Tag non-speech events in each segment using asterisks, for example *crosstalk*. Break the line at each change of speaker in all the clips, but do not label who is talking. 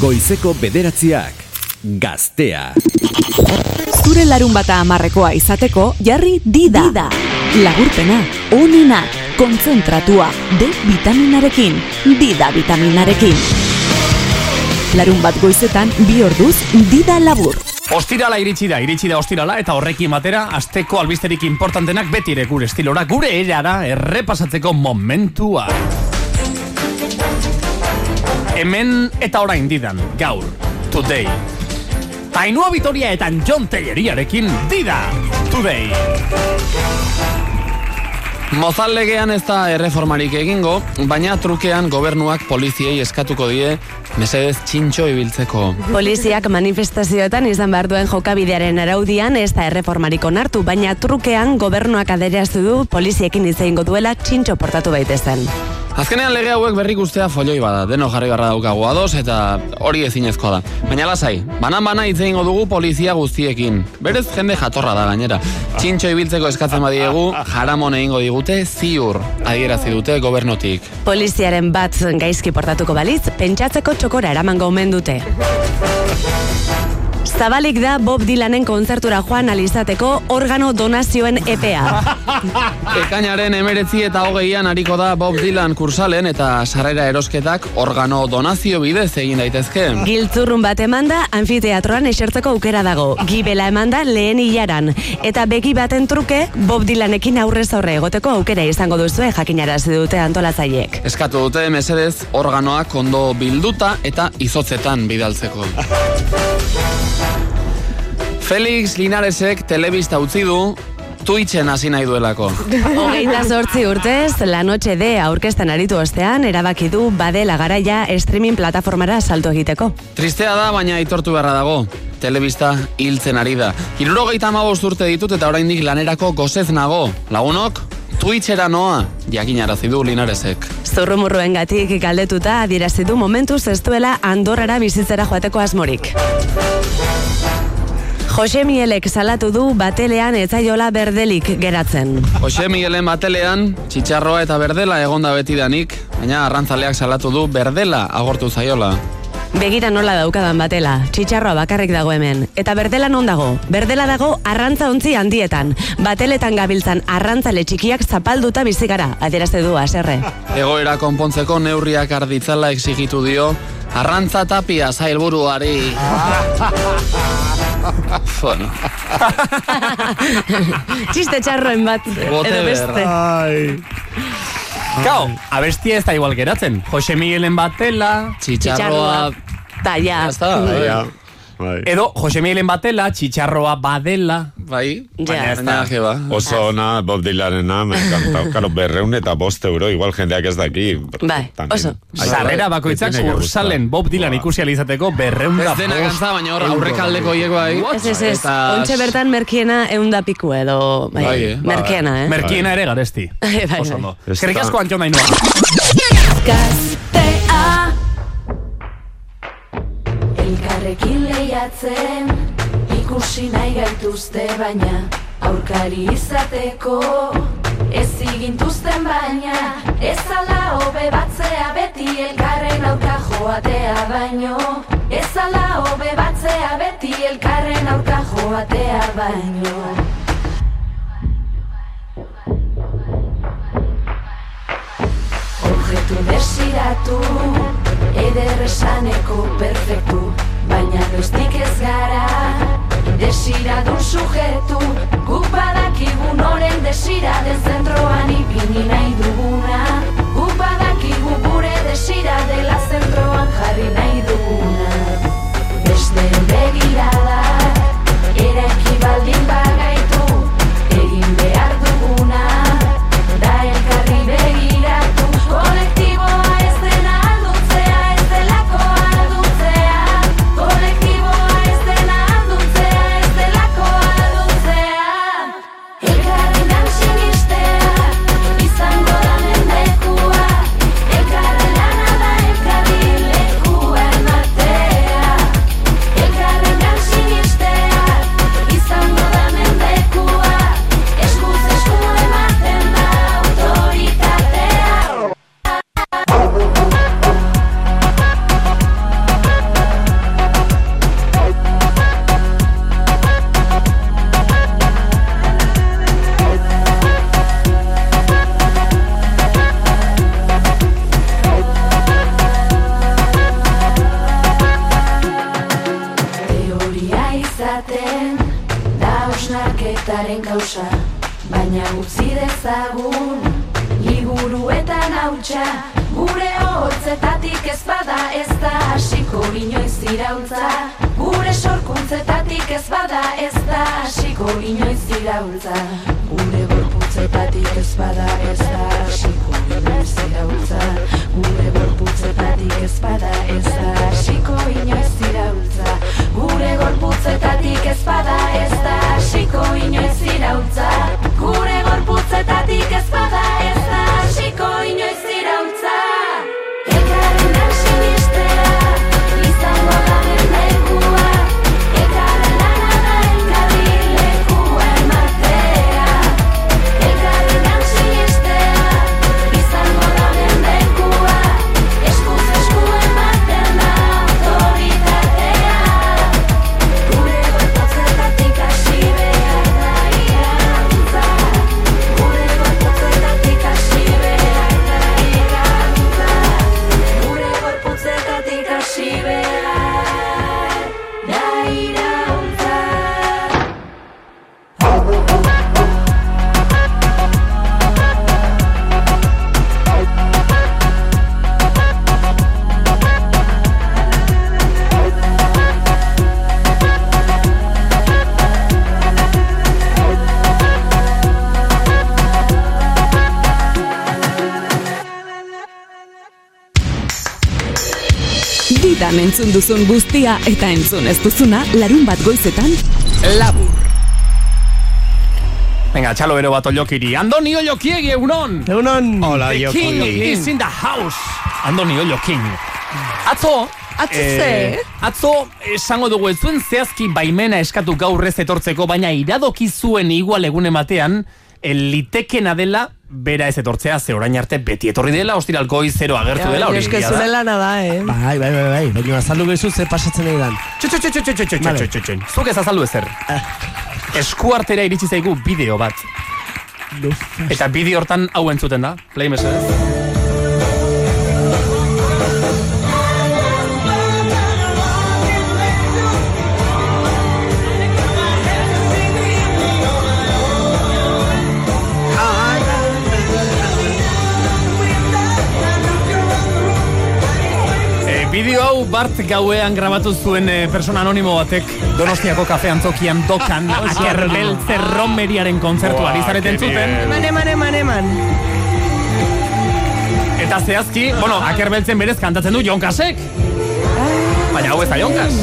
Goizeko bederatziak, gaztea.
Zure larun bata amarrekoa izateko jarri dida. dida. Lagurpena, onena, kontzentratua, D vitaminarekin, dida vitaminarekin. Larun bat goizetan bi orduz dida labur.
Ostirala iritsi da, iritsi da ostirala eta horrekin batera asteko albisterik importantenak beti ere gure estilora, gure erara errepasatzeko momentua. Hemen eta orain didan, gaur, today. Tainua Vitoria eta John Telleriarekin dida, today.
Mozal legean ez da erreformarik egingo, baina trukean gobernuak poliziei eskatuko die mesedez txintxo ibiltzeko.
Poliziak manifestazioetan izan behar duen jokabidearen araudian ez da erreformarik onartu, baina trukean gobernuak aderaztu du poliziekin hitz egingo duela txintxo portatu daitezen.
Azkenean lege hauek berrik ustea folioi bada, deno jarri barra daukagu ados eta hori ezinezkoa da. Baina lasai, banan-bana hitz egingo dugu polizia guztiekin. Berez jende jatorra da gainera. Txintxo ibiltzeko eskatzen badiegu, jaramon egingo digute ziur adierazi dute gobernutik.
Poliziaren bat gaizki portatuko balitz, pentsatzeko txokora eramango omen dute. Zabalik da Bob Dylanen kontzertura joan alizateko organo donazioen EPEA.
Ekainaren emeretzi eta hogeian hariko da Bob Dylan kursalen eta sarrera erosketak organo donazio bidez egin daitezke.
Giltzurrun bat emanda, anfiteatroan esertzeko aukera dago. Gibela emanda lehen hilaran. Eta begi baten truke, Bob Dylanekin aurrez aurre egoteko aukera izango duzue jakinarazi dute antolatzaileek.
Eskatu dute mesedez organoak ondo bilduta eta izotzetan bidaltzeko. Felix Linaresek telebista utzi du Twitchen hasi nahi duelako.
Hogeita sortzi urtez, La Noche de aurkesten aritu ostean, erabaki du badela garaia streaming plataformara salto egiteko.
Tristea da, baina aitortu beharra dago. Telebista hiltzen ari da. Hirurogeita hamabost urte ditut eta oraindik lanerako gozez nago. Lagunok, Twitchera noa, jakinarazi du Linaresek.
Zurrumurruen gatik galdetuta adierazi du momentuz ez duela Andorrara bizitzera joateko asmorik. Jose Mielek salatu du batelean etzaiola berdelik geratzen.
Jose Miguelen batelean, txitxarroa eta berdela egonda beti danik, baina arrantzaleak salatu du berdela agortu zaiola.
Begira nola daukadan batela, txitxarroa bakarrik dago hemen. Eta berdela non dago? Berdela dago arrantza ontzi handietan. Bateletan gabiltzan arrantzale txikiak zapalduta bizi gara, adierazte du aserre.
Egoera konpontzeko neurriak arditzala exigitu dio, arrantza tapia zailburuari. bueno,
*laughs* Txiste txarroen bat,
Bote
edo beste.
Gau, abestia ez da igual geratzen. Jose Miguelen batela,
txitxarroa...
Ta ja.
Azta,
Ja. Bai.
edo Jose Miguelen batela, txitxarroa badela.
bai,
Ja.
baina jeba.
Oso ona Bob Dylanena, me encanta. Karo, berreun eta bost euro, igual jendeak ez daki.
Bai,
También.
oso.
Ai,
Sarrera
bai,
bakoitzak
tiene que gustar.
ursalen Bob Dylan ikusi alizateko berreunda
Ez dena gantza, baina hor aurrekaldeko hiek bai.
Ez, ez, ez.
Eta-
Ontxe bertan merkiena eunda piku edo, bai,
Bai, eh.
merkiena, eh?
Merkiena ere garesti.
Bai, bai,
Oso
bai.
ondo.
Ez
Eskerrik
da-
asko Antxon Ainhoa.
Gaztea
Elkarrekin lehiatzen ikusi nahi gaituzte baina aurkari izateko ez igintuzten baina ez ala hobe batzea beti elkarren aurka joatea baino ez ala hobe batzea beti elkarren aurka joatea baino Objetu desiratu, eder esaneko perfektu, baina goiztik ez gara, desiradun sujetu, guk badakigu noren desiraden zentroan ipini nahi duguna, guk badakigu gure desira dela zentroan jarri nahi duguna. Beste begirada, eraiki baldin bagaitu, egin behar duguna, da elkarri begiratu, kolektiboa ez dena aldutzea, ez delako aldutzea, kolektiboa ez dena aldutzea, ez delako aldutzea. Elkarrenan sinistea, izango da mendekua Elkarren lana da elkarren baten da osnarketaren kausa baina utzi dezagun liburuetan hautsa gure hotzetatik ez bada ez da hasiko inoiz iraultza gure sorkuntzetatik ez bada ez da hasiko inoiz iraultza gure gorputzetatik ez bada ez da hasiko inoiz iraultza gure gorputzetatik ez bada ez da hasiko inoiz iraultza gure gorputzetatik ez bada ez da hasiko inoiz iraultza gure gorputzetatik ez bada ez da hasiko inoiz iraultza Ekarrenak sinistea, izango da bermengua Ekarren lana da elkarri lekua ematea Ekarrenak sinistea, izango da bermengua Eskuz esku ematen da autoritatea Gure gorputzetatik hasi behar da irautza Gure gorputzetatik hasi behar da irautza Gure gorputzetatik hasi behar da irautza
Didan entzun duzun guztia eta entzun ez duzuna larun bat goizetan labur.
Venga, txalo bero bat ollokiri. Andoni ollokiegi, egunon!
Egunon.
The King is in the house. Andoni Ollokin. Atzo,
Atzo
eh,
ze?
atzo esango dugu ez zuen zehazki baimena eskatu gaur ez etortzeko, baina iradoki zuen igual egune batean, eh, litekena dela bera ez etortzea, ze orain arte beti etorri dela, ostiralko zero agertu dela, hori
eske
egia da.
zure lana da, eh?
Bai, bai, bai, bai. Baina azaldu gehizu ze pasatzen nahi dan.
Txo, txo, txo, txo, txo, txo, txo, txo, txo. Zuk ez azaldu ezer. Eskuartera iritsi zaigu bideo bat. Eta bideo hortan hau entzuten da. Play mesedez. Eh, Bideo hau bart gauean grabatu zuen eh, persona anonimo batek Donostiako kafe antzokian dokan Akerbeltze Romeriaren kontzertu ari zareten zuten
Eman, eman, eman, eman.
Eta zehazki, bueno, Akerbeltzen berez kantatzen du Jonkasek Baina hau ez da Jonkas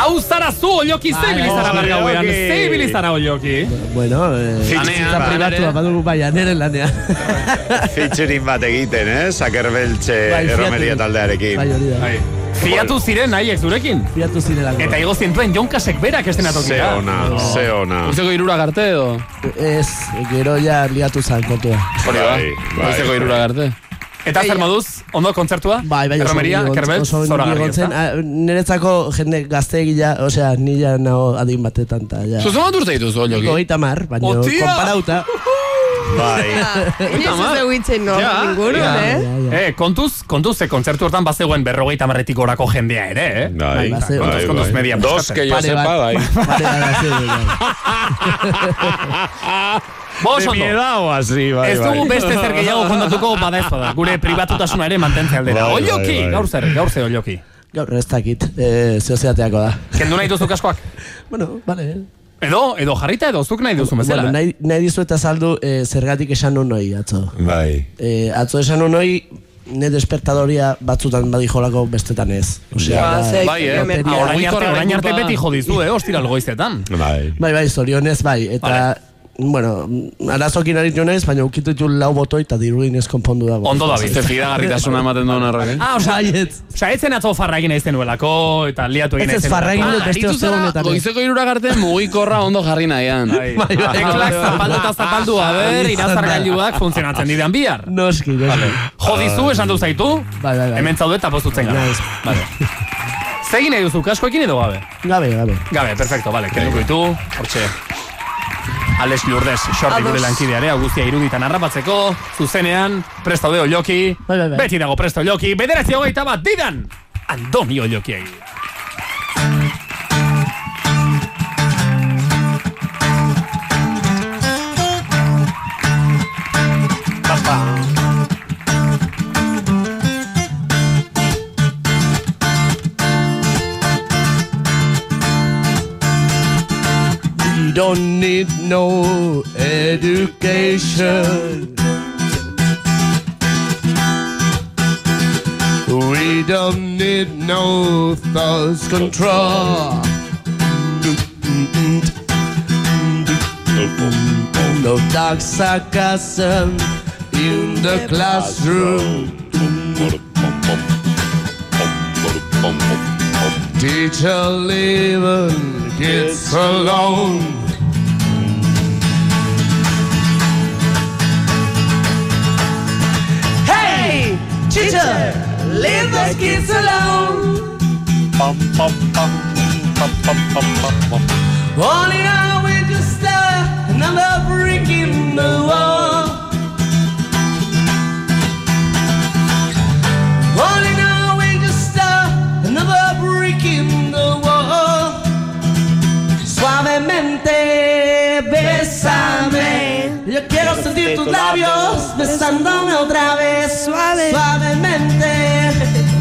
Hau zara zu olioki, ze bilizara bar gauean Ze bilizara olioki
Bueno, eh,
Lanean,
bizitza
ba,
pribatua
lanean.
badugu bai, nere lanean.
Featuring bat egiten, eh? Sakerbeltxe
Bai, fiatu.
erromeria taldearekin.
Bai, hori da.
Fiatu ziren nahiek zurekin
Fiatu zirelako.
Eta igo zintuen Jonkasek berak
Ze
estenatokira
ona, ze ona.
Goizeko irurak arte edo?
Ez, gero ja liatu zan kontua.
Hori ba.
Bai, bai,
Goizeko
bai.
irurak arte.
Eta zer moduz, ondo kontzertua?
Bai, bai,
Erromeria,
ongi egon-
Akerbeltz,
oso ongi
zora
egon zen. Ah, Niretzako jende gazte gila, osea, nila nago adin batetan, ta, ja.
Zuzen bat urte dituzu, olioki?
Goita mar, baina
Hostia!
konparauta. *laughs*
Bai.
Ni ez
ma.
ez egitzen no,
Ja,
ingurun,
ja.
eh?
Ja, ja.
Eh, kontuz, kontuz, ze kontzertu hortan bazegoen berrogeita marretik orako jendea ere, eh?
Bai,
Bai, baze-
bai,
kontuz
bai.
media
Dos
puskatzen.
que yo
Pare
sepa,
bat.
bai.
*laughs* Bate gara zeuden, bai.
Bos
De mi
ondo.
edad o así, bai,
Ez dugu
bai.
beste zer gehiago kontatuko bada ez bada.
*laughs*
Gure pribatutasuna ere mantentze aldera.
Bai, bai,
Olioki,
bai.
gaur zer, gaur zer olioki.
Gaur ez dakit, eh, zeo zeateako da.
Kendu nahi duzu kaskoak.
Bueno, vale.
Edo, edo jarrita, edo zuk nahi duzu bezala.
eh?
Bueno, nahi, nahi dizuet azaldu eh, zergatik esan nun hori atzo.
Bai.
Eh, atzo esan nun hori, ne despertadoria batzutan badijolako bestetan ez. Osea,
Ba,
da-
ze-
Bai, eh?
Loteria.
Ah, Orain arte,
Mugikorraren
orain arte
kulpa.
beti jodizu, eh? Ostira goizetan.
Bai.
Bai, bai, zorionez, bai. Eta,
Vale.
bueno, arazokin aritu naiz, baina ukitu ditu lau botoi eta diruinez konpondu dago.
Ondo da
Ze
biz.
*laughs*
fidagarritasuna ematen duen
Bai.
horrek, eh?
Ah, osa,
Baietz.
osa, etzen atzo farra egin ez denuelako, eta liatu egin
Ez ez
ez
farra egin dut beste
Ah, Aritu zara,
ostegunetan.
goizeko irurak arte mugikorra ondo jarri nahian. *laughs*
Bai, Teklak zapaldu eta zapaldu, a ber,
Bai,
irazargailuak funtzionatzen didan bihar.
Noski, noski.
Jodizu, esan du zaitu,
Bai, bai, bai.
hemen zaude eta postutzen gara.
Naiz.
Vale. Zegin nahi duzu, kaskoekin edo gabe?
Gabe, gabe.
Gabe, perfecto, vale, kenduko ditu, hortxe. Alex Lourdes, sorti gure lankideare, Augustia iruditan harrapatzeko, zuzenean, presto de olioki,
Bai, bai, bai.
beti dago presto olioki, bederatzi hogeita bat, didan, Andoni oliokiai.
don't need no education. We don't need no thought control. No dark sarcasm in the classroom. Teacher leaving kids alone. Hey, teacher, leave those kids alone. Only now we just uh, another brick in the wall. Only now we just uh, another brick in the wall. Suavemente, bésame. Yo quiero sentir tus labios besándome otra vez. Suavemente,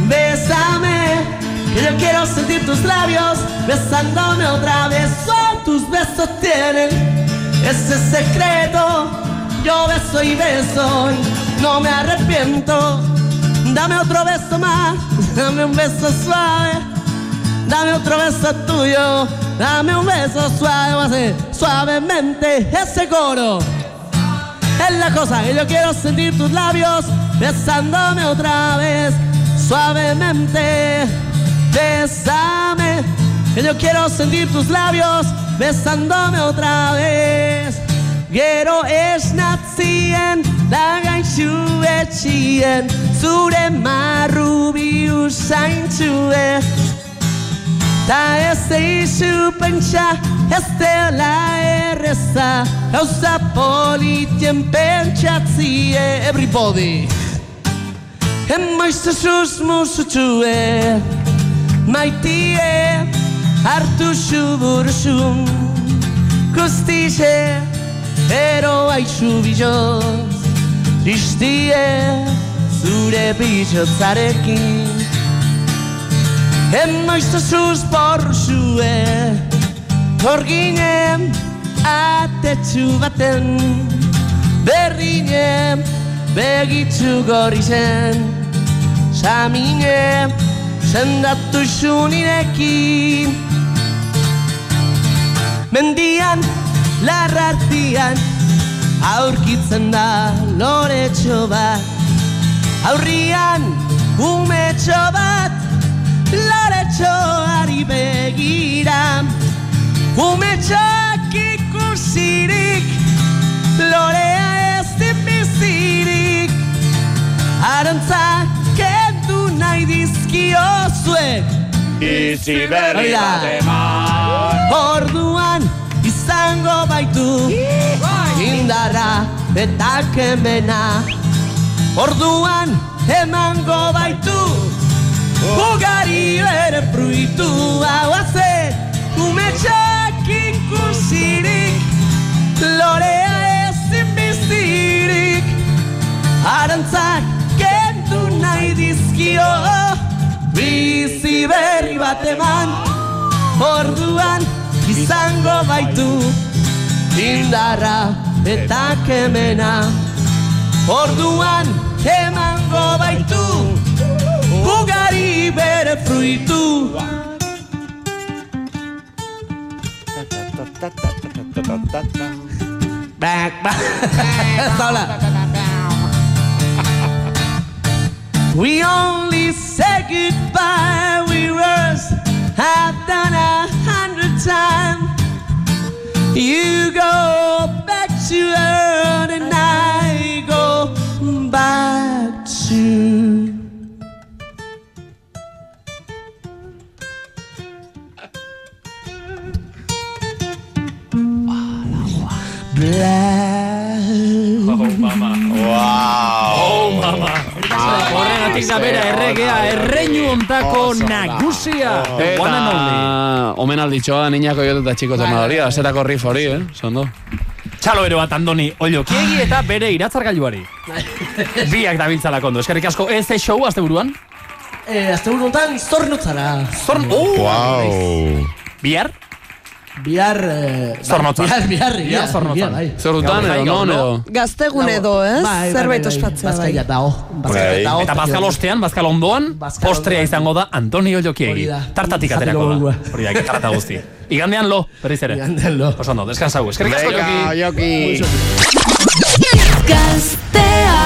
bésame. Yo quiero sentir tus labios besándome otra vez. Oh, tus besos tienen ese secreto. Yo beso y beso y no me arrepiento. Dame otro beso más, dame un beso suave. Dame otro beso tuyo, dame un beso suave, vamos a hacer suavemente ese coro. Es la cosa que yo quiero sentir tus labios besándome otra vez, suavemente. Besame, que yo quiero sentir tus labios besándome otra vez. Gero esnatzien, lagai etxien, zure marrubi usaintxue. Ta ez eizu pentsa, ez dela erreza Gauza politien pentsatzie Everybody Emaizu susmusutsue Maitie e, hartu suburusun Guztize eroa izu biloz Tristie zure bilotzarekin Emoiztazuz borzue Horginen atetsu baten Berrinen begitzu gorri zen Saminen sendatu xunirekin Mendian, larrartian Aurkitzen da loretxo bat Aurrian, umetxo bat Loretxoari begira Umetxak ikusirik Lorea ez dipizirik Arantzak kendu nahi dizkiozuek
Bai,
Itzi berri
Hori da. bat Orduan izango baitu Indarra eta kemena Orduan emango baitu Bugari bere fruitu hau haze Umetxak ikusirik Lorea ezin bizirik Arantzak kendu nahi dizkio Bizi berri bat eman Orduan izango baitu Indarra eta kemena Orduan emango baitu Bugari bere fruitu Back, back. Sola. We only say goodbye. We worse have done a hundred times. You go back to her, and I go back to. Black.
Oh,
Horregatik da bera erregea, erreinu ontako nagusia. One and only.
Eta omenalditxoa niñako jotu eta txiko tornadoria, zerako rif hori, eh? Zondo.
Txalo ero bat andoni, oiokiegi eta bere
*laughs*
iratzargailuari. Biak dabiltzala kondo, eskerrik asko, ez ez show azte buruan?
Eh, azte burutan zornotzara.
uh!
Zorn, oh!
Wow.
Bihar?
Bihar... Eh, bai,
Zornotzan.
Bihar, bihar,
Bihar
bihar,
zornotzan.
bihar, bai.
Gaur,
Zorrutan
gaur,
edo, non edo.
gaur.
Gaztegun edo, ez?
Bai, bai,
Zerbait
bai, bai.
ospatzea bai.
Bazkaia
oh,
dago.
Bai.
ba.
Bazkaia dago.
Eta bazkal ostean, bazkal ondoan,
Bazkal
postrea
ondoan.
izango da Antonio Jokiegi.
Hori da.
Tartatik
Zapiko
aterako da.
burua.
Hori da, tarta
*laughs*
guzti. Igandean lo, berriz ere.
Igandean lo.
Oso ondo, deskansa gu. Eskerrik asko, Joki.
Joki.
Gaztea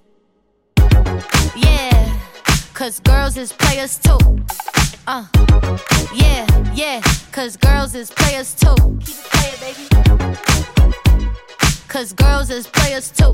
Yeah, cause girls is players too. Uh, yeah, yeah, cause girls is players too. Keep it playing, baby. Cause girls is players too.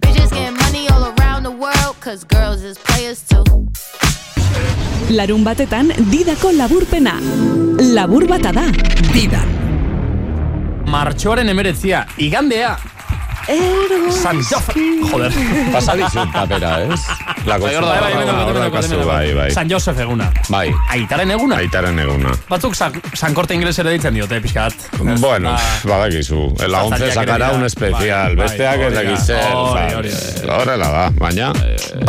Bitches getting money all around the world, cause girls is players too.
Larun batetan didako laburpena. Labur bata da. Didan.
Martxoaren emeretzia, igandea. San Jofa.
*laughs*
Joder.
Pasadizun papera, ez? Lako
Bai, hor da, bai, bai, bai,
bai, bai,
zu, bai, bai.
San Josef eguna.
Bai,
Aitaren eguna.
aitaren eguna.
Batzuk san, san korte inglesera ditzen diote, pixka bat.
Bueno,
Ba-
badakizu. La
Zaldiak
11
ere
sacará
dira.
un especial.
Bai,
Besteak
bai,
ez
hori da.
dakiz zer.
Hori,
oza,
hori da.
Horrela da, baina...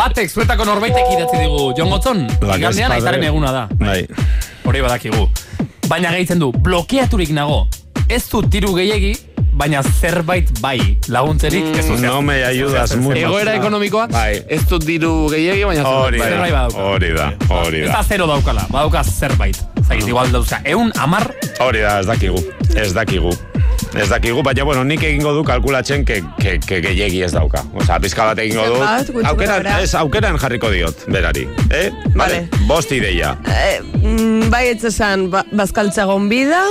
Batek zuetako norbaitek idatzi digu, Jon Gotzon,
la que es
igandean
Ba, padre.
aitaren eguna da.
Bai.
Hori badakigu. Baina gehitzen du, blokeaturik nago. Ez du tiru gehiegi, baina zerbait bai laguntzerik ez du
Mm, No me ayudas mucho.
Egoera ekonomikoa,
Bai.
ez dut diru gehiegi, baina
Hori
bai.
Zerbait
da,
badauka.
hori da, hori
Ez
da.
da zero daukala, badauka zerbait. Zagit, igual dauzka, eun, amar,
Hori da, ez dakigu. Ez dakigu. Ez dakigu, baina, bueno, nik egingo du kalkulatzen ke, ke, ke gehiegi ez dauka. Osa, pizka bat egingo du.
Zenbat, gutxi
Aukeran,
gorabehera?
ez, aukeran jarriko diot, berari. Eh? Vale.
Vale.
Bost ideia.
Eh, mm, bai etz esan ba, bazkaltza gonbidau,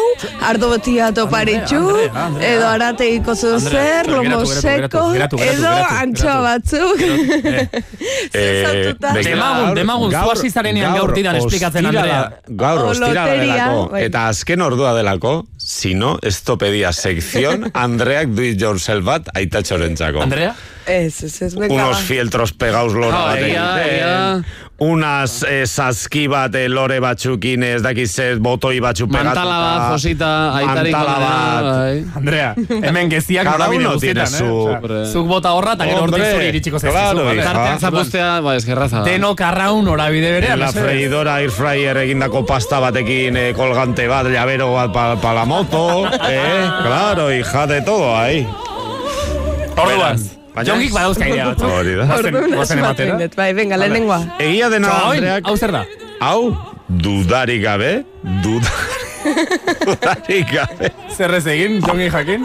ardo betia toparitxu,
Andrea, Andrea.
edo arateiko zeu
Andrea,
zer,
geratu, geratu,
lomo
geratu,
seko,
geratu, geratu,
edo
geratu,
antxoa
geratu.
batzuk. *laughs*
Eh,
Zuzatuta.
begira,
Demagun,
gaur-
demagun,
gaur-
zu hasi zarenean gaur tiran esplikatzen,
ostirala-
Andrea.
Gaur,
O
ostira
Oh, loteria,
delako,
bai.
eta azken ordua delako, si no, esto
*laughs*
pedia sekzion, Andreak do it yourself bat aitatxorentzako.
Andrea?
Ez, ez, ez, venga.
Unos
ba.
fieltros pegaus lora
Ah,
batekin.
egia, egia.
Unas eh, saski bat eh, lore batzukin ez dakiz zer botoi batzu pegatuta.
Mantala bat, josita, aitarik.
Mantala
onena,
bat.
bai.
Andrea, hemen geziak
Cada
norabide
uno tiene
guztietan,
su-
eh? Osea, Zuk bota horra, eta gero hortik
Hombre,
zuri iritsiko
claro,
zezkizu. vale?
hija.
Tartean zapuztea,
ba,
bai, eskerraza. da.
Denok arraun norabide berean.
En la
mesedez.
freidora air fryer egindako pasta batekin eh, kolgante bat, llavero bat pa, pa la moto, eh? Claro, hija de todo, ahí.
Orduan,
Beraz, baina-
jongik badauzka idea batzuk.
Hori da.
Goazen-
Orduan
goazen
asmatu
ematera.
indet, bai, venga, lehenengoa.
Egia dena, da,
Txoin,
Andreak,
hau zer da?
hau, dudarik
*laughs*
gabe, duda- dudarik gabe,
Zer ez egin, jongi jakin?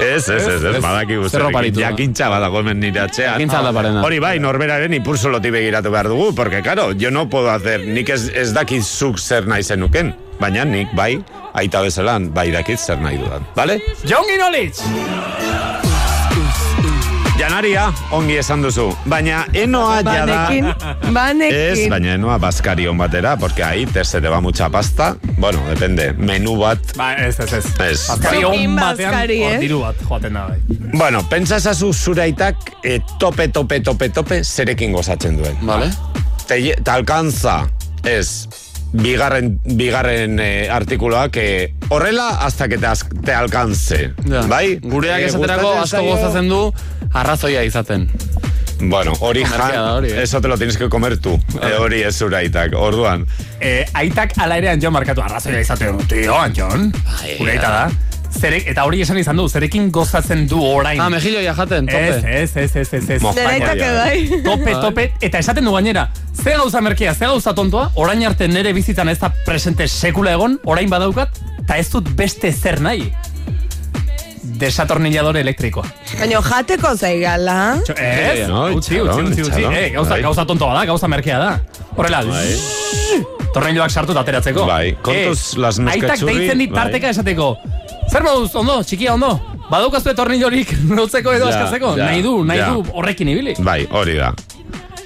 Ez, ez, ez, ez, badakigu
Zer oparitu da.
Jakintza badago hemen nire atzean.
Jakintza aldaparena.
Hori bai, norberaren ipurso loti begiratu behar dugu, porque, claro, yo no puedo hacer, nik ez, ez dakit zuk zer nahi zenuken, baina nik bai, aita bezalan, bai dakit zer nahi dudan, bale?
Jon Ginolitz!
Janaria, ongi esan duzu, baina enoa jada... *laughs*
Banekin,
Ez,
banekin.
baina enoa bazkari on batera, porque ahí te se te va mucha pasta. Bueno, depende, menú bat...
Ba, ez, ez, ez.
Ez.
Azkari hon
Zukin
batean,
bazkari,
hor
eh?
diru bat joaten da bai.
Bueno, pentsa ezazu zure aitak eh, tope, tope, tope, tope zerekin gozatzen duen.
Vale.
Te, lle- te alcanza, ez, bigarren, bigarren eh, artikuluak eh, horrela hasta que te, az- te alcance.
Ja.
Bai?
Gureak
Eh,
esaterako
gustatzen
asko
zaio-
gozatzen du arrazoia izaten.
Bueno, hori
Komertzia da
jan,
hori, eh.
eso te lo tienes que comer tú. Eh, hori ez zure aitak, orduan.
Eh, aitak ala ere Anjon markatu arrazoia izaten du. Tio, Anjon.
Ai,
Gure aita da. Zerek, eta hori esan izan du, zerekin gozatzen du orain.
Ah, mejilloia jaten,
Ez,
tope.
ez, ez, ez, ez, ez.
Mo-
Nere
Baina-
aitak bai.
Tope, tope, eta esaten du gainera, ze gauza merkea, ze gauza tontoa, orain arte nere bizitzan ez da presente sekula egon, orain badaukat, eta ez dut beste zer nahi. Desatornilladore elektrikoa.
Baina jateko zaigala.
Txo- Ez,
No,
utzi, utzi,
itxaron,
utzi, utzi.
itxaron.
Eh, gauza,
Bai.
gauza tontoa da, gauza merkea da. Horrela, zzzz, tornilloak sartu eta ateratzeko.
Bai, kontuz las
Aitak
mezkatxurri,
deitzen dit
bai.
tarteka esateko. Zer moduz, ondo, txikia, ondo? Badaukazu *laughs* tornillorik lotzeko edo
Ja,
askatzeko?
ja,
nahi du, nahi
ja.
du horrekin ibili.
Bai, hori da.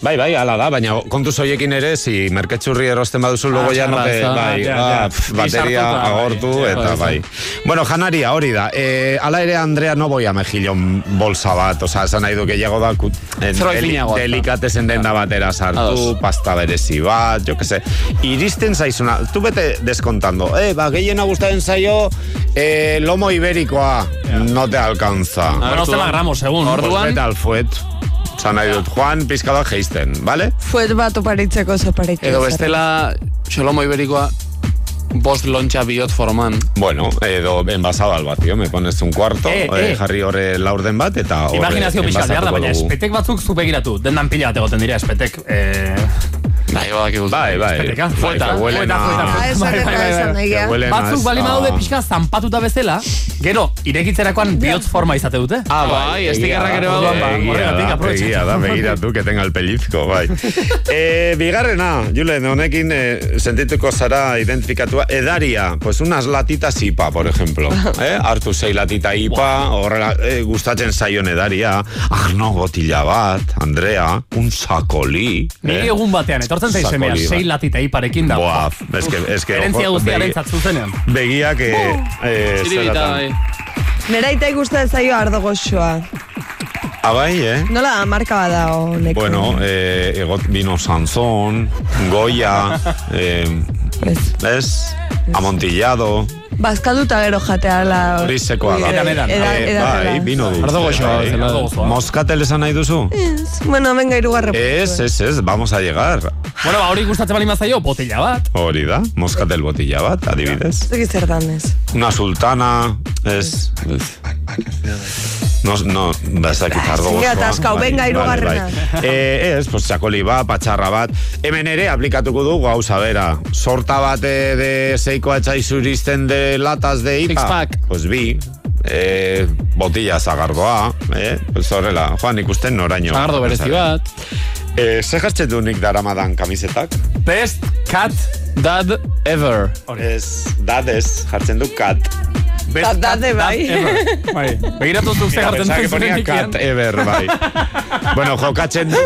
Bai, bai, ala da, baina kontu soiekin ere, si merketxurri erosten baduzu logo
Ah,
ja no
txarra,
te-
ez da.
bai,
Ja,
ah,
ja.
pf,
Bi
bateria
sartuta, bai,
agortu
ja,
eta
ez da.
bai. Bueno, janaria, hori da. Eh, ala ere Andrea no voy a mejillon bolsa bat, o sea, esan nahi du gehiago da kut, en,
Zerbait finagoa, ez da.
delikatezen denda batera sartu,
Ados.
pasta berezi bat, jo que se. Iristen zaizuna, tu bete deskontando. Eh, ba, gehiena gustatzen zaio eh, lomo iberikoa, no te
Ah,
alcanza.
Bueno,
Hartu
zela
da.
gramos, segun.
Pues
Orduan-
bete al fuet. Zan nahi dut, Juan pizka bat geisten, bale?
Fuet bat oparitzeko zapareko.
Edo bestela, Xolomo Iberikoa, bost lontxa bihot forman.
Bueno, edo enbasado al bat, tío, me pones un cuarto,
Eh,
eh,
eh.
jarri horre laurden bat, eta horre
Imaginazio pixka behar da,
enbasatuko
baina
dugu.
espetek batzuk zu begiratu. Dendan pila bat egoten dira espetek. Eh, ah.
Bai, badak eguz.
Bai, bai.
Espeteka.
Fueta,
Fueta,
huelen
fueta,
a-
fueta, fueta.
Ah,
Bai,
esan
bai,
eta
bai, bai.
esan nahi
Que
gea.
huelen Ah. a-
Batzuk bali badaude
a-
pixka zanpatuta bezala, gero, irekitzerakoan bihotz forma izate dute.
Ah, bai, estikerrak ere badu.
ba,
Egia
horregatik
da,
aprobetxatu.
egia da, begiratu, que tenga el pellizco,
*laughs*
bai. eh, bigarrena, Julen, honekin eh, sentituko zara identifikatua, edaria, pues unas latitas IPA, por
*laughs*
ejemplo. Eh? Hartu sei latita IPA, horrela, eh, gustatzen zaion edaria, arno botila bat, Andrea, un sakoli.
Nire egun batean, etortzen zaiz
Sakoli
semea,
bat.
sei latita iparekin da.
Eh. Buah, es que, es que,
Herentzia
ojo,
guztia
begi-
arentzat zuzenean.
Begiak, eh, eh,
Ziribita,
zelatan.
bai.
Nera aitai gustatzen zaio ardo goxoa.
Ah, bai, eh?
Nola marka bada honek.
Bueno, eh, egot vino Sansón,
*laughs*
Goya, eh,
Ez.
ez? Amontillado,
Bazkalduta gero jateala.
risekoa da.
Edan, edan.
Era-
Eh,
edan,
bai,
edan.
vino dulce.
Ardo goxoa
bai.
bezala.
Ardo goxoa.
Moskatel esan nahi duzu?
Eh, Bueno, venga, irugarre.
Ez, ez, ez, vamos a llegar.
Bueno, ba, hori gustatzen bali mazaio, botella bat.
Hori da, moskatel botilla bat, adibidez.
Ez zer dan ez.
Una sultana, ez... No, no, ez dakit ardo
Zinea
gozoa.
ataskau,
Bai,
benga,
bai,
hirugarrena.
bai. Eh, ez, pues, txakoli bat, patxarra bat. Hemen ere aplikatuko du gauza bera. Sorta bate de seiko atxaizuristen de latas de ipa.
Six pack.
Pues bi, eh, botilla zagardoa, eh? Pues horrela, joan ikusten noraino.
Zagardo berezi bat.
Eh, ze jartzen du nik daramadan kamizetak?
Best cat,
Dad ever.
Ez, dadez, jartzen du kat.
best
Da- dade, bai.
*laughs*
ever. bai. Begiratu zuk ze
Mira,
jartzen
pensaba que
duen
ponía
zuzenean.
cat ever, bai. bueno, jokatzen du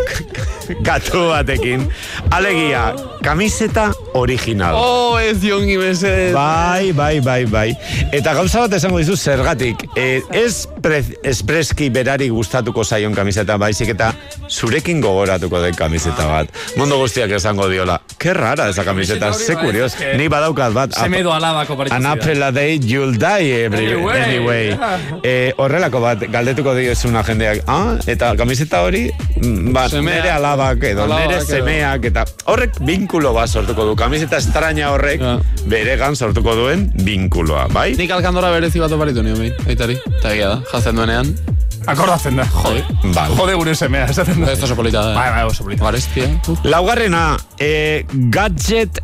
katu batekin. Alegia, kamiseta original.
Oh, ez jongi mesedez.
Bai, bai, bai, bai. Eta gauza bat esango dizu zergatik. Eh, ez pre, espreski berari gustatuko zaion kamiseta, baizik eta zurekin gogoratuko den kamiseta bat. Mundo guztiak esango diola. Ke rara esa kamiseta,
Kamiseta
ze
hori,
kurios.
bai, eske-
Ni badaukat bat.
Seme edo alabako paritzu
An
zidan.
apple a day, you'll die every,
Anyway,
anyway.
yeah.
Eh, horrelako bat, galdetuko diozuna jendeak. Ah, eta kamiseta hori, mm, ba,
Semeak.
nere alabak edo,
Alabak
nere
edo.
semeak eta horrek binkulo bat sortuko du. Kamiseta estraña horrek
Ja.
beregan sortuko duen binkuloa, bai?
Nik alkandora berezi bat oparitu nio behin, aitari. Eta egia da, jazten duenean.
Akordatzen da, jode.
Bai.
Jode gure semea, esaten da.
Ez oso polita da. eh,
Bai, bai, oso polita.
Garestia.
Laugarrena, eh, gadget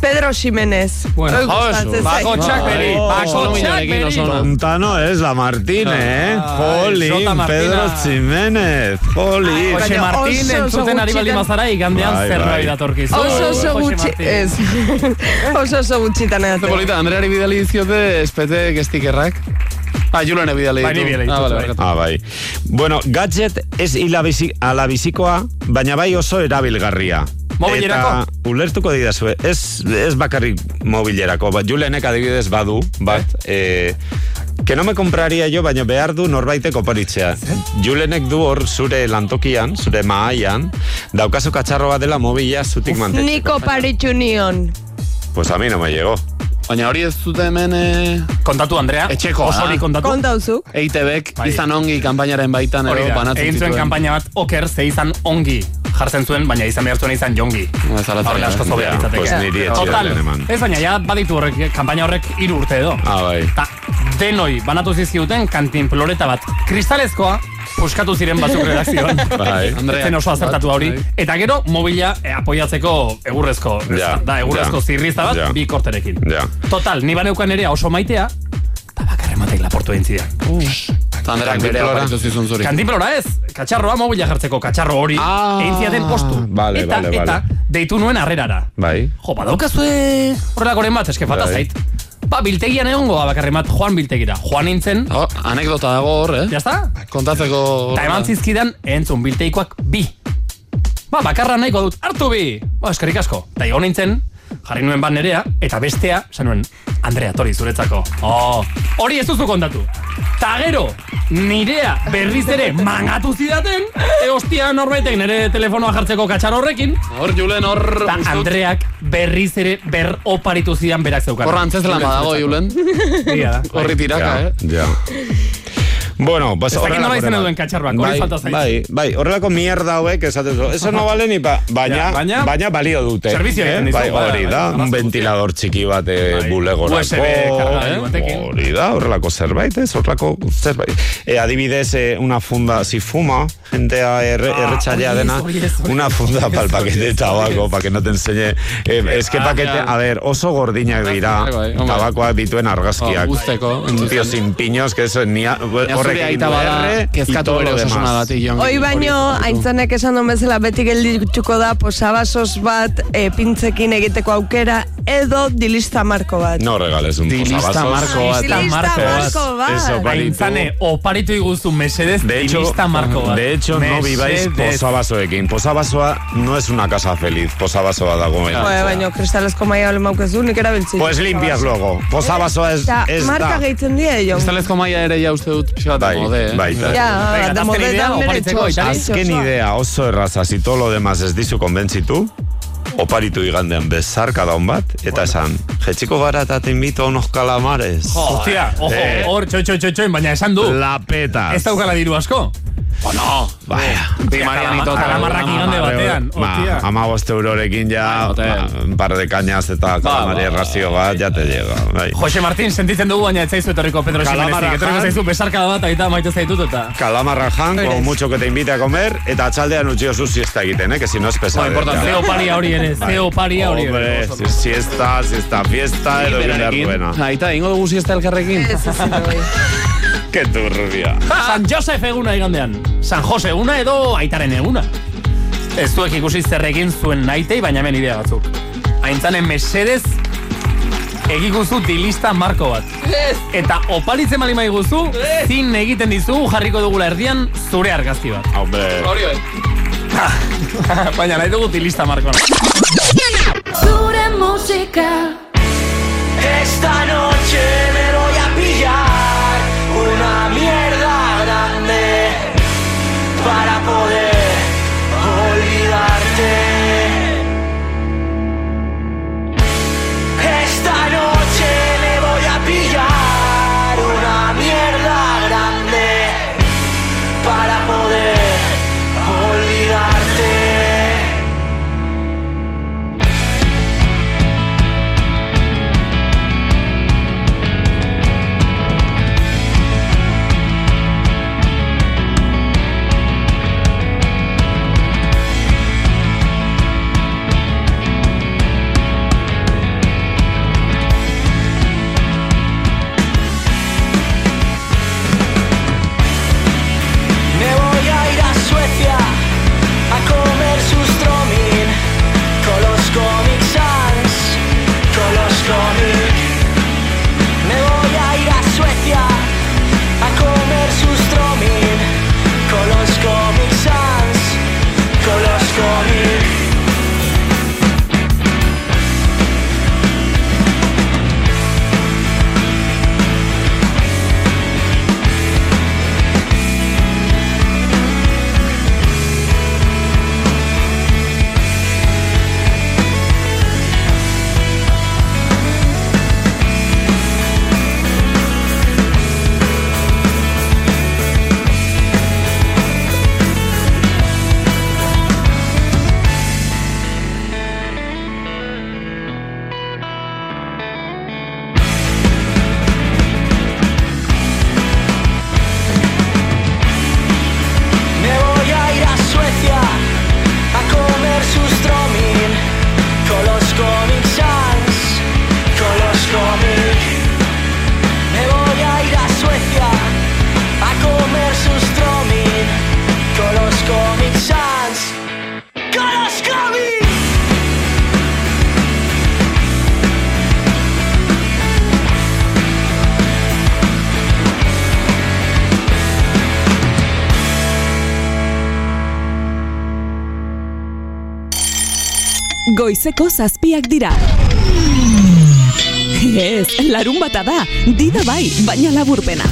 Pedro Ximenez.
Bueno,
Hoi gustatzen
josu,
zait.
bakotxak beri, bakotxak
Egin oso ona.
Montano es la Martínez, eh?
Jota
Jolín,
Martina.
Pedro Jiménez, Jolín.
Jose
Baina
Martin
oso, oso
entzuten ari bali
gutxitan-
mazara igandean
Bai,
zerbait
bai.
datorkizu.
Oso oso
Jose
gutxi,
Martin.
ez. *laughs* Oso oso gutxitan
Ze
edaten.
polita, Andreari bidali diziote espetek estikerrak. Ah, Julene bidali
Ba, ni bidali ditut,
Ah, bale,
bai.
barkatu.
Ah, bai. Bueno, gadget ez hila bizi, ala bizikoa, baina bai oso erabilgarria.
Mobilerako?
Eta ulertuko didazue, ez, ez bakarrik mobilerako, bat Julenek adibidez badu, bat, eh, que no me compraría yo, baina behar du norbaitek oparitzea. Julenek du hor zure lantokian, zure mahaian, daukazu katxarro bat dela mobila zutik mantetzen.
Niko paritxu nion.
Pues a mí no me llegó.
Baina hori ez dute hemen eh,
Kontatu, Andrea.
Etxekoa
Oso
da.
hori kontatu.
Konta uzuk.
EITBek
Bai.
izan ongi kanpainaren baitan
Hori
ero
da,
banatzen
egin zuen kanpaina bat oker ze izan ongi jartzen zuen, baina izan behar zuen izan jongi.
Ba, Ez ala
Horrela asko
zaila.
zobea
Ja,
litzateke.
pues niri etxean
Total,
lehen eman.
ez baina, ja baditu horrek, kanpaina horrek hiru urte edo.
Ah, bai.
Eta denoi banatu zizkiuten kantin ploreta bat. Kristalezkoa, puskatu ziren batzuk redakzioan.
*laughs* Bai.
Andrea. Zen oso azertatu hori.
Bai.
Eta gero, mobila eh, apoiatzeko egurrezko. ez
Ja,
da, egurrezko
ja.
zirriza bat,
Ja.
bi korterekin.
Ja.
Total, ni baneukan ere oso maitea, eta bakarren batek laportu egin zidan.
Uh. Eta Andreak bere
Kantinplora.
aparitu zizun zuri.
Kantinplora ez, katxarroa mobila jartzeko, katxarro hori,
Ah,
egin zidaten postu.
vale,
eta,
vale,
eta,
vale.
deitu nuen arrerara.
Bai.
Jo, badaukazue horrelakoren bat, eske falta
Bai.
zait. Ba, biltegian egongo bakarren bat, joan biltegira. Joan nintzen,
Oh, anekdota dago hor, eh?
jazta?
Kontatzeko...
Eta eman zizkidan, entzun bilteikoak bi. Ba, bakarra nahiko dut, hartu bi! Ba, eskerrik asko. Eta egon nintzen, jarri nuen ban nerea, eta bestea, esan nuen, Andrea, tori, zuretzako. Oh, hori ez duzu kontatu. Ta gero, nirea berriz ere mangatu zidaten, e, ostia norbaitek nire telefonoa jartzeko katxar horrekin,
Hor, Julen, hor...
eta
uste dut-
Andreak berriz ere ber oparitu zidan berak zeukan.
Hor antzeslan badago, Julen.
Egia da.
Horri tiraka,
Bai, Ja, ja.
eh?
Bueno, pues
Ez dakit
horrelako
nola izena
dena.
duen katxarroak, hori
Bai,
falta zait.
Bai, bai, horrelako mierda hauek esaten zu. Eso no vale ni pa, baina,
Ja, baina-
baina, balio dute.
Servizioa egiten dizu,
Bai,
bai,
hori
bai,
da,
bai,
¿eh? un
bai.
ventilador txiki bat bai.
Bai.
bulegorako.
USB ¿eh? kargagailu batekin.
Hori da, horrelako zerbait, ez? Horrelako zerbait. E, adibidez, eh, una funda, si fuma, jentea erre,
Ah,
erretxailea
hori ez,
dena,
hori ez, hori
una
ez,
funda
hori
pal
ez,
paquete
hori
de
ez,
tabaco,
hori
pa que no te enseñe. Eh, es que
Ah,
paquete,
ja.
a ver, oso gordinak dira,
bai, hombre.
tabakoak dituen argazkiak.
Oh, guzteko.
Un tío sin piños, que eso, ni a,
Baina zure
horrek egin
aita
du
bada,
erre, y
kezkatu
todo
bere
lo demás.
osasunagatik, Jon.
Hoi baino, aintzanek esan duen bezala beti geldituko da posabasos bat e, pintzekin egiteko aukera edo dilista marko bat.
No regales un
Dilista
posavasos.
marko bat.
dilista
marko
marko,
bat.
bat.
Eso, bai. Oparitu.
Aintzane, oparitu iguzu mesedez,
De hecho,
dilista marko bat.
de hecho no viváis
Mesedez.
posabasoekin. Posabasoa no es una casa feliz, posabasoa dagoen.
Joe, baino, kristalezko maia ole maukezu, nik erabiltzen.
Pues limpias luego. Posabasoa ez,
Eta
ez
marka
da.
gehitzen die, jo.
Kristalezko maia ere ja uste dut pixka bat
Bai,
mode, eh?
bai, bai.
Ja,
Venga,
da
azken
mode
idea,
da bere
oparitzeko,
txos,
Itali.
Azken
txosoa.
idea oso erraza, si todo lo demás ez dizu konbentzitu, oparitu igandean bezarka daun bat, eta esan, jetxiko gara eta te invito a unos calamares.
Hostia, ojo,
Eh,
hor, txoi, txoi, txoi, txoi, baina esan du.
La Eh, peta.
Ez daukala diru asko.
Eh.
Vaya.
Di Marianito.
Kalama- kalamarrak igande batean, hostia.
Ama bost eurorekin ja, ba,
Bai, hotel.
un par de cañas eta kalamari
ba,
errazio bat, ja te llega. Bai.
Jose Martín, sentitzen dugu baina ez zaizu etorriko Pedro Ximenezik.
Kalamarra
Etorriko
jan.
zaizu besarka bat, aita maite zaitut eta...
Kalamarra jan, con mucho que te invite a comer, eta atxaldean utxiozu siesta egiten, eh, que si no es
Ba,
pesado.
importante, zeo paria hori ere, zeo paria hori ere.
Hombre, si- siesta, siesta, fiesta, edo behar duena.
Aita, ingo dugu siesta elkarrekin?
Ez, ez, ez, ez.
Que turbia.
San Josef eguna igandean. San Jose eguna edo aitaren eguna. Ez duek ikusi zerrekin zuen naitei, baina hemen idea batzuk. Aintzanen mesedez, egikuzu dilista marko bat. Eta oparitzen bali maiguzu, zin egiten dizugu jarriko dugula erdian zure argazki bat.
Hombre.
Hori bai.
*laughs* baina nahi dugu dilista marko bat.
Zure musika
Esta noche me voy a pillar una mierda grande para poder olvidarte. Esta noche me voy a pillar una mierda grande para poder olvidarte.
Goizeko zazpiak dira. Ez, larun bata da, dida bai, baina laburpena.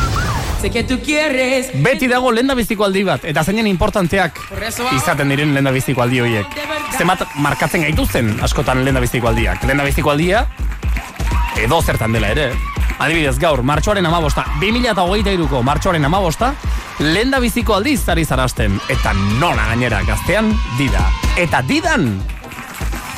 Sé que tú quieres. Beti dago lenda biziko aldi bat, eta zeinen importanteak izaten diren lenda biziko aldi horiek. Zemat markatzen gaituzten askotan lenda biziko aldiak. Lenda biziko aldia, edo zertan dela ere. Adibidez gaur, martxoaren amabosta, 2008 iruko martxoaren amabosta, lenda biziko aldi zari zarazten. Eta nola gainera gaztean, dida. Eta didan,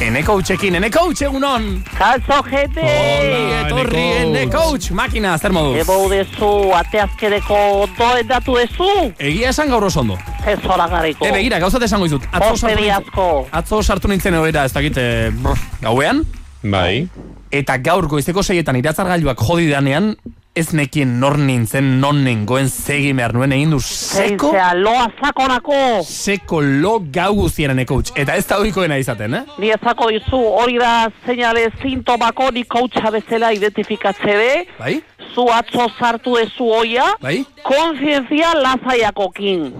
Eneko utxekin, eneko utxe egunon! Kaso jete! Hola, etorri, eneko utx! Makina, zer moduz?
Ebo dezu, ateazkereko ondoen datu dezu?
Egia esan gaur oso ondo.
Ez zoragarriko.
E, begira, gauzat esango izut. Atzo sartu
Poste
nintzen- Atzo sartu nintzen egoera, ez dakit, e, brr, gauean. Bai. Eta gaur goizeko seietan iratzargailuak jodi danean, ez nekien nor nintzen, non nengoen segi behar nuen egin du seko.
Zea, loa sakonako.
Seko lo gau guztiaren ekoutx. Eta ez da oikoena izaten, eh?
Ni ezako dizu, hori da zeinale sintomako ni koutxa bezala identifikatze de.
Bai?
Zu atzo sartu dezu oia.
Bai?
Konfientzia lazaiakokin.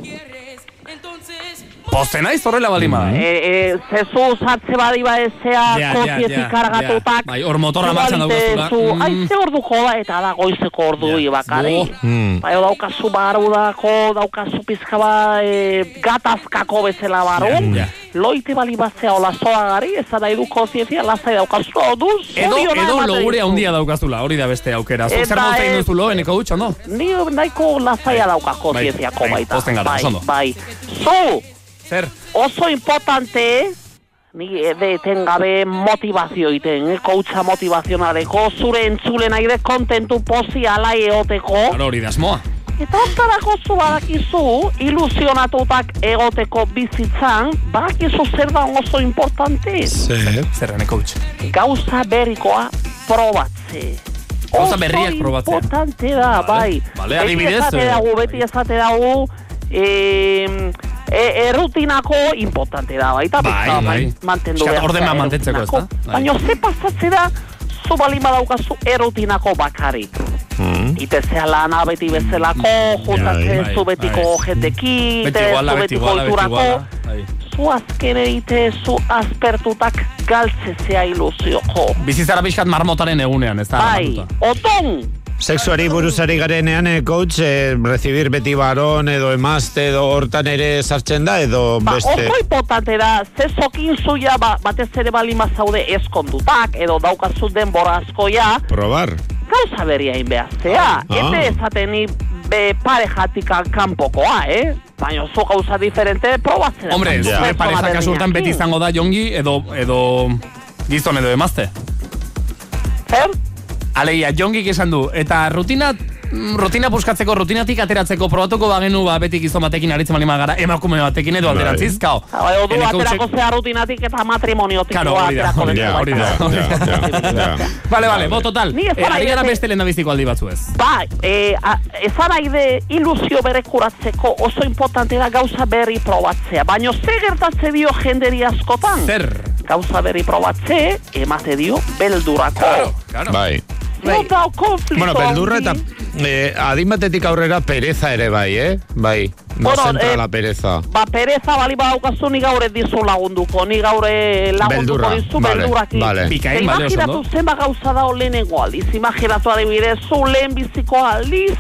Poste naiz horrela eh? balima.
E, e, zezu sartze badi ba, badezea
Ja, ja,
yeah,
ja,
konfientzia
ja.
kargatutak.
Bai, hor motorra martxan daukazula. Mm.
Aize orduko da ba, eta da goizeko ordu yeah. bakari.
Mm.
Baina Bai, daukazu barru dako, daukazu pizka ba, e, gatazkako bezala barru.
Ja, ja.
Loite bali bazea hola zoa gari, ez da iru konzientzia lazai daukazu orduz.
Edo,
zoriona
edo
ematen
logure
dizu. Eh, bai.
handia daukazula, hori da beste aukera. Zuk zer
Eta
mota egin
ez-
duzu lo, eneko utx, ondo?
Ni nahiko lazaia dauka konzientziako
bai,
baita.
pozten gara, oso ondo.
bai. Zu!
Zer?
Oso importante, ni eh, ebe etengabe motivazio iten, eh? koutxa motivazionareko, zure entzule nahi de kontentu pozi alai eoteko,
Hori da asmoa.
eta hortarako zu badakizu, ilusionatutak egoteko bizitzan, badakizu zer da oso importante,
Zer eneko utx.
gauza berrikoa probatze.
Gauza
Oso
berriak probatzea.
Importante da, bai.
Vale,
beti
adibidez,
esate
eh,
dago, beti esate dago, em, e, errutinako importante da, baita.
Bai,
pixka bat
bai.
man- Mantendu
Pixka
behar.
bat ordena
da
mantentzeko,
errutinako.
ezta? Bai.
Baina ze pasatze da, zu balima daukazu errutinako bakarik. Mm. Itezea lana beti bezalako, juntatzen
bai,
zu betiko
bai.
jendekin,
Beti
te-
iguala,
zu
beti
betiko
iguala, beti
kulturako,
iguala. Bai.
zu azken egite zu azpertutak galtzezea ilusioko.
Bizitzara pixkat marmotaren egunean, ez da?
Bai, oton!
Sexuari buruz ari garenean, eh, coach, eh, recibir beti baron edo emazte edo hortan ere sartzen da edo
Ba,
beste...
oso importante da, ze zokin zuia ba, batez ere balima zaude eskondutak, edo daukazu denbora askoia,
Probar.
gauza beria egin behar zea.
Ah.
Ete esaten ni be, parejatik kanpokoa, eh? Baina zu gauza diferente probatzen.
Hombre,
Zu
zure
pertsona
pareza kasu hortan beti
berdinekin.
izango da jongi edo edo gizon edo emazte.
Zer?
Alegia, jongik esan du, eta rutina mm, rutina buskatzeko, rutinatik ateratzeko probatuko bagenu ba beti gizon batekin aritzen balima gara emakume batekin edo
Bai.
alderantziz, kao.
Ba, Ordu
Eneko
aterako
utxek-
zea rutinaatik eta matrimoniotik
Claro, hori da,
aterako
hori
den
da, hori da,
zerbait.
hori da. *laughs* Vale, vale, bo, total.
Ni ez
Eh, Ari
zara
gara
bete-
beste lehen biziko aldi batzu ez.
Ba, e, a, ezan nahi de ilusio berekuratzeko oso importante da gauza berri probatzea. Baina ze gertatze dio jenderi askotan?
Zer?
Gauza berri probatze, emate dio, beldurako. Claro,
Bai.
Nota o konflikto
Bueno, beldurra
handi.
eta eh, adin batetik aurrera pereza ere bai, eh? Bai, no
Bueno,
zentra
eh,
la pereza.
Ba, pereza bali badaukazu ni gaur ez dizu lagunduko, ni gaur eh, lagunduko
Beldurra,
dizu
vale,
beldurrak.
vale. Pikain
Te
balio oso,
imaginatu
no?
zenba gauza da lehenengo aldiz, imaginatu adibidez, zu lehen biziko aldiz,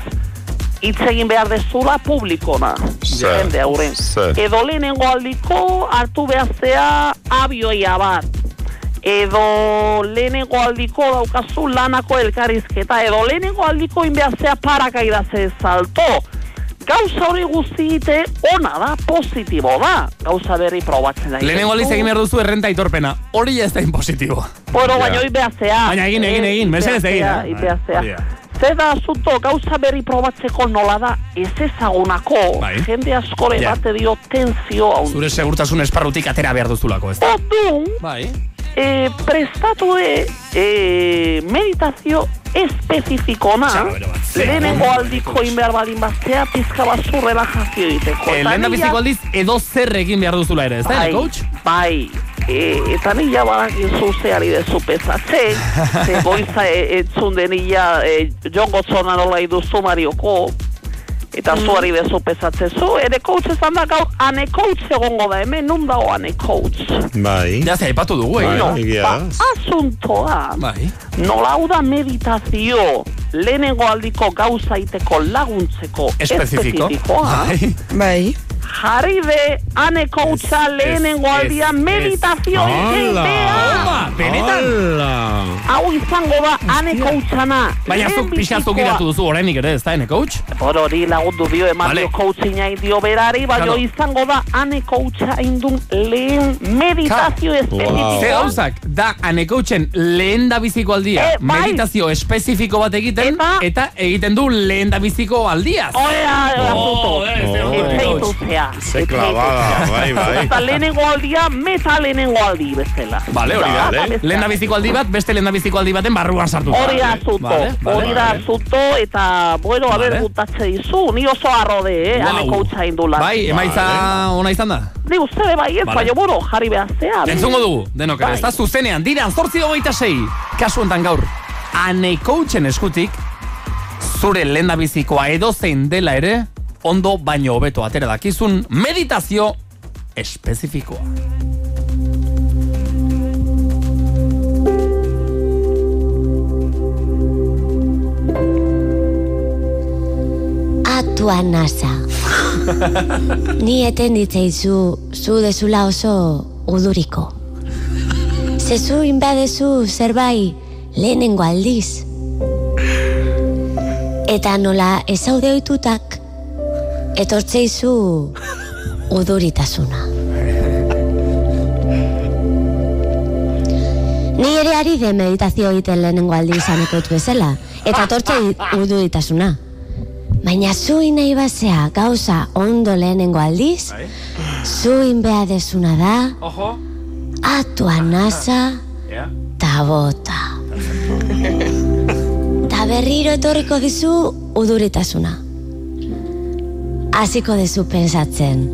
hitz egin behar dezula publikona.
Ze,
Jende aurren.
ze.
Edo lehenengo aldiko hartu behazea abioia bat. Edo lehenengo aldiko daukazu lanako elkarrizketa. Edo lehenengo aldiko inbehazea parakaidaze salto. Gauza hori guztiite ona da, positibo da. Gauza berri probatzen da.
Lehenengo aldiz egin behar duzu errenta itorpena. Hori ez da impositibo.
Bueno, baina hori behazea.
Baina egin, egin, egin, mesedez egin, eh?
Ibehazea.
Hori da.
Zer da asunto, gauza berri probatzeko nola da ez ezagunako, jende askore
Bai. Ja.
bate dio tensio hau.
Zure segurtasun esparrutik atera behar duzulako, ez da?
Orduan,
bai.
e, prestatu e, e, meditazio espezifikona, lehenengo aldiko inbehar balin baztea, pizka bat zu relajazio egiteko.
Eh,
Eta
lehen da
ni
biziko
ja-
aldiz, edo zer egin behar duzula ere, ez da,
Bai,
coach?
Bai, e, eta nila badakizu zeari dezu pesatzen, ze eh, goiza e, entzun denila e, jongo zona nola iduzu marioko, Eta zuari bezu pesatzezu, ere eh, coach esan da gaur ane coach egongo da, hemen nun dago ane coach.
Bai.
Ja, ze aipatu dugu, eh?
Bueno, ba, asuntoa,
Bai.
nola hau da meditazio lehenengo aldiko gauzaiteko laguntzeko
Espezifiko.
espezifikoa.
Bai.
Jarri de ane coacha lehenengo aldia meditazio egin behar. Hau izango da ane coachana.
Baina zuk pixka zuk iratu duzu oraindik ere, ez da, ene coach?
Por hori lagundu dio, eman
Vale.
dio coachina dio berari, baina
Claro.
izango da ane coacha indun lehen meditazio espezifikoa.
Ze gauzak, da anekoutzen lehen da biziko aldia,
Eh, bai.
meditazio espezifiko bat egiten, eta, egiten du lehen da biziko aldia.
Oea,
Oh,
asunto. Etxeitutzea.
Ze clavada, bai, bai.
Eta lehenengo aldia, meta lehenengo aldi bezala.
Vale, hori da,
Eta
eh?
bestea.
Lehen da biziko aldi bat, beste lehen da biziko aldi baten barruan sartu.
Hori da asunto,
eh? Vale, vale,
hori da
vale.
asunto, eta, bueno, a ber, gutatze dizu, ni oso arrode, eh,
Guau.
aneko utza indula.
Bai, emaitza ona izan da.
Ni uste de bai, ez,
Vale.
baina, bueno, jarri behaztea.
Entzungo dugu, denok ere,
Bai.
ez da zuzenean, dira, zortzi hogeita sei. Kasu honetan gaur, anekoutzen eskutik, zure lehendabizikoa edozein dela ere, ondo baino hobeto atera dakizun meditazio espezifikoa.
Atua nasa. Ni eten ditzeizu, zu dezula oso uduriko. Zezu inbadezu zerbai lehenengo aldiz. Eta nola ezaude oitutak, etortzeizu uduritasuna. Ni ere ari de meditazio egiten lehenengo aldiz anekot bezala, eta etortze uduritasuna. Baina zuin nahi bazea gauza ondo lehenengo aldiz, zuin beha desuna da,
Ojo.
atua nasa, ta bota. Ta berriro etorriko dizu uduritasuna. Hasiko duzu pensatzen.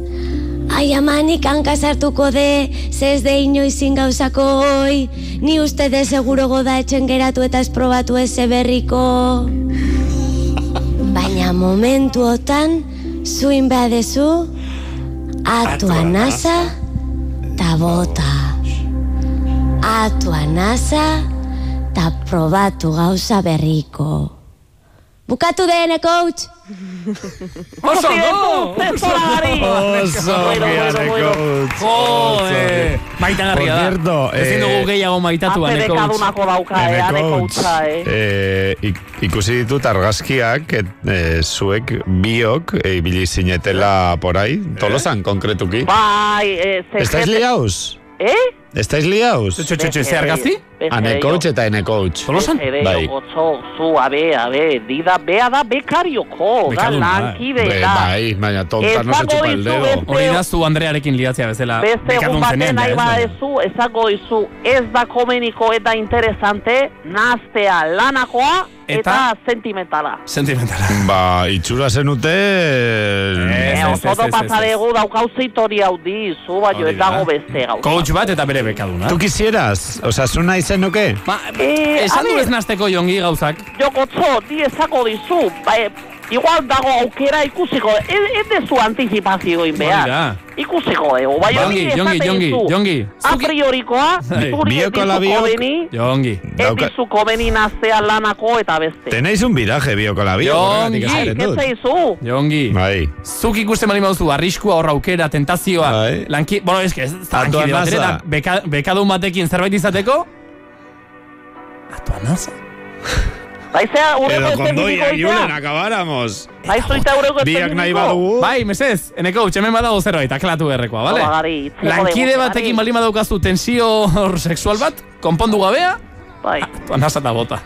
Ai amanik hanka sartuko de, zez de inoizin gauzako hoi, ni uste de seguro goda etxen geratu eta esprobatu ez berriko. Baina momentu otan, zuin behar dezu, atua nasa, ta bota. Atua nasa, ta probatu gauza berriko. Bukatu dene, coach!
Oso
ondo!
Oh.
Oso
Jode! Maita garria da.
Por cierto,
Ezin
eh,
dugu gehiago maitatu
Ape
aneko utz.
dekadunako dauka, eh, aneko utza, eh.
eh, ik- ikusi ditut argazkiak et, eh, zuek biok eh, ibili zinetela porai,
Eh?
tolosan konkretuki.
Bai, eh, ze-
¿Estáis
ze-
liaos?
Eh?
¿Estáis liaos?
Txu, txu, txu, ze argazki?
Anekoutz eta enekoutz.
Ere,
Bai.
Otzo, zu, abe, abe, dida, bea da bekarioko, da
Bekaduna,
lankide,
eh.
bai.
da.
baina
tonta Ez no se dago chupa el izu dedo. beste-
Hori da zu Andrearekin liatzea bezala.
Beste egun
bekadun
baten
zenean,
nahi
ez?
badezu, ezago izu, ez da komeniko eta interesante, naztea lanakoa eta, sentimentala.
Sentimentala. Eh,
Ba, itxura zenute... eh,
Eh,
Ez,
Oso pasaregu daukauzitori hau di, zu, baino,
Hori
ez
da.
dago beste gau.
Coach bat eta bere bekaduna.
¿Tú quisieras? O sea, ¿zuna izen nuke?
Ba,
Eh, a
esan du
ber.
ez nazteko jongi gauzak.
Jokotzo, di ezako dizu, ba, e, igual dago aukera ikusiko, ez ez dezu antizipazio egin
Hori da.
behar. Ikusiko dugu, bai hori
Jongi, jongi,
esaten
jongi,
dizu.
jongi.
A priorikoa,
Bai.
zuri ez
Bioko ala
dizuko
biok?
beni,
Jongi.
ez dizuko beni naztea lanako eta beste.
Tenéis un viraje bioko la bio.
Jongi.
Ez zaizu,
Jongi.
Bai.
Zuk ikusten bali mauzu, arriskua, horra aukera, tentazioa, lanki... Bueno, eske, ez da
Atua
lankide bat, ere,
nasa.
da beka, bekadun batekin zerbait izateko... Atua nasa?
Baizea,
Edo
urreko
kondoiak
espezifikoa.
julen akabáramos.
Baizuita urreko
Biak nahi badugu.
Bai, meses, eneko utxe hemen badago zerbait, aklatu errekoa, bale?
Ba, gari, itzeko
Lankide
dugu,
batekin
gari.
bali madaukazu tensio hor sexual bat, konpondu gabea,
bai.
atua nasa eta bota.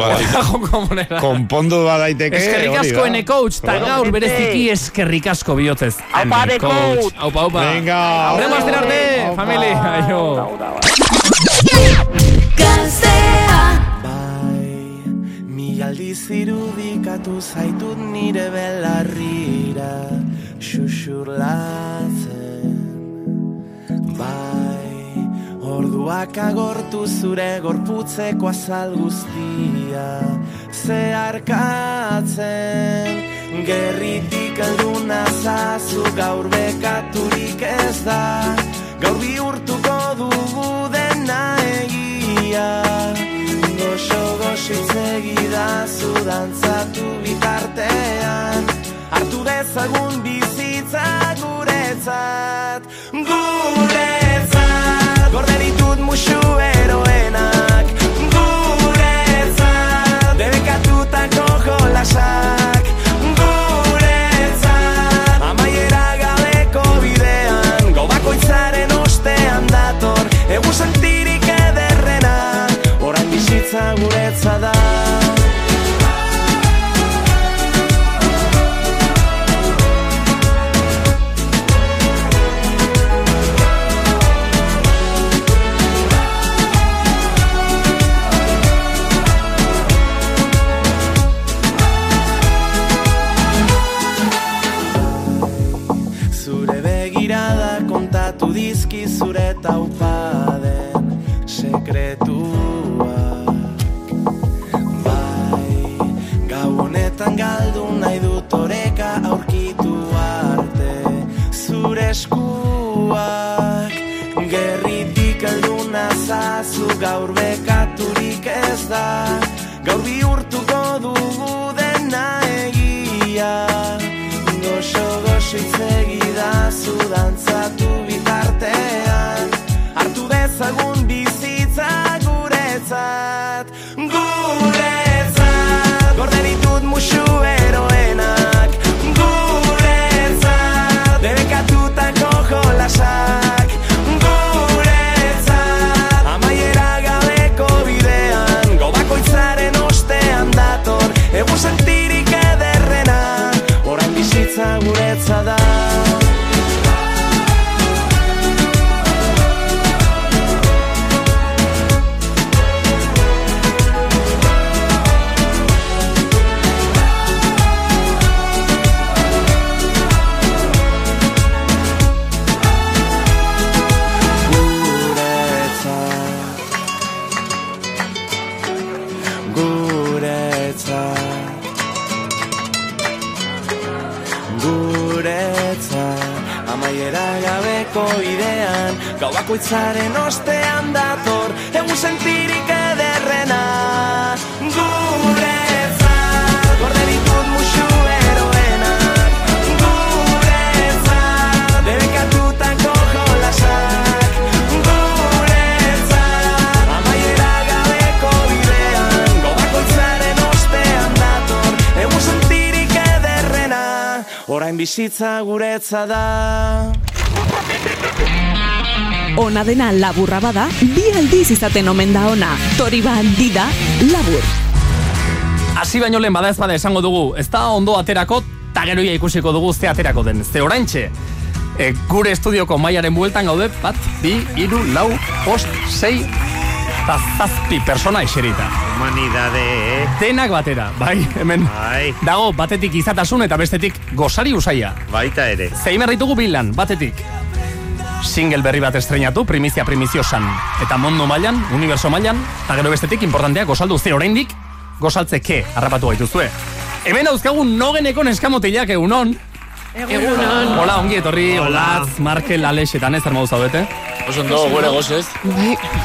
*laughs*
badaiteke. Konpondu badaiteke.
Eskerrik
hori
asko
da.
eneko utx, eta
Bueno.
gaur bereziki eskerrik asko bihotzez.
Aupa,
Ene
Eneko
Coach.
Utz.
Aupa, aupa.
Venga,
Aurremo
aupa.
astera arte, family. Aio.
Mi aldiz irudikatu zaitut nire belarrira Xuxurlatzen Bai, orduak agortu zure gorputzeko azal guztia Zeharkatzen Gerritik aldu nazazu gaur bekaturik ez da Gaur bihurtuko dugu dena egia Goxo goxitzegi da dantzatu bitartean Hartu dezagun bizitza guretzat Guretzat Gorde ditut musu eroenak Guretzat Debekatutako jolasak Guretzat Amaiera gabeko bidean Gau bakoitzaren ostean dator Egu sentirik ederrena Orain bizitza guretza da Zure begirada kontatu dizki zure taupaden sekretuak Bai, gau honetan galdu nahi dut oreka aurkitu arte Zure eskuak gerritik aldu nazazu gaur bekaturik ez da Gaur bihurtuko dugu dena egia Goxo goxitz egidazu dantzatu bitartean Hartu dezagun bizitza guretzat Guretzat Gorde ditut musu eroenak Guretzat Debekatutako jolasak Guretzat Amaiera gabeko bidean Gau bakoitzaren ostean dator Egu sentirik ederrena Orain bizitza guretza da Guretzat Guretzat guretzat Amaiera gabeko idean Gau bakoitzaren ostean dator Egun sentirik ederrena Guretzat Gorde ditut musu eroenak Guretzat Debekatutako jolasak Guretzat
e
Amaiera gabeko bidean Gau bakoitzaren ostean dator
E
Egun sentirik ederrena Orain bizitza guretza da
Ona dena laburra bada, bi aldiz izaten omen da ona. Tori bat dida, labur.
Hasi baino lehen bada ez bada esango dugu, ez da ondo aterako, ta gero ia ikusiko dugu ze aterako den. Ze oraintxe, e, gure estudioko mailaren bueltan gaude, bat, bi, iru, lau, post, sei, eta zazpi persona eserita.
Humanidade, eh?
Denak batera, bai, hemen. Dago, batetik izatasun eta bestetik gozari usaia.
Baita ere.
Zein berri dugu bilan, batetik. Single berri bat estreinatu, primizia primiziosan. Eta mundu mailan, universo mailan, eta gero bestetik importanteak gozaldu ze oraindik, gozaltzeke harrapatu gaituzue. Hemen dauzkagu nogeneko neskamotilak egunon.
Egunon.
Hola, ongi etorri,
Hola.
olatz, markel, alex, eta nez armadu zaudete. Oso
ondo, gure gozez.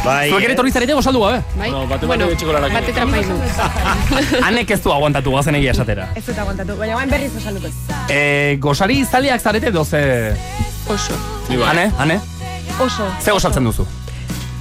Bai. Zuek ere etorri zarete gozaldu *laughs* gabe.
Bai.
No,
bate
Bueno,
bate trapaizu.
Hanek ez du aguantatu gazen egia esatera.
Ez dut aguantatu, baina guain berriz osaluko.
E, gozari izaliak zarete doze...
Oso.
bai.
Hane, hane?
Oso.
Ze gosaltzen duzu?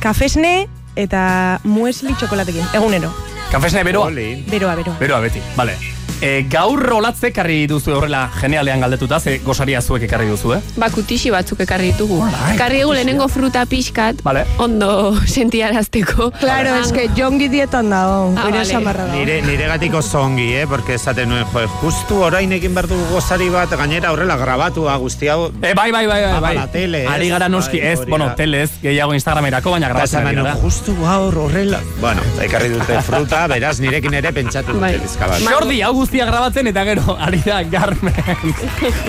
Kafesne eta muesli txokolatekin, egunero.
Kanfesne beroa?
Beroa, beroa.
Beroa beti, bale. E, gaur rolatze ekarri duzu horrela genialean galdetuta, ze gosaria zuek ekarri duzu, eh?
Ba, kutixi batzuk ekarri ditugu.
eh,
Ekarri dugu lehenengo fruta pixkat,
Vale.
ondo *laughs* sentiarazteko.
Claro, es que jongi dietan dago,
Ah,
bere
vale.
samarra dago.
Nire, nire gatiko zongi, eh? Porque esaten nuen, jo, justu orain egin behar dugu gozari bat, gainera horrela grabatua guzti hau.
E, bai, bai, bai, bai,
Apala
bai.
tele, ez?
Ari gara noski,
Bai,
ez,
hori
bueno,
da.
tele ez, gehiago Instagramerako, baina
Eta
grabatzen
esan
ari
baino,
gara.
justu gaur horrela. Bueno, eta ekarri dute fruta, beraz nirekin ere pentsatu dute
Bai.
bizka bat.
Jordi, hau guztia grabatzen eta gero, ari da,
*laughs*
Garmen,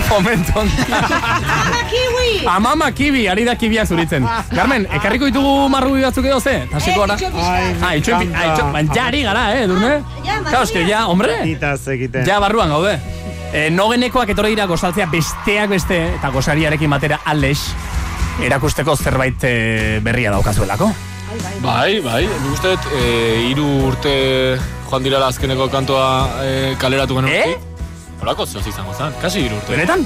momentu Amama kiwi! Amama kiwi, ari da kibiak zuritzen. Garmen, ekarriko ditugu marrubi batzuk edo ze? Taseko gara? Ah, itxuin, ah, itxuin, baina ja ari gara, eh, durne?
Ja,
Claro, es que ja, hombre.
Titaz egiten.
Ja barruan gaude. E, nogenekoak etorri dira gozaltzea besteak beste, eta gozariarekin batera ales, erakusteko zerbait eh, berria daukazuelako.
Bai, bai, nik uste dut, eh, hiru urte joan direla azkeneko kantua eh, kaleratu genuen. Eh? Horako zehoz izango zen, kasi hiru urte.
Benetan?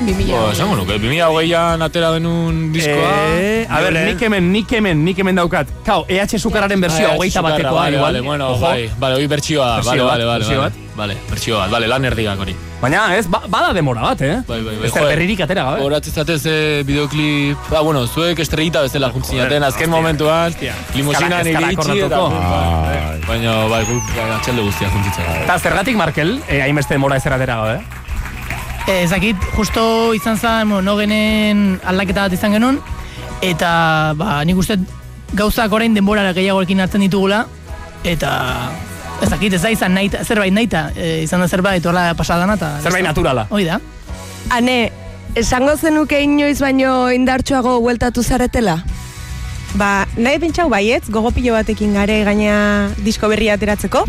Bo, esango nuke, 2008an atera denun diskoa.
Eh, a ber, nik hemen, nik hemen, nik hemen daukat. Kau, EH Sukararen berzioa,
Ah,
hogeita
sukarra,
batekoa,
Vale,
igual.
vale, bueno,
Ojo.
bai, vale, hoi bertxioa da,
Bertsio
vale,
bat,
vale, vale,
bertsio
vale,
bat.
vale, bertxio bat, vale, lan erdigak hori.
Baina, ez, ba, bada demora bat, eh?
Bai, bai,
Ez da berririk atera gabe.
Horatzen zatez eh, bideoklip, ah, bueno, zuek estrellita bezala juntzen zinaten, azken momentuan,
Eskala-
limusinan
eskala
iritsi eta...
kornatuko.
Bai, Baina, bai, guk bai, atxalde guztia juntzitzen.
Eta zergatik, Markel, eh, hainbeste demora ez eratera gabe.
Eh, Ez dakit, justo izan zen, bueno, nogenen aldaketa bat izan genuen, eta ba, nik uste gauzak orain denbora gehiagorekin hartzen ditugula, eta ez dakit, ez da izan nahita, zerbait nahita, eh, izan da zerbait horla pasadana. Eta,
Zerbait naturala.
Hoi da.
Hane, esango zenuke inoiz baino indartsuago bueltatu zaretela?
Ba, nahi pentsau baietz, gogopilo batekin gare gaina disko berria ateratzeko.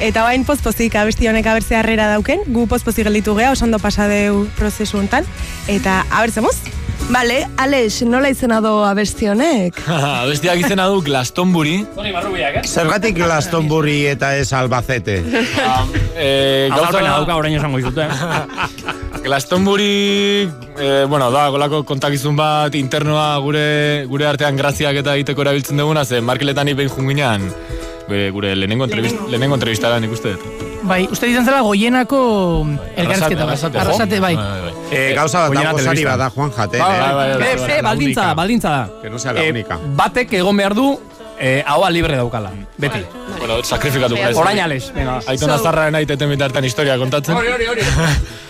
Eta bain pozpozik abesti honek abertze harrera dauken, gu pozpozik gelditu gea, osando pasadeu prozesu hontan. Eta abertzemuz?
Bale, Alex, nola izena do abesti honek?
Bestiak izena du Glastonbury.
eh?
Zergatik Glastonbury eta
*laughs*
ez Albacete.
Eh,
Azalpena
gauza
dauka,
orain esango dizut, eh? *laughs* Glastonbury, eh, bueno, da, golako kontakizun bat internoa gure, gure artean graziak eta egiteko erabiltzen duguna, ze markeletan ibein junginan, gure, gure lehenengo, entrevist, lehenengo entrevistara nik uste dut.
Bai, uste izan zela goienako elkarrizketa. bat.
Arrasate, arrasate, jo.
Arrasate, bai.
Eh, gauza bat,
Goiena
dago sari
telebistan.
bat da Juan
Bai,
Jaten. eh?
bai, bai, bai, bai, baldintza da, baldintza da.
Que no sea la
Eh,
única.
Batek egon behar du, eh, ahoa libre daukala. Beti.
Bueno, sakrifikatu gara.
Orain ales, venga.
Aitona
So-
zarraren aiteten bitartan historia kontatzen. Hori, hori, hori.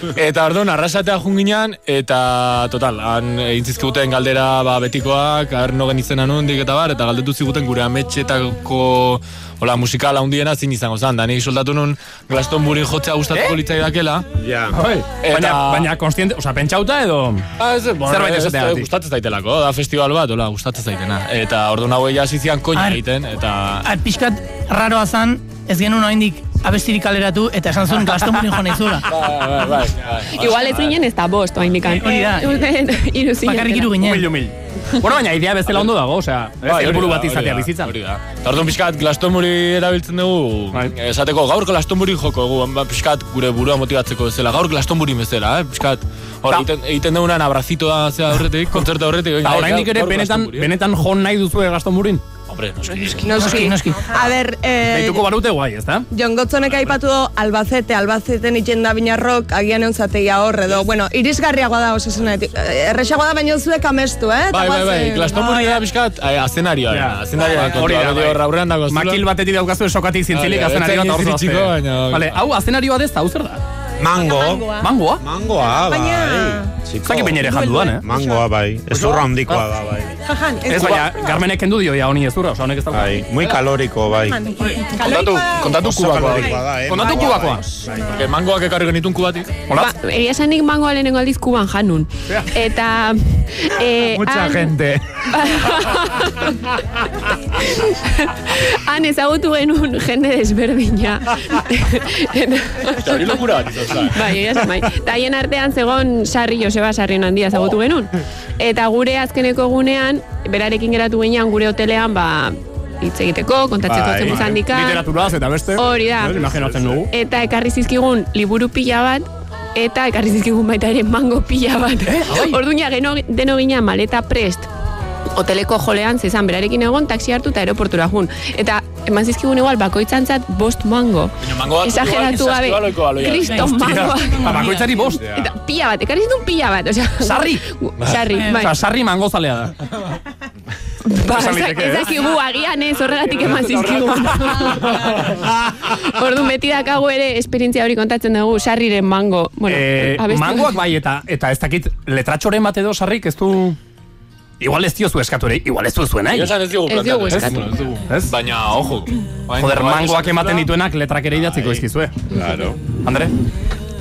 *laughs* eta orduan, arrasatea junginan, eta total, han egin zizkiguten galdera ba, betikoak, arnogen izena nondik eta bar, eta galdetu ziguten gure ametxetako hola, musikala hundiena zin izango zen, da nik soldatu nun Glastonbury jotzea gustatuko litzai dakela.
Ja.
Eh? Baina, baina konstiente, oza, pentsauta edo...
Ah, ez, bueno,
Zerbait
ez,
esateagatik.
ez, gustatzen zaitelako, da festival bat, hola, gustatzen zaitena. Eta orduan hauek hasi zian koina egiten, eta...
Ar, Ah, pixkat raroa zan, ez genuen oraindik abestirik kaleratu, eta esan zuen Glastonburin jo naizula.
Bai, bai, bai.
Igual ez ginen ez da bost, oain dikan.
Eh, Hori
*laughs*
da.
Iru zinen.
Bakarrik hiru ginen.
Humil, humil. bueno, baina idea bezala ondo dago, osea,
Bai,
ez
hori
helburu
da,
bat izatea
hori da,
bizitzan.
Hori da. Eta orduan pixkat Glastonbury erabiltzen dugu,
Bai.
esateko gaur Glastonbury joko gu, ba, pixkat gure burua motibatzeko bezala, gaur Glastonbury bezala, eh? pixkat, hor, egiten, egiten duguna abrazito da, zera horretik, kontzerta horretik.
Eta oraindik ere benetan,
eh.
benetan jon nahi duzu gaston burin?
Hombre, noski.
Noski, noski. A ber, eh,
Deituko barute guai, ez da?
Jon Gotzonek aipatu do Albacete, Albaceten itxenda binarrok, agian eontzategia horre do. Bueno, irisgarriagoa da, oso zenetik. Eh, Errexagoa da, baino zuek amestu, eh?
Bai, bai, bai, Glastonbury da pixkat, eh, azenarioa,
Ja.
yeah. azenarioa,
Hori da, bai.
hor aurrean dago. zula.
Makil batetik daukazu esokatik zintzilik
Hori da,
azenario eta
ez da
ordu
iritsiko, baina-
Vale, hau azenario bat ez da, hau zer da?
Mango.
Mangoa?
Mangoa, bai.
Zaki bain ere janduan, eh?
Mangoa, bai. Ezurra handikoa da, bai.
Jajan,
Ez baina, Garmenek kendu dio ja honi ezurra, osa honek ez dauka.
Bai, muy kaloriko, bai.
Kontatu,
Bai.
kontatu
Oso
kubakoa.
kalorikoa da, eh,
Kontatu
mangoa,
kubakoa.
Bai.
Porque mangoak ekarri genitun kubatik.
Ba, egia esanik mangoa lehenengo aldiz kuban janun.
*laughs*
Eta... Eh, han-
gente.
*laughs* Han ezagutu genuen jende
*laughs*
desberdina.
Eta hori lokura bat izan zen.
*laughs* bai, egia esan bai. Eta haien artean zegon Sarri Joseba Sarri handia ezagutu genuen. Eta gure azkeneko egunean, berarekin geratu ginean gure hotelean, ba, hitz egiteko, kontatzeko bai, zen
Literaturaz eta beste.
Hori da.
Ez, Imaginatzen dugu.
Eta ekarri zizkigun liburu pila bat, eta ekarri zizkigun baita ere mango pila bat.
Eh,
*laughs* Orduan ja, geno, deno ginen maleta prest, hoteleko jolean zezan berarekin egon, taksi hartu eta aeroportura jun. Eta eman zizkigun igual bakoitzantzat bost mango.
mangoak
Esageratu gabe,
igual zazpibaloiko baloia.
kriston
Hostia.
mangoak.
Ba, bakoitzari bost.
Eta pila bat, ekarri zituen pila bat. Osea,
Sarri?
Sarri, bai.
Osa, sarri mangozalea da.
Ba,
Esan
ez dak-
liteke, eh?
ez dakigu agian ez horregatik eman zizkigun. *laughs* Ordu beti dakago ere esperientzia hori kontatzen dugu, sarriren mango. Bueno,
Eh,
abestu-
mangoak bai eta eta ez dakit letratxoren bat edo sarrik ez du Igual ez diozu eskatu ere, igual ez eh? du zuena.
Egia esan ez diogu Ez diogu planteatu, eskatu. ez dugu. Baina, ojo. Bai.
Joder, mangoak ematen dituenak letrak ere idatziko izkizue.
Claro.
Andre?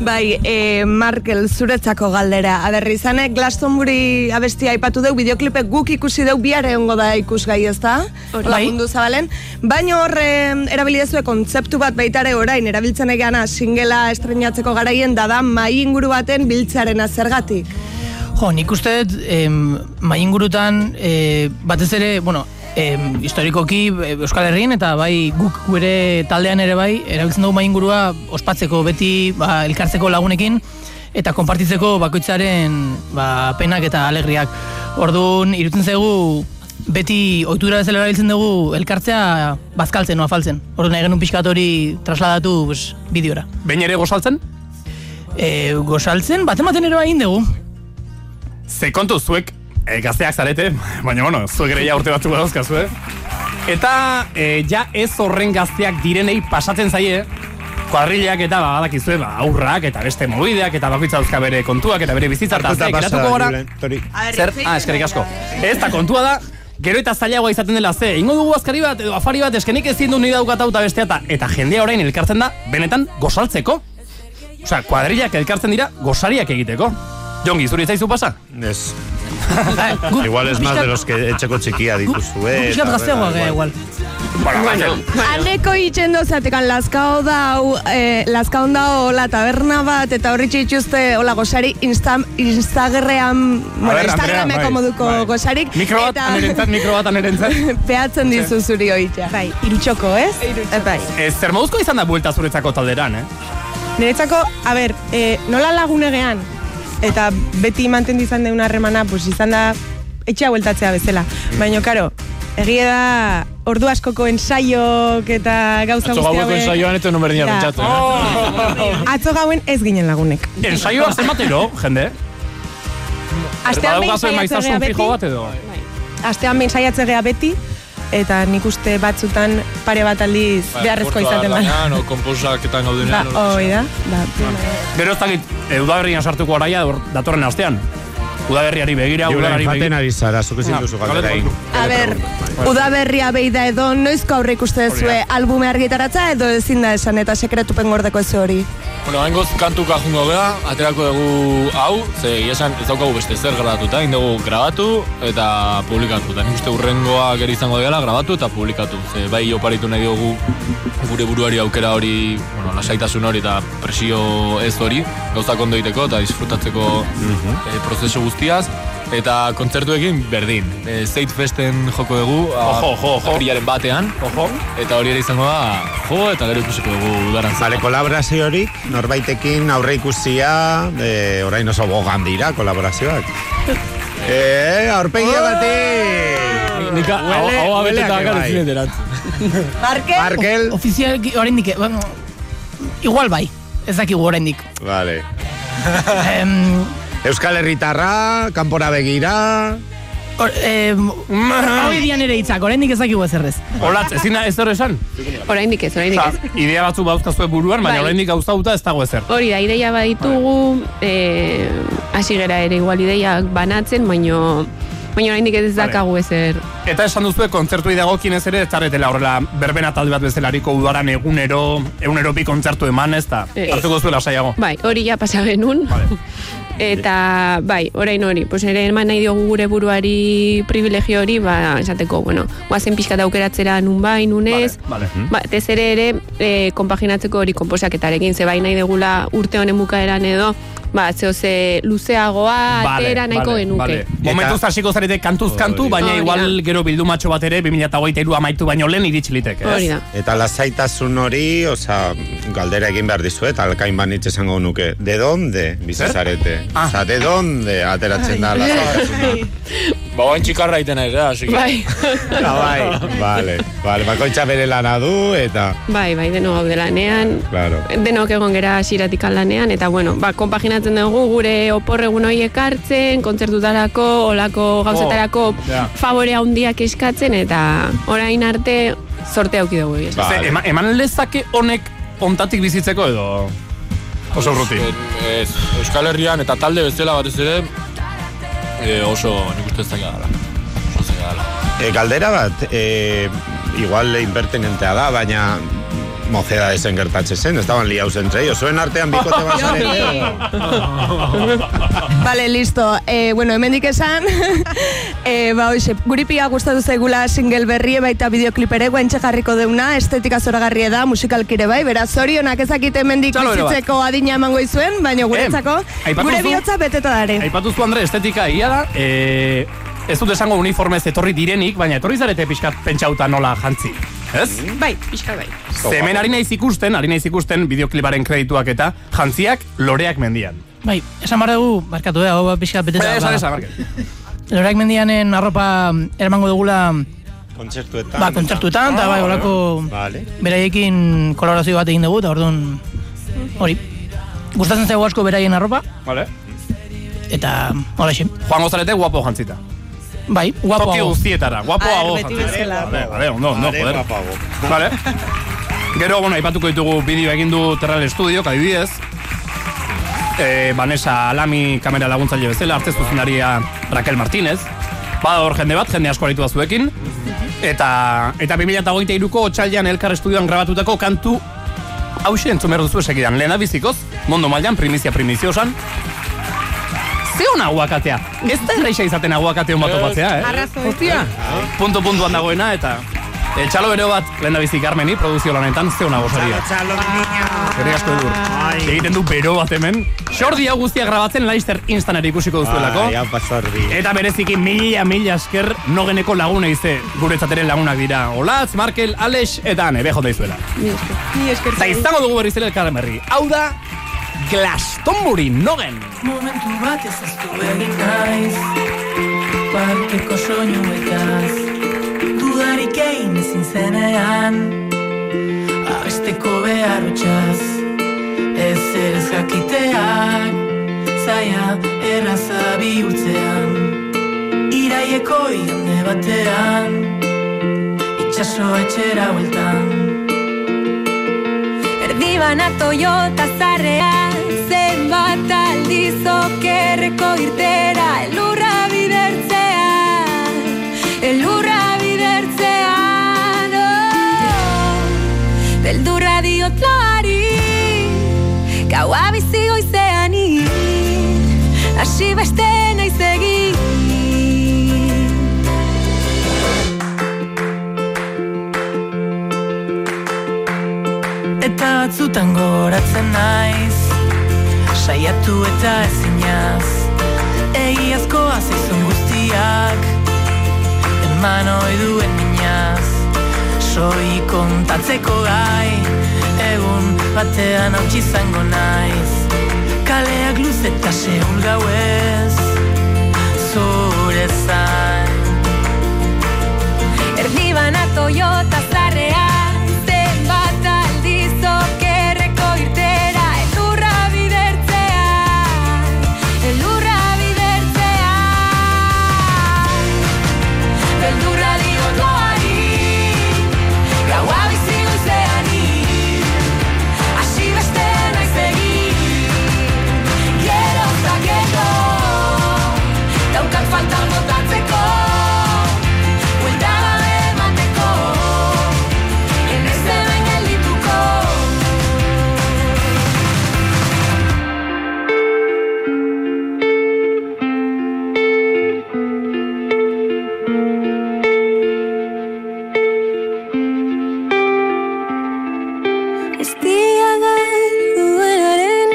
Bai, e, Markel, zuretzako galdera. Aber, izane, Glastonbury abestia aipatu deu, bideoklipe guk ikusi deu, bihar egongo da ikusgai ez da?
Hori.
Lagundu zabalen. Baina hor, em, erabili erabilidezue kontzeptu bat baitare orain, erabiltzen egana singela estrenatzeko garaien dada mai inguru baten biltzaren azergatik.
Jo, nik uste dut, em, mai ingurutan, eh, batez ere, bueno, em, historikoki eh, Euskal Herrien, eta bai guk gure taldean ere bai, erabiltzen dugu mai ingurua ospatzeko beti ba, elkartzeko lagunekin, eta konpartitzeko bakoitzaren ba, penak eta alegriak. Orduan, irutzen zaigu, beti ohitura bezala erabiltzen dugu elkartzea bazkaltzen, noa faltzen. Orduan, nahi genuen pixkat hori trasladatu pues, bideora.
Behin ere gozaltzen?
E, gozaltzen, bat ematen ere bai egin dugu.
Ze kontu zuek e, gazteak zarete, baina bueno, zuek ere ja urte batzuk dauzkazu, eh? Eta e, ja ez horren gazteak direnei pasatzen zaie, kuadrilak eta ba, badakizue, ba, aurrak eta beste mobideak eta bakoitza dauzka bere kontuak eta bere bizitza eta
Hartuta
azteak
pasa,
eratuko gara.
Julen, Tori.
Zer? Ah, eskerik asko. Ez da kontua da, gero eta zailagoa izaten dela ze, ingo dugu azkari bat, edo afari bat, eskenik ezin du ni daukatau eta bestea, eta, eta jendea orain elkartzen da, benetan gozaltzeko. Osea, kuadrilak elkartzen dira, gozariak egiteko. Jongi, zuri zaizu pasa? *laughs*
Ez.
Gu-
igual es
gu
más
pixkat-
de los que etxeko txikia dituzue.
gu pixkat
eta,
gazteagoak
bueno,
gara, igual.
Bueno,
Bueno.
Aneko itxen dozatekan lazkao dau, eh, lazkaon dau la taberna bat, eta horri txitxuzte hola gozari insta, Instagram, bueno,
Andrea,
Instagrameko
bai,
moduko
bai.
gozarik.
Mikro bat, anerentzat, mikro bat,
*laughs*
anerentzat.
Peatzen dizu zuri oitza.
Bai, irutxoko, ez? Eh, Bai.
Ez, zer moduzko izan da buelta zuretzako talderan, eh?
Niretzako, a ber, e, nola lagunegean, eta beti mantendu izan deun harremana, pues izan da etxea bueltatzea bezala. Baina, karo, egia da ordu askoko ensaiok eta gauza
Atzo
guzti
gaueko
hauek-
ensaioan eto non berdina eh?
Ja.
pentsatu.
Atzo gauen ez ginen lagunek.
*laughs*
Ensaioa zematero, jende?
Astean behin
Badaukazu
saiatzen
maiztasun
gea
fijo
beti.
bat edo?
Bai,
Astean behin saiatzen gea beti, eta nik uste batzutan pare bat aldiz
Bai.
beharrezkoa izaten da.
Lanean, o komposaketan
Ba,
gaudenean. o-
hoi da, ba.
Gero ez dakit, e, udaberrian sartuko garaia hor- datorren astean. Udaberriari begira,
Julen,
udaberri
jaten
begira.
ari zara, zuk ezin
Ah,
duzu galdera
galdetu.
egin.
A ber, udaberria behi da edo, noizko aurre ikuste zue albume argitaratza edo ezin da esan eta sekretupen gordeko
*laughs*
ez hori.
Bueno, hangoz kantuka jungo gara, aterako dugu hau, ze egia esan ez daukagu beste zer grabatuta, egin dugu grabatu eta publikatu. Eta nik uste urrengoa gero izango dela grabatu eta publikatu. Ze bai oparitu nahi dugu gure buruari aukera hori, bueno, lasaitasun hori eta presio ez hori, gauzak ondo egiteko eta disfrutatzeko
Mhm.
eh, prozesu guztiaz. Eta kontzertuekin berdin. E, State Festen joko dugu,
Ojo, ojo, ojo.
aprilaren batean.
Ojo.
Eta hori ere izango da, jo, eta gero ikusiko dugu udaran zer.
Vale, kolaboraziorik, norbaitekin aurre ikusia, e, orain oso bogan dira
*laughs*
kolaborazioak. Eh, aurpegia bati!
Oh! Nika,
Huele-
hau
huele a
abetetan
que
gara
bai.
zineterat.
Barkel?
Barkel?
Ofizialki, oraindik, eh, bueno, igual bai, ez dakigu oraindik.
Vale. Euskal Herritarra, kanpora begira...
Hor, em, hau edian ere hitzak, oraindik ez dakigu ezerrez.
Olatz, ezin da ez hori esan?
Oraindik ez, oraindik
Osa,
ez.
idea batzu bauzkazue buruan, baina
Bai.
oraindik gauzauta ez dago ezer.
Hori da, ideia baditugu, eh, hasi gera ere igual ideiak banatzen, baino, baino oraindik ez dakagu ezer.
Eta esan duzue kontzertuei dagokienez ere ez zaretela horrela berbena talde bat bezelariko udaran egunero, egunero bi kontzertu eman ez da.
Ez.
Hartuko zuela saiago.
Bai, hori ja pasa genuen. *laughs* Eta, bai, orain hori, pues ere eman nahi diogu gure buruari privilegio hori, ba, esateko, bueno, guazen pixka daukeratzera nun bai, nun ez,
Vale.
Ba, tez ere ere, e, konpaginatzeko hori konposaketarekin, ze bai nahi degula urte honen bukaeran edo, ba, zeo ze luzeagoa, atera nahiko genuke.
Momentuz hasiko zarete kantuz kantu, baina
Hori da.
igual gero bildumatxo bat ere 2023 amaitu baino lehen iritsi liteke. ez?
Eta lasaitasun hori, osea, galdera egin behar dizu, eta alkain banitz esango nuke. De donde,
Eh?
bizizarete?
Ah.
Osa, de donde ateratzen da lasaitasuna?
Ba, oain txikarra iten nahi, da, hasi.
Bai.
*laughs* Ah, bai, vale, vale, bakoitza bere lana du, eta...
Bai, bai, deno gaude lanean,
Claro.
denok egon gera hasieratik lanean, eta bueno, ba, konpaginatzen dugu gure oporregun horiek hartzen, kontzertutarako,
Oh,
olako gauzetarako
ja.
favore handiak eskatzen, eta orain arte sorte auki dugu. egia esan.
Ze, ema- eman lezake honek ontatik bizitzeko edo oso urruti.
Ez, Euskal Herrian eta talde bezala batez ere, e, oso nik uste ez dakia dela. Oso
Eh,
zaila dela.
E, galdera bat, e, igual impertinentea da, baina mozeda desen gertatzen zen, estaban liaus entre ellos. Zuen artean bikote bat
Bai.
Bale, listo. E, bueno, hemendik esan, *laughs* e, ba, hoxe, guri pia gustatu zaigula single berri baita bideoklip ere guantxe jarriko deuna, estetika zoragarria da, musikalkire bai, beraz zorionak ezakite hemendik
Txalo ere bat.
bizitzeko adina emango izuen, baina guretzako,
aipatu
gure
zu-
bihotza beteta dare.
Aipatu zu, Andre, estetika ia da, e, ez dut esango uniformez etorri direnik, baina etorri zarete pixkat pentsauta nola jantzi. Ez?
Bai, pixka bai.
Zemen ari naiz ikusten, ari naiz ikusten bideokliparen kredituak eta jantziak loreak mendian.
Bai, esan behar dugu, barkatu da, hau bat pixka beteta.
Bai,
Eh, esan,
ba,
esan, barkatu.
Loreak mendianen arropa eramango dugula
Kontzertuetan. Ah,
ba, kontzertuetan, eta bai, holako
Vale.
beraiekin kolaborazio bat egin dugu, eta orduan hori. Gustatzen zaigu asko beraien arropa,
Vale?
eta hola xe.
Juan Gozalete guapo jantzita.
Bai, guapo.
Toki guztietara, guapoago
Aher, beti
jantzita.
bezala.
Vale, vale, ondo, ondo,
Are
joder.
guapoago.
Vale. Gero, bueno, aipatuko ditugu bideo egin du Terral Studio, adibidez. Eh, Vanessa Alami kamera laguntzaile bezala, arte zuzenaria Raquel Martínez. Bada hor jende bat, jende asko aritu da zuekin. Eta, eta 2023ko otxailan elkar estudioan grabatutako kantu hause entzun behar duzu esekidan. Lehena bizikoz, mondo mailan primizia primiziosan. Ze hona aguakatea. Ez da erraixa izaten aguakate hon bat topatzea, eh?
Hostia.
punto puntuan dagoena eta e, txalo bero bat lenda bizi Carmeni produzio lanetan zeu nago saria. Eskerrik asko egur. Egiten du bero bat hemen. Jordi hau guztia grabatzen Leicester instan ere ikusiko duzuelako.
Ai, hau pasardi.
Eta bereziki mila mila esker nogeneko laguna ize guretzateren lagunak dira. Olatz, Markel, Alex eta Ane, bejo daizuela.
Ni esker.
Ni esker.
Eta izango dugu berriz ere elkarren berri. Hau da, Glastonbury nogen.
Momentu bat ez aztu berrik naiz Parteko soinuetaz Dudarik egin ezin zenean Abesteko behar utxaz Ez zer ez jakiteak Zaila erraza bihurtzean Iraieko igande batean Itxaso etxera bueltan
Erdi banato jota zarrean Zenbat aldiz okerreko irtera Elurra bidertzean Elurra bidertzean oh. Beldurra diot loari Gaua bizi goizean ir Asi beste naiz egin
Eta batzutan goratzen naiz Saiatu eta ezinaz Egiazkoa zaizun guztiak Eman ohi duen minaz Soi kontatzeko gai Egun batean hautsi izango naiz Kaleak luz eta seul gauez Zure zain
Erdi banato jota zarrean Zenbat aldiz okerreko irtera Elurra bidertzean Elurra bidertzean Beldurra diot loari Gaua bizi goizean hil Asi beste naiz egin Gero eta gero Daukat faltan botatzeko Buelta gabe emateko Ez naiz hemen geldituko
Eztia galduenaren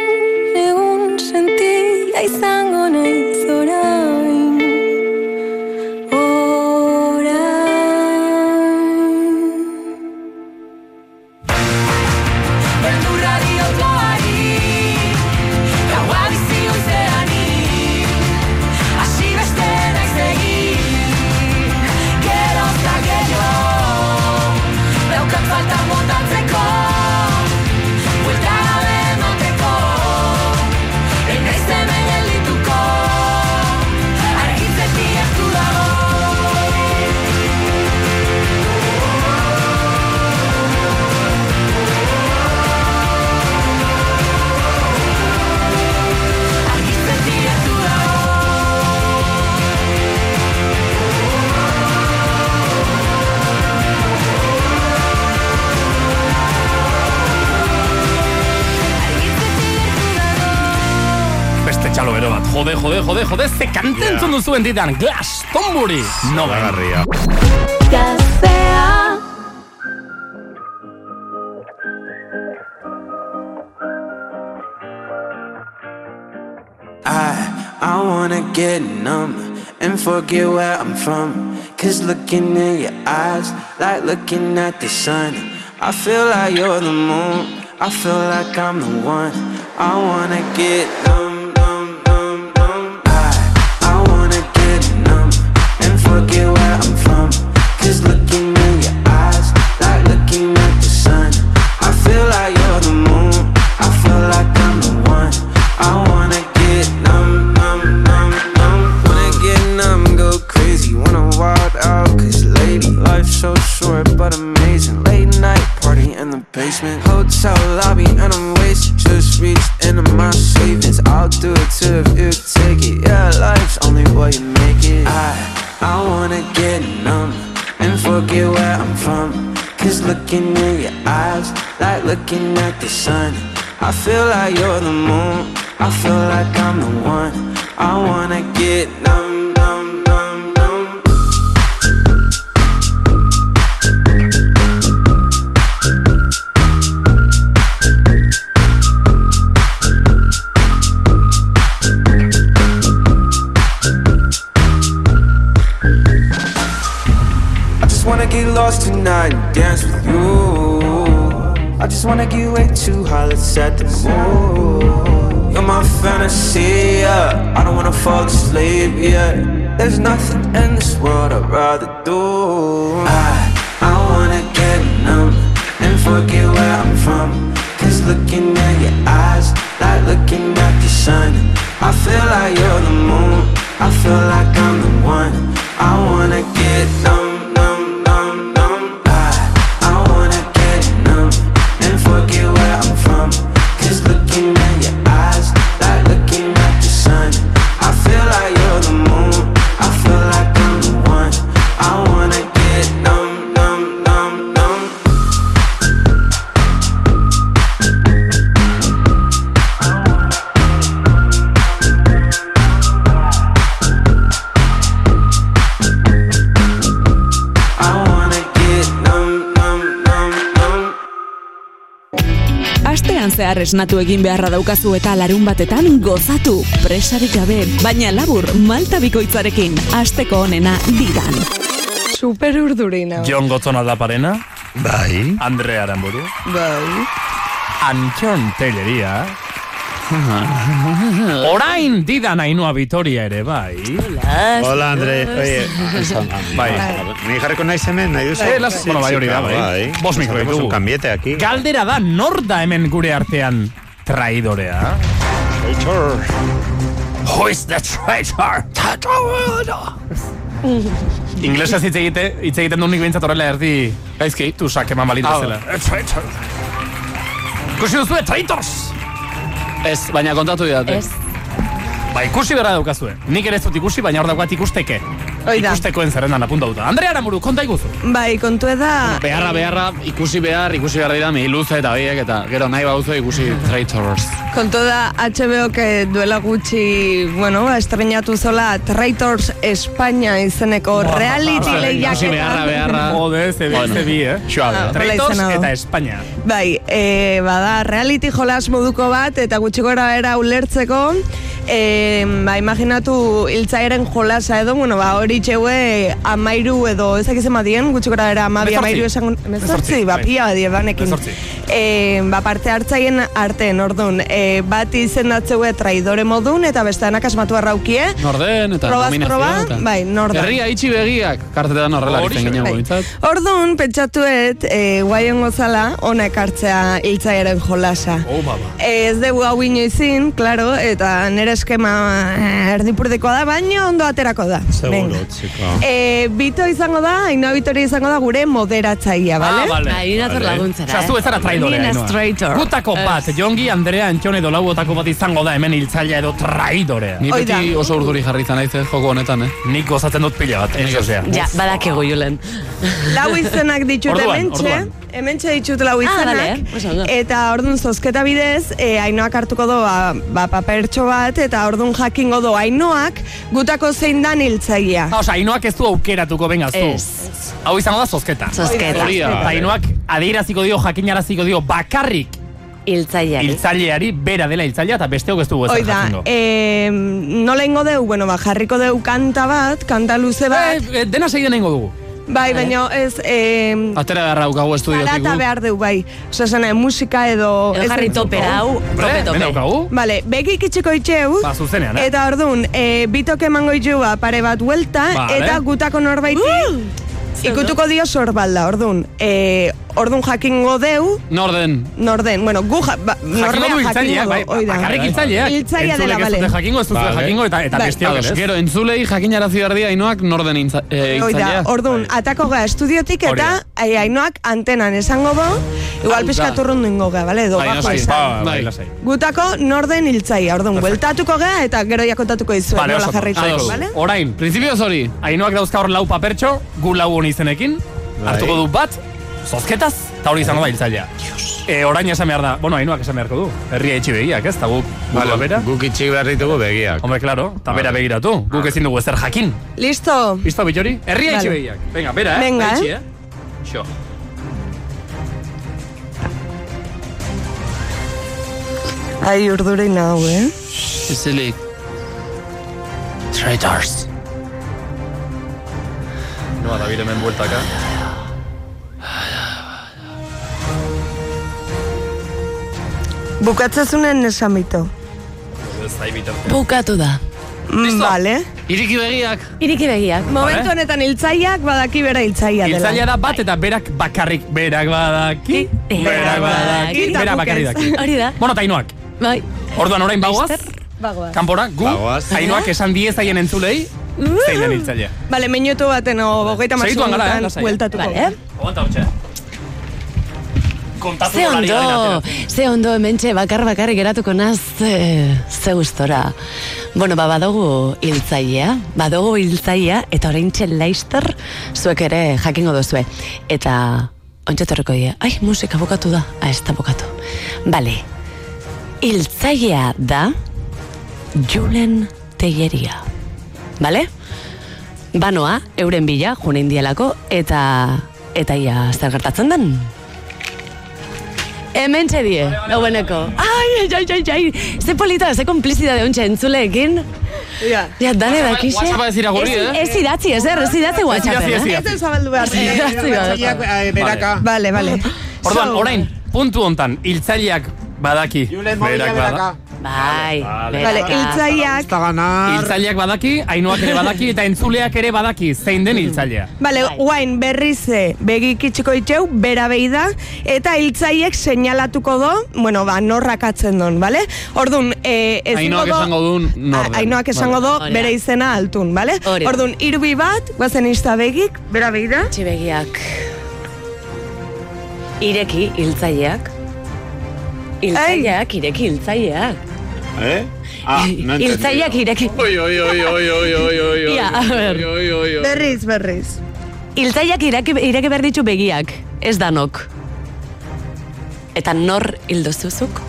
egun sentila izango naiz orain Orain
Beldurra diot loari Gaua bizi goizean hil Asi beste naiz egin Gero eta gehiago Daukat falta botatzeko Buelta gabe emateko Ez naiz hemen geldituko
jode, jode, jode, jode, ze kanta
Yeah.
entzun duzuen ditan, Glass, Tomburi, no bai.
Garria.
Gaztea
I, I wanna get numb and forget where I'm from. Cause looking in your eyes, like looking at the sun. I feel like you're the moon, I feel like I'm the one. I wanna get numb, numb, numb, numb. I, I wanna get numb and forget where I'm from. Cause looking in your eyes, like looking at the sun. I feel like you're the moon, I feel like I'm the one. I wanna get numb, numb, numb, numb. Wanna get numb, go crazy. Wanna wild out, cause lady, life's so short but amazing. Late night party in the basement, hotel lobby, and I'm wasted. Just reach into my savings. I'll do it too if you take it. Yeah, life's only what you make it. I, I wanna get numb and forget where I'm from. Cause looking in your eyes, like looking at the sun. I feel like you're the moon, I feel like I'm the one. I wanna get numb, numb, numb, numb. I just wanna get lost tonight and dance with you. I just wanna get way too high, let's set the mood. You're my fantasy, yeah. I don't wanna fall asleep, yeah. There's nothing in this world I'd rather do. I, I wanna get numb and forget where I'm from. Cause looking at your eyes, like looking at the sun. I feel like you're the moon, I feel like I'm the one. I wanna get numb, numb, numb, numb. I, I wanna get numb and forget where I'm from. Cause looking at your eyes, like looking at the sun. I feel like you're the moon, I feel like I'm the one. I wanna get numb, numb, numb, numb. I wanna get numb, numb, numb, numb.
Astean zehar esnatu egin beharra daukazu eta larun batetan gozatu, presarik gabe, baina labur malta bikoitzarekin, asteko onena didan.
Super urdurina.
Jon Gotzon aldaparena. Bai. Andre Aramburu.
Bai.
Antxon
*laughs*
Telleria. Orain didan ainua Vitoria ere, bai.
Hola, Andre. Oye,
Bai.
Ni jarriko naiz hemen, nahi duzu?
Eh, las- bueno, bai, hori da, bai. Bost mikro
Hacemos
ditugu.
un cambiete aquí.
Galdera da, nor da hemen gure artean traidorea?
Traitor.
Who is the traitor? Inglesa hitz egite, hitz egiten du nik behintzat horrela erdi gaizki tusak eman balit
Ah,
bezala.
bai.
Ikusi duzu traitors! Ez, baina kontatu didate.
Ez.
Ba, ikusi bera daukazue. Nik ere ez dut ikusi, baina hor daukat ikusteke. Ikustekoen zerrendan apuntauta. Andrea Aramuru, konta iguzu.
Bai, kontu eda...
Beharra, beharra, ikusi behar, ikusi behar dira mi luze eta biek, eta gero nahi bauzu ikusi traitors.
Kontu da HBO que duela gutxi, bueno, estrenatu zola Traitors España izeneko
ba,
reality lehiak.
Ikusi beharra, beharra.
Jode, ze bi, ze bi, eh?
Suave.
Traitors
izena da.
eta Espainia.
Bai, e, bada, reality jolas moduko bat, eta gutxi gora era ulertzeko, e, ba, imaginatu hiltzairen jolasa edo, bueno, ba, hori txeue amairu edo ezakizen badien, gutxi gora era amabi,
Hemezortzi.
amairu esango... Mezortzi, ba,
bai.
pila badie, banekin.
Hemezortzi.
E, ba, parte hartzaien artean, orduan, e, bat izendatzeue traidore modun, eta besteanak asmatu arraukie.
Norden eta
Probaz,
nominazioa
proba,
eta...
bai, nordan.
Herria itxi begiak, kartetan horrela
Horixe.
egiten ginen
Bai.
guintzat.
Orduan, pentsatuet, e, guaien gozala, ona ekartzea hiltzaiaren jolasa. Eh,
Oh, baba.
Ez dugu hau inoizin, klaro, eta nire eskema eh, erdipurdikoa da, baina ondo aterako da. Venga.
chico.
E, bito izango da, Ainhoa Bitoria izango da gure moderatzailea,
Ah,
bale?
Bai,
nator laguntzera,
Osea,
eh?
zu ez zara traidorea,
Ni naiz
Ainhoa.
traitor.
Gutako bat, Jongi, Andrea, Antxone edo lauotako bat izango da hemen hiltzailea edo traidorea.
Ni beti oso urduri jarri izan naiz eh, joko honetan, eh?
Nik gozatzen dut pila bat, ez osea.
Ja, badakigu Julen.
Lau izenak ditut
Orduan,
hementxe,
orduan.
Hemen ditut lau izanak,
bale, oso ondo.
eta ordun zozketa bidez, e, ainoak hartuko do ba, ba, papertxo bat, eta ordun jakingo do ainoak gutako zein dan hiltzailea.
Ah, Osa, Ainoak ez du aukeratuko, benga, zu.
Ez.
Hau izango da zozketa.
Zozketa.
Hori da. Eta Ainoak adieraziko dio, jakinaraziko dio, bakarrik
Hiltzaileari.
hiltzaileari, bera dela hiltzailea, eta besteok ez dugu ezer
Hoi da,
jakingo.
e, nola ingo deu, bueno, ba, jarriko deu kanta bat, kanta luze bat.
E, dena segidan ingo dugu.
Bai, baina ez, e,
Atera beharra daukagu estudiotik
Zarata
gu.
behar deu, bai. Osa, zena, musika edo...
Edo
ez
jarri
entzuko.
topera, hau, Hombre, tope, tope. hemen daukagu.
Vale, begik itxeko itxeu.
Ba, zuzenean, eh?
Eta orduan, e, bitok emango itxeu ba, pare bat buelta,
Vale.
eta gutako norbaiti...
Uh!
Ikutuko dio sorbalda, orduan. E, orduan jakingo deu,
Norden.
Norden, bueno, gu ja, ba,
Mm. Jakingo
norbera
du
jakingo
hiltzailea,
du,
bai,
hoi da.
bakarrik hiltzailea.
Hiltzailea dela,
Entzulek ez
bale.
dute
jakingo, ez dute
Vale.
jakingo, eta, eta
Bai.
besteok
Ados,
ere, ez?
Gero, entzulei jakinarazi behar dia ainoak norden hintza- eh,
Hoi da,
hiltzailea.
orduan,
Bai.
atako ga estudiotik
Hori da.
eta ai, ainoak antenan esango bo, igual
Hau da.
piskaturrundu ingo ga, bale, edo
Bai,
bajo
lasai.
esan.
Ba, bai, lasai.
Gutako norden hiltzaia, orduan, bueltatuko gea eta gero jakontatuko dizuet
Bale,
nola
oso.
jarraitzen,
Ados.
bale?
Orain. Principioz hori. Ainoak dauzka hor lau papertxo, gu lau honi izenekin.
Bai.
Hartuko du bat, zozketaz, eta hori izango da hiltzailea. E, orain esan behar da, bueno, ainoak esan beharko du. Herria itxi begiak, ez? Eta guk,
Vale,
guk bera.
Guk itxik behar ditugu begiak.
Hombre, claro, eta bera begiratu. Guk ezin dugu ezer jakin.
Listo.
Listo, bitori? Herria itxi
Vale.
begiak. Venga, bera, eh?
Venga,
Itxi,
eh?
Xo.
Ai, urdure nau, eh?
Isilik. Traitors.
Noa, David hemen bueltaka.
Bukatzezunen esamito.
Ez da ibitartea.
Bukatu da. Mm, Bale.
Iriki begiak.
Iriki begiak. Momentu
Vale.
honetan hiltzaiak badaki bera hiltzaia dela.
Hiltzailea da bat eta berak bakarrik. Berak badaki, berak badaki,
badaki,
berak bakarrik
eta
daki.
guk ez. Hori da.
Bueno, tainoak.
Bai.
Orduan orain bagoaz,
Bagoaz.
kanpora, gu, tainoak esan diez haien entzulei, zein den hiltzailea.
Bale, minutu baten o gogeita
Segituan gara, eh, lasai.
bueltatuko. Vale.
Aguanta hotxe. Kontatu
Ze ondo, ze ondo hementxe bakar bakarrik geratuko naz, ze, ze gustora. Bueno, ba, badugu hiltzailea, badugu hiltzailea, eta orain laister zuek ere jakingo duzue. Eta ontsatorreko dira, ai, musika bukatu da, ah, ez da bukatu. Bale, hiltzailea da Julen Teieria. Bale? Banoa, euren bila, junein dielako, eta eta ia zer gertatzen den. Hemen txedie, daueneko. Ai, ai, ai, ai, ai. Ze polita, ze komplizidade ontsa entzuleekin.
Ja.
Ja, dane
Whatsappa-
dakixe.
whatsappa ez iragurri,
Ez-
eh?
Ez idatzi, ez er, ez idatzi whatsappen,
idatzi, ez
eh?
idatzi. Ez
zabaldu behar.
Ez idatzi behar.
eh,
beraka.
Bale, bale.
Orduan, orain, puntu hontan, hiltzaileak badaki, berak badaki.
Bai,
Vale, hiltzaiak.
Hiltzaileak badaki, ainuak ere badaki, eta entzuleak ere badaki, zein den hiltzailea.
Bale, guain berriz eh, begikitxiko itxeu, bera behi da, eta hiltzaiek seinalatuko do, bueno, ba, norrakatzen don, bale? Ordun, eh, ezingo
Ainoak
do,
esango du norden.
ainoak esango do,
Vale.
bere izena altun, bale?
Hori da.
Ordun, irbi bat, guazen insta begik, bera behi da.
begiak. Ireki hiltzaileak. Hiltzaileak, ireki hiltzaileak.
Eh? Ah, no entendí.
Hiltzaileak ireki.
Oi, oi, oi, oi, oi, oi, oi, oi.
Ia, a ber.
Oi, oi, oi.
Berriz, berriz.
Hiltzaileak ireki, ireki behar ditu begiak, ez danok. Eta nor hildozuzuk?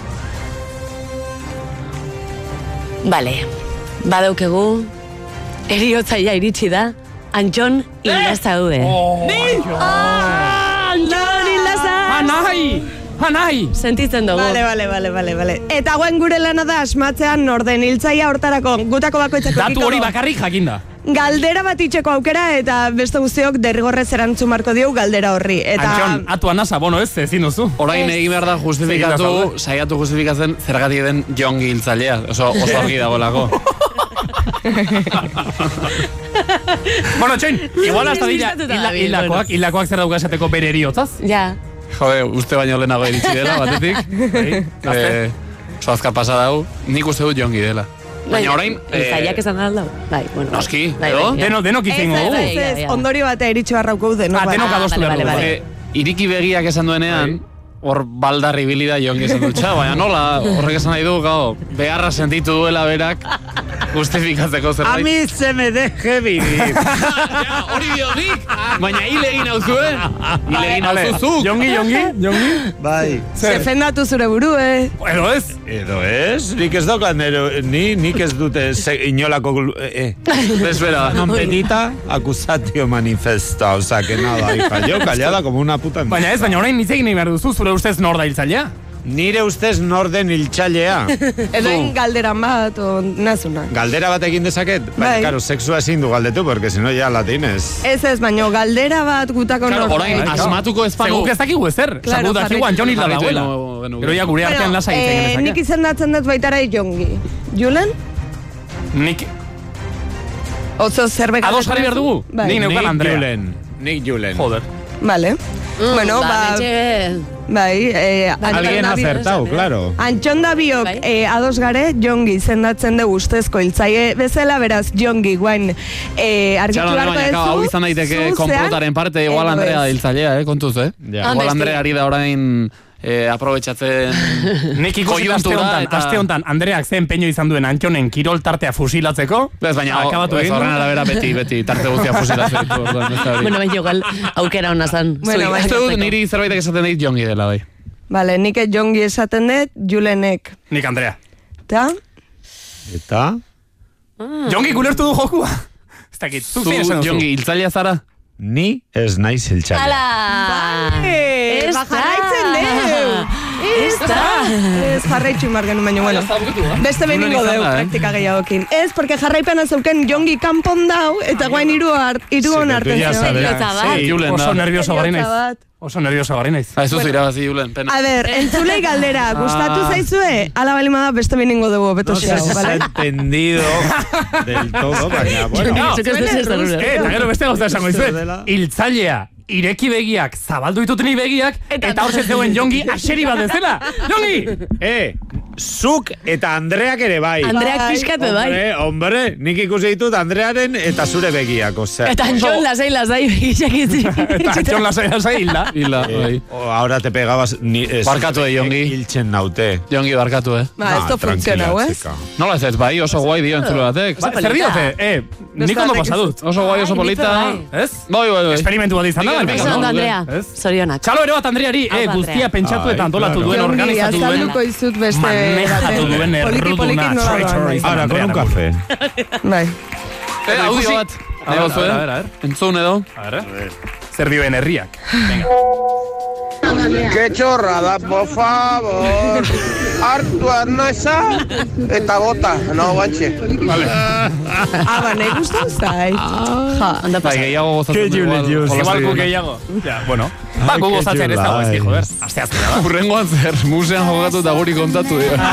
Bale, badaukegu, eriotzaia iritsi da, Antxon
Eh!
hilda zaude.
Ni!
Ah!
Antxon hilda
Anai! Anai!
Sentitzen dugu.
Bale, bale, bale, bale, bale. Eta guen gure lana da asmatzean norden hiltzaia hortarako, gutako bakoitzako.
Datu
edukiko
hori
do.
bakarrik jakinda.
Galdera bat itxeko aukera eta beste guztiok derrigorrez erantzun marko diogu galdera horri. Eta
Antxon, atu anasa, bono ez, ezin duzu.
Orain egin behar da justifikatu, saiatu justifikatzen zergatik den jongi hiltzailea. Oso, oso argi dagoelako. *laughs*
bueno, txoin, igual hasta dira
Despistatuta
hila-
dabil,
hilakoak, hilakoak zer dauka esateko bere eriotzaz.
Ja.
Jode, uste baino lehenago iritsi dela, batetik. Eh, Oso azkar pasa dau, nik uste dut jongi dela. Baina orain...
Hiltzaileak esan aldau. Bai, bueno.
Noski,
eh, Bai,
edo?
bai, ja.
Bai, Denok- denok hitz egingo
Ez, ez,
dugu.
ez, ez,
Ez, ondorio batea iritxo harrauko denok. bai.
Eh,
Ah, denok adostu Ah, bale, behar dugu, bale, bale.
Iriki begiak esan duenean, hor baldarri bilida jongi esan dut, "Txa, baina nola, horrek esan nahi du, gau, beharra sentitu duela berak, justifikatzeko zerbait.
A
*laughs*
mí se me deje vivir.
Hori dionik, baina hile egin hau zuen. Hile egin hau
Ale,
zuzuk.
Jongi, jongi,
*laughs*
jongi.
Bai.
Zefendatu zure buru, eh?
Edo ez? Edo ez, nik ez daukat, nero, ni, nik ez dute ze, inolako... glu-
*laughs*
Eh, eh.
Bezbera.
Non petita, acusatio manifesta, oza, que nada, hija, yo callada como una puta...
Baina ez, baina orain hitz egin egin behar duzu, zure ustez nor da hiltzailea?
Nire ustez nor den
*laughs*
hiltzailea.
Edo egin galderan bat, o nazuna.
Galdera bat egin dezaket? Baina,
Bai.
karo, sexua ezin du galdetu, porque si no ya la tienes.
Ez ez, baino galdera bat gutako
Claro,
norbait.
orain asmatuko ez banu-
Zeguk ez dakigu ezer.
Claro,
Zagu dakigu
jarri-
Antoni hilda
jarraitu
dagoela.
egingo genuke.
Gero ja gure
Bueno,
artean lasa hitz
eh,
egin
Nik
dezake.
izendatzen dut baitara jongi. Julen?
Nik
Oso zerbait...
ados jarri behar dugu?
Bai.
Nik neukan Andrea.
Nik Julen.
Joder.
Vale. bueno,
ba,
ba... Bai, eh,
Alguien
Antxon Davi-
acertado, Bai. claro.
Antxon da biok eh, ados gare jongi izendatzen dugu ustezko hiltzaile bezala, beraz jongi guain eh, argitu
Txalo,
beharko
baina,
duzu.
kau, hau izan daiteke
zu zean,
konprotaren parte, igual
edo
Andrea
*laughs*
da
ez.
hiltzailea, eh, kontuz, eh?
Ah,
Igual
beste.
Andrea ari da orain eh, aprobetsatzen
*laughs* Nik ikusi aste
koiuntura
honetan,
eta-
aste honetan, Andreak zen peño izan duen Antxonen kirol tartea fusilatzeko.
Ez, baina,
akabatu
ez,
egin du.
horren arabera beti, beti, tarte guztia fusilatzen ditu, orduan, ez da hori.
Bueno, baina igual aukera hona zan.
Bueno, baina-
Uste dut niri zerbaitek esaten dit jongi dela, bai.
Vale, nik jongi esaten dut, Julenek.
Nik Andrea.
Ta?
Eta?
Jongi gulertu du jokua. Ez dakit, zuk zein esan duzu.
hiltzailea zara?
Ni ez naiz hiltzailea.
Eh, ba, jarraitzen deu! Ez da! Ez jarraitxu mar genuen baino, bueno. Beste behin
Julen
ingo
izan
deu,
da, eh?
praktika gehiagokin. Ez, porque jarraipena zeuken jongi kanpon dau, eta guain iru, ar, iru hon arte. zegoen.
Sí,
Julen da.
oso nervioso gari naiz.
Heriotza bat.
Oso nervioso gari naiz.
Ez duzu irabazi, Julen, pena.
A ber, entzulei galdera,
Ah.
gustatu zaizue? Ala balima da beste behin ingo dugu, beto
No sé
xeago,
si se ha *laughs*
bale?
entendido del todo, *laughs* baina, bueno.
No,
Zuena erruz-
eh, eta gero beste gauza esango
Zer
izuet.
dela?
Hiltzailea, ireki begiak, zabaldu dituteni begiak, eta hor zegoen jongi aseri bat dezela. Jongi!
Eh, zuk eta Andreak ere bai.
Andreak Bai. pixkat be bai.
Hombre, hombre, nik ikusi ditut Andrearen eta zure begiak, osea.
Eta Antxon lasai, lasai, begisak itzi. *laughs*
hilda. Eh, O, ahora te pegabas... Ni, ez,
Bai. Barkatu, eh, Jongi.
Hiltzen naute. Ah,
Jongi, barkatu, eh.
Ba, esto funciona, hau, ez?
Nola ez ez, bai, oso guai dio entzule batek.
Ba, zer diote? Eh, nik ondo pasadut.
Oso guai, oso
Bai, nik
polita.
Ez?
Bai, bai, bai.
Esperimentu bat izan da.
Nik
baina,
oso ondo,
no?
Andrea. Ah,
Ez?
Zorionak.
Txalo ere bat Andreari, eh,
Ondo,
guztia
Andrea.
pentsatu eta
Bai,
Ai,
antolatu
claro.
duen,
Jongi,
organizatu duen.
Azalduko izut beste...
Manejatu
batean.
duen
Poliki, poliki
erruduna.
nola doan.
Ahora, con un café.
Bai.
Eh, audio bat.
A
Nahi
ver,
bazu,
a ver,
eh?
a ver.
Entzun edo.
Zer dioen herriak.
Qué chorrada, por favor. Artua no esa eta bota, no guanche. Vale.
Ah, ba, nahi guztu zait. Ja.
Bai, gehiago
Ke
gozatzen du
Julen
igual.
Jus.
jolasten
Igual gu
duena.
gehiago.
Ja, bueno. Ba, gu
Ai,
gozatzen
que
ez dago ezki,
lies.
joder. Aste azkena da.
Urrengoan zer, musean jogatu eta guri kontatu dira.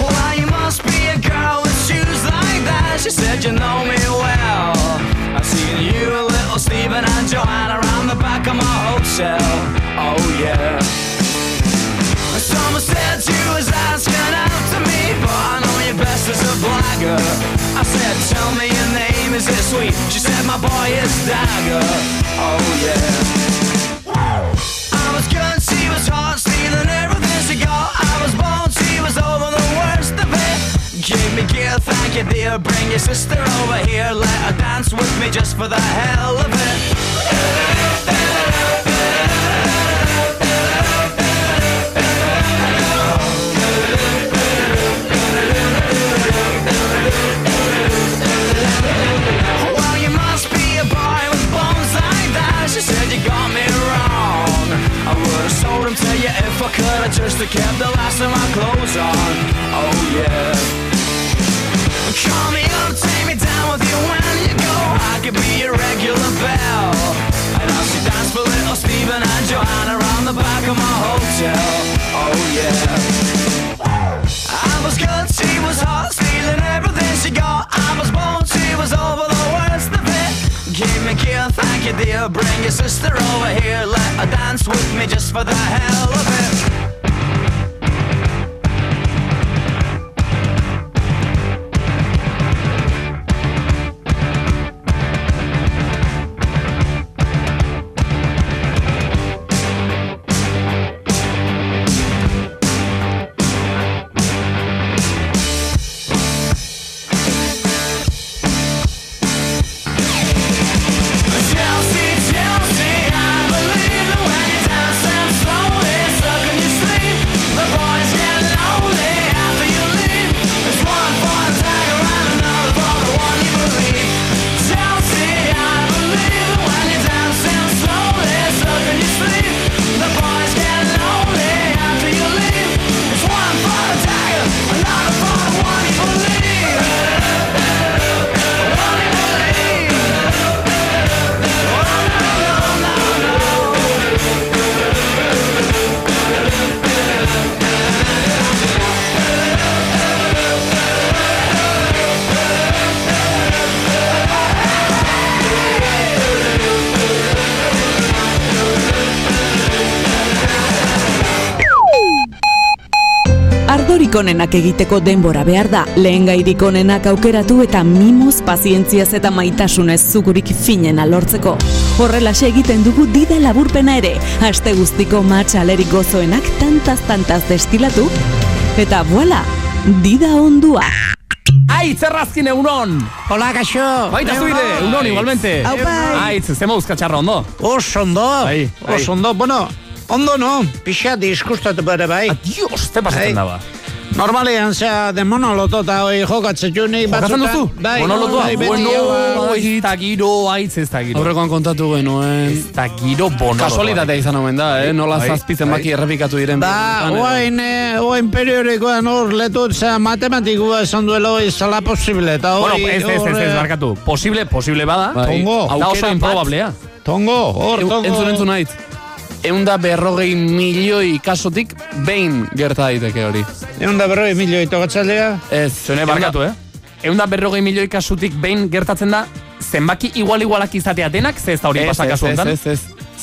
Well, you must be a girl with shoes like that. She said you know me well. I've seen you and little Stephen and Joanna around the back of my hotel. Oh yeah. Someone said she was asking out to me, but I know you best as a blagger. I said, tell me your name, is it sweet? She said, my boy is Dagger. Oh yeah. I was good, she was hot, stealing everything she got. I was born, she was over the worst of it. Give me gear, thank you, dear. Bring your sister over here, let her dance with me just for the hell of it. Well, you must be a boy with bones like that. She said you got me wrong. I would have sold him to you if I could have I just kept the last of my clothes on. Oh yeah. Call me up, take me down with you when you go. I could be your regular bell. And I'll see dance for little Steven and Joanna around the back of my hotel. Oh yeah. I was good, she was hot, stealing everything she got. I was born, she was over the worst of it. Give me a kill, thank you dear. Bring your sister over here, let her dance with me just for the hell of it. Chelsea, Chelsea, I believe that when you dance them slowly, so can you sleep? The boys get lonely after you leave. There's one for a tiger and another for the one you believe. Chelsea, I believe that when you dance them slowly, so can you sleep? The boys get lonely after you leave. There's one for a tiger, another for the one you believe.
Ardorik onenak egiteko denbora behar da, lehen gairik onenak aukeratu eta mimoz, pazientziaz eta maitasunez zugurik finena lortzeko. Horrelaxe egiten dugu dida laburpena ere, aste guztiko matxalerik gozoenak tantaz-tantaz destilatu, eta voila, dida ondua.
Aitz, errazkin egunon!
Hola, kaixo!
Baita
Egunon.
Bai, zuide, egunon igualmente!
Aupa.
Aitz, zema uzkatxarra ondo?
bai.
Bai,
Oso ondo, oso ondo, bueno, ondo no, pixa diskustatu bere bai.
Adios, te pasatzen da ba.
Normalean, zea, de monoloto eta hoi jokatzen jo nahi
Jokatzen
batzutan.
duzu?
Bai,
Monolotoa?
bai, beti
Bueno,
hau, bai.
ez da giro, aitz, ez da giro.
Aurrekoan kontatu genuen.
Ez da giro bonolotoa.
Kasualitatea izan omen da, eh? Nola
Bai.
zazpi zenbaki errepikatu diren.
Ba, oain, eh, oain periodikoan hor letut, zea, matematikua esan duelo izala posible, eta
Bueno,
hori...
ez, ez, ez, ez, barkatu. Posible, posible bada.
Bai. Tongo.
Da
Aukera
oso
bat.
improbablea.
Tongo, hor,
Eu-
tongo.
Entzun entzun naiz. Eunda berrogei milioi kasotik behin gerta daiteke hori.
Eunda berrogei milioi tokatzalea?
Ez.
Zene barkatu, eh? Eunda berrogei milioi kasutik behin gertatzen da, zenbaki igual-igualak izatea denak, ze ez da hori
Ez,
pasa
ez,
kasu
ez,
honetan.
ez, ez.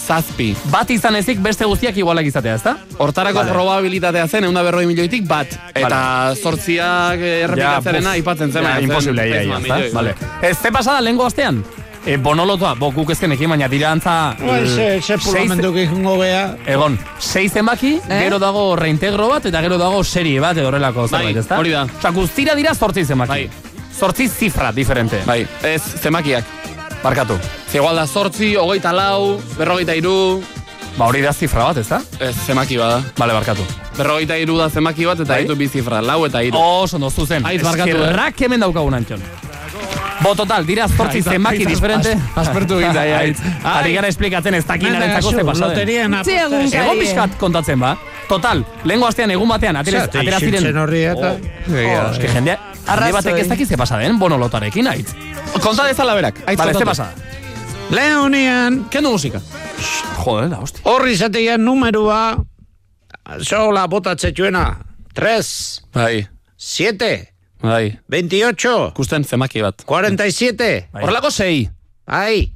Zazpi.
Bat izan ezik beste guztiak igualak izatea, ezta?
Hortarako
Vale.
probabilitatea zen, eunda berroi milioitik bat. Eta zortziak eh, errepikatzearena
buf,
aipatzen zen.
ja,
baina zen
imposible, ja,
bezma
ja,
milioi.
ezta? Vale. Ez ze pasada lehenko astean? E, bonolotoa, bo, guk ezkenekin, baina dira antza... eh,
Oain, Bai, ze, ze pulamenduk ikungo gea.
Egon, sei zenbaki,
Eh?
gero dago reintegro bat, eta gero dago serie bat, edo horrelako zerbait, ezta?
hori da.
Osa, guztira dira zortzi zenbaki. Zortzi zifra, diferente.
Bai, ez, zemakiak.
Barkatu.
Ze igual da zortzi, hogeita lau, berrogeita iru...
Ba, hori da zifra bat, ezta?
Ez, zemaki bada.
Bale, barkatu.
Berrogeita iru da zemaki bat, eta ditu bi zifra, lau eta iru.
Bai. Oh, Oso, no zuzen.
Aiz, barkatu, eh?
Eskerrak hemen daukagun antxon. Bo, total, dira zortzi
Aiz,
zenbaki
aiz,
diferente.
az- aspertu
*laughs*
egin da, ja, aiz.
Ari gara esplikatzen ez dakin
Nada,
arentzako
kasu,
ze pasaden.
loterian apuesta
Sí, egun ez. kaie.
Egon bizkat kontatzen, ba. Total, lehengo astean egun batean, atera
Zerate
atera ziren...
isiltzen horri eta- Egia da.
Oh, eske jendea, jende batek ez dakiz ze pasaden, bono lotarekin, aitz.
Konta dezala berak. Aitz,
Bale, ze
kontatu.
pasa?
Lehen honean...
Kendu musika.
Joder, la hostia.
Horri izatea numerua... Zola botatzetuena. 3,
Bai,
7,
bai.
28,
Ikusten zemaki bat.
47.
Horrelako sei.
Ai.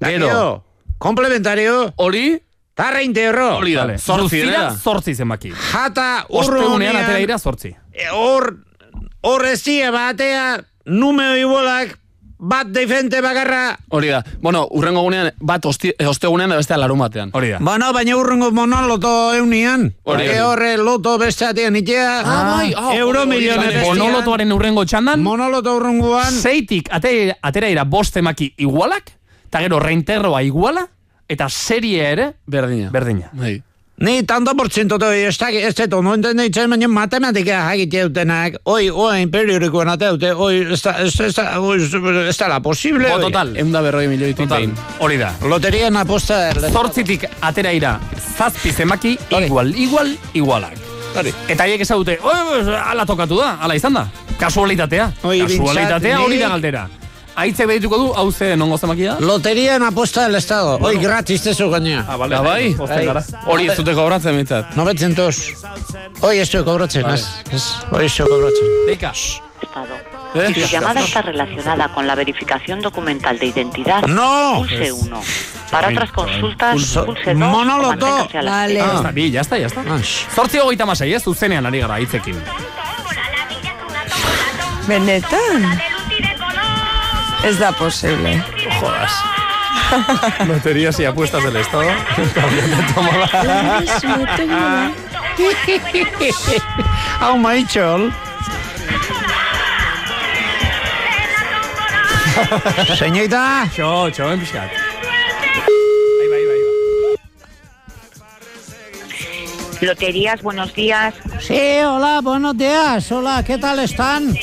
Gero.
Bai. Gero. Komplementario.
Hori.
Tarra interro.
Hori da, zortzi dira, zortzi zenbaki.
Jata
Ostegunean
urrunean.
atera dira zortzi.
e, Hor, hor ezie batea, numeo ibolak, bat defente bakarra.
Hori da. Bueno, urrengo gunean, bat osti, eh, ostegunean da bestea larun batean.
Hori
Ba,
da.
Bueno, baina urrungo monoloto eunean.
Hori, hori.
E horre loto bestatean itea.
Ah, bai, ah,
Euro milione bestian.
Monolotoaren urrengo txandan.
Monoloto urrungoan.
Seitik atera, atera ira bost emaki igualak, eta gero reinterroa iguala, eta serie ere
Berdina.
berdina.
Bai.
Ni tanto por ciento te doy, ez dakit, ez dut, no entenditzen, baina matematika jakitea dutenak, oi, oain periodikoan ateute, oi, ez da, ez da, ez da, oi, ez da, la posible,
Bo,
oi.
total.
Eunda berroi milioitik
Total, hori da.
Loterian aposta...
Zortzitik atera ira, zazpi zemaki, igual, igual, igualak. Eta haiek esan dute, "Oi, ala tokatu da, ala izan da. Kasualitatea. Kasualitatea hori da galdera. Aitzek bedituko du, hau ze nongo zemakia?
Loterian aposta del Estado. Hoy gratis te gainea. Ah,
vale. Ah, bai? Pozten gara.
Hori ez dute
kobratzen mitzat. 900. Hoy ez dute kobratzen, ez. ez. Hoy ez dute kobratzen.
Deika.
Si su llamada está relacionada con la verificación documental de identidad,
¡No!
pulse 1. Para otras consultas,
Pulso-
pulse 2.
Vale. Ah, está, bi, ya está, ya está. Zortzi hogeita masai, ez? Zuzenean ari gara, hitzekin.
Benetan? Ez da posible. *laughs*
Jodas. Loterías y apuestas del Estado. Cambiando de tomada.
Hau maitxol. Señorita.
Txo, txo, enpixkat.
Loterías, buenos días.
Sí, hola, buenos días. Hola, ¿qué tal están?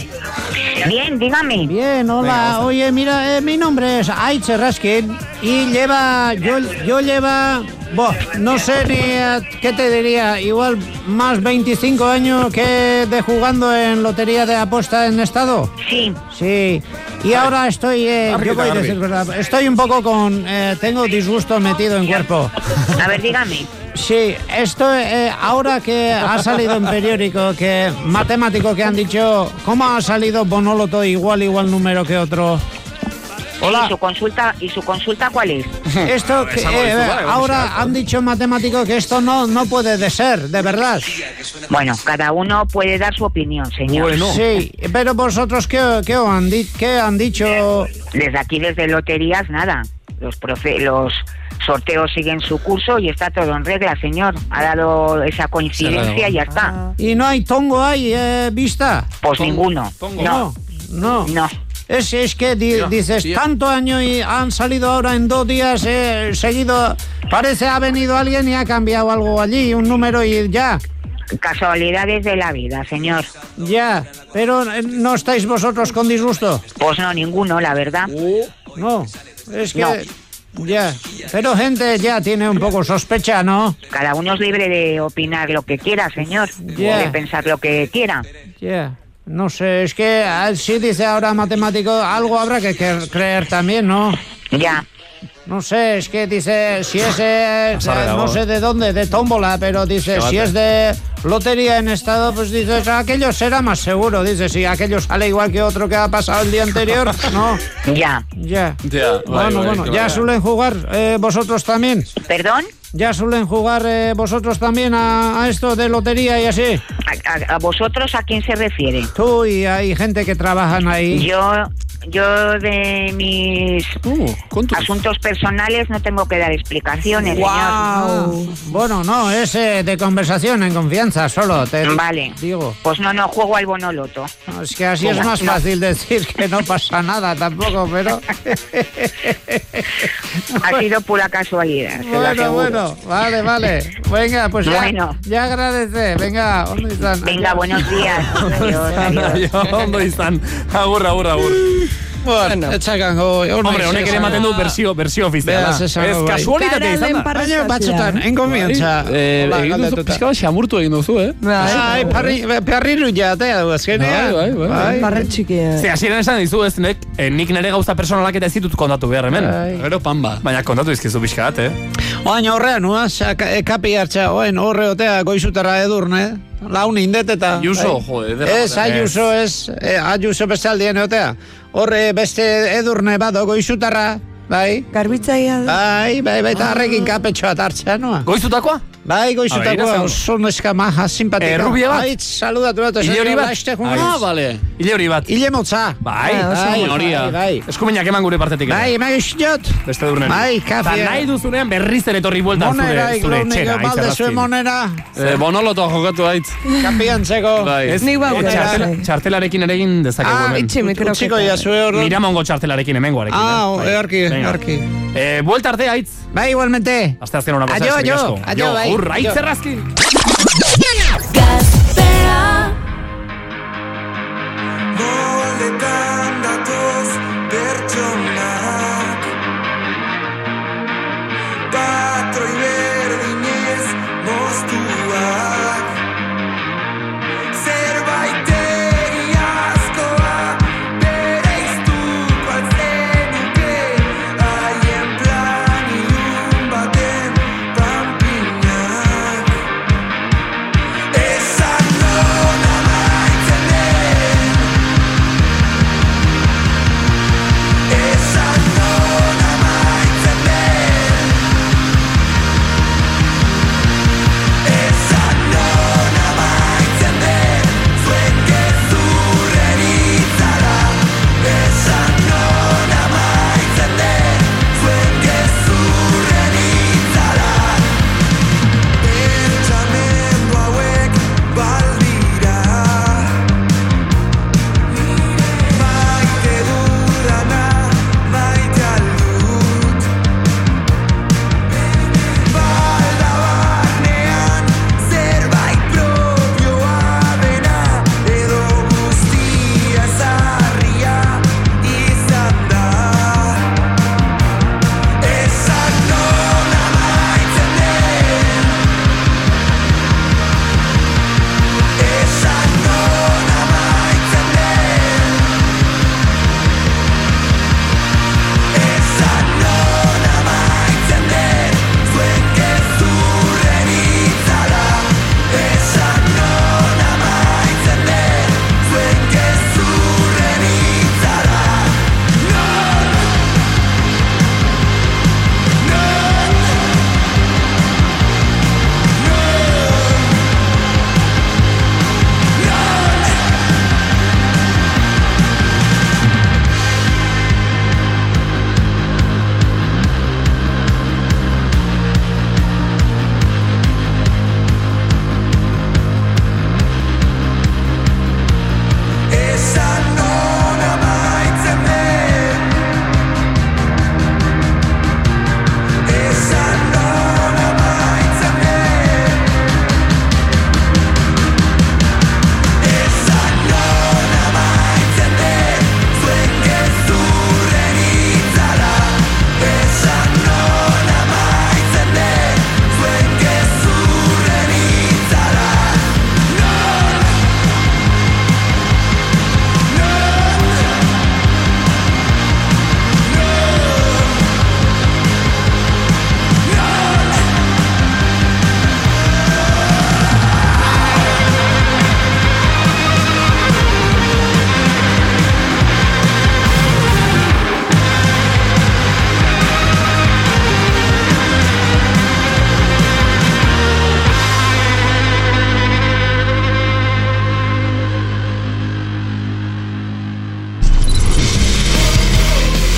Bien, dígame. Bien,
Venga,
hola.
vamos a-
Oye, mira, eh, mi nombre es Aiche Raskin y lleva, yo, yo lleva, boh, no sé ni eh, qué te diría, igual más 25 años que de jugando en lotería de apuesta en estado. Sí. Sí. Y ahora estoy, eh,
Arri,
yo voy a
arri.
decir verdad, estoy un poco con, eh, tengo disgusto metido en cuerpo.
A ver, dígame.
Sí, esto eh, ahora que ha salido en periódico, que matemático que han dicho, ¿cómo ha salido Bonoloto igual, igual número que otro?
Hola. ¿Y su consulta, y su consulta cuál es?
Esto que, eh, ahora han dicho matemático que esto no, no puede de ser, de verdad.
Bueno, cada uno puede dar su opinión, señor.
Sí, pero vosotros qué, qué, os han, di- qué han dicho...
Desde aquí, desde Loterías, nada. Los profe, los sorteos siguen su curso y está todo en regla, señor. Ha dado esa coincidencia y ya está.
Ah. Y no hay tongo ahí, eh, vista.
Pues ninguno.
No,
No.
no. Es, es que di- dices, tanto año y han salido ahora en dos días eh, seguido. Parece ha venido alguien y ha cambiado algo allí, un número y ya.
Casualidades de la vida, señor.
Ya, pero eh, no estáis vosotros con disgusto.
Pues no, ninguno, la verdad.
No, es que...
No.
Ya, pero gente ya tiene un poco sospecha, ¿no?
Cada uno es libre de opinar lo que quiera, señor.
Ya.
De pensar lo que quiera.
Ya, no sé, es que ah, si dice ahora matemático, algo habrá que cre- creer también, ¿no?
Ya.
No sé, es que dice, si es, eh,
Has arreglado.
no sé de dónde, de tómbola, pero dice,
Llévate.
si es de lotería en estado, pues dices, aquello será más seguro, dice, si aquello sale igual que otro que ha pasado el día anterior, no.
*laughs* Ya.
Ya.
Ja, bai,
Bueno,
bai,
bueno,
bai,
ya
bai.
suelen jugar eh, vosotros también.
¿Perdón?
Ya suelen jugar eh, vosotros también a, a esto de lotería y así.
¿A, a vosotros a quién se refiere?
Tú y hay gente que trabajan ahí.
Yo, yo de mis
Uh,
asuntos personales no tengo que dar explicaciones, señor.
Bueno, no, es eh, de conversación en confianza solo. Te
Vale.
Digo.
Pues no, no, juego al bonoloto.
Es que así es
Venga,
más
no.
fácil decir que no pasa nada tampoco, pero.
*laughs*
*laughs*
Ha sido pura casualidad. se lo
Bueno,
aseguro.
bueno, vale, vale. Venga, pues ya,
Bueno.
ya agradece. Venga, ondo izan.
Venga, buenos días. Adiós, adiós.
Ondo izan. Agur, agur, agur.
Bueno, etxakan
Hombre, honek ere ematen du bersio, bersio ofiziala.
Beraz, esango,
Ez,
bai.
kasualitatea izan da.
Baina batzutan, enkonfiantza.
Eh,
Hola,
egin duzu,
galdetuta.
pixka bat xamurtu egin duzu, eh?
Bai, parri, perriru jatea du azkenean.
Bai, bai, bai. Barre
txikia.
Ze, hasieran esan dizu ez, nek, eh, nik nere gauza personalak eta ez ditut kontatu behar hemen.
Bai.
Gero pamba. Baina kontatu izkizu pixka bat, eh?
Oain horrean, uaz, aka- e, kapi hartza, oain horre otea goizutara edurne. Laun indet eta...
Ayuso,
Bai.
jode, ederra
Ez,
batean.
Ayuso, ez, eh, Ayuso bestaldien eotea. Horre beste edurne bado goizutarra, bai? Garbitzaia da. Bai, bai, bai, eta harrekin kapetxoa hartzea, noa.
Goizutakoa?
Bai,
A
goizutakoa,
ver,
oso neska maha, simpatika.
Errubia bat?
Aitz, saludatu bat, ez
Ile hori
dira,
bat?
laiste jungo.
Ah,
Ah, ba-
bale.
Ile hori bat.
Ile motza.
Bai,
Ah, oso
bai,
ondo.
horia.
Bai, bai.
Eskuminak eman gure partetik.
Bai, eman giztiot.
Beste durnen.
Bai, kafea.
Eta nahi duzunean berriz ere torri bueltan zure,
Monera, bai,
zure
iglaunik,
etxera. Aitz
baldezu
Errazkin.
monera.
Eh, bonolotoa jokatu aitz.
Kapiantzeko.
Bai.
Ez,
Nik bau-
eh, txartela- txartelarekin ere egin dezakegu
Ah,
hemen.
itxi mikrofona. Utziko jazue orduan.
Miramongo txartelarekin hemengoarekin.
Ah,
eh? Bai.
earki,
Venga.
earki.
Eh, buelta arte, aitz.
Bai, igualmente.
Aste azken honako
Adio,
zera, eskerrik
adio,
asko.
adio, bai.
agur,
Yo-
aitz errazkin.
Moletan datoz pertsonak Patroi berdinez moztuak Zerbait egiazkoa Bere iztuko alzenuke Haien plan ilun baten pampinak Ezan non amaitzen den Esan non amaitzen den Esan non amaitzen den Zuen gezurren itzala Esan non amaitzen den Zuen gezurren itzala Pentsamendu hauek baldira Maite dudana maite aldut Balda barnean zerbait propioa dena Edo guztia zarria izan da Ezan non amaitzen den Ezan non amaitzen den Ezan non amaitzen den Zuen gezurren itzala Ezan non amaitzen den Zuen gezurren itzala Non Non Non Non Esan non amaitzen den Esan non amaitzen den Esan non amaitzen den Zuen gezurren itzala Esan non amaitzen den Zuen gezurren itzala Non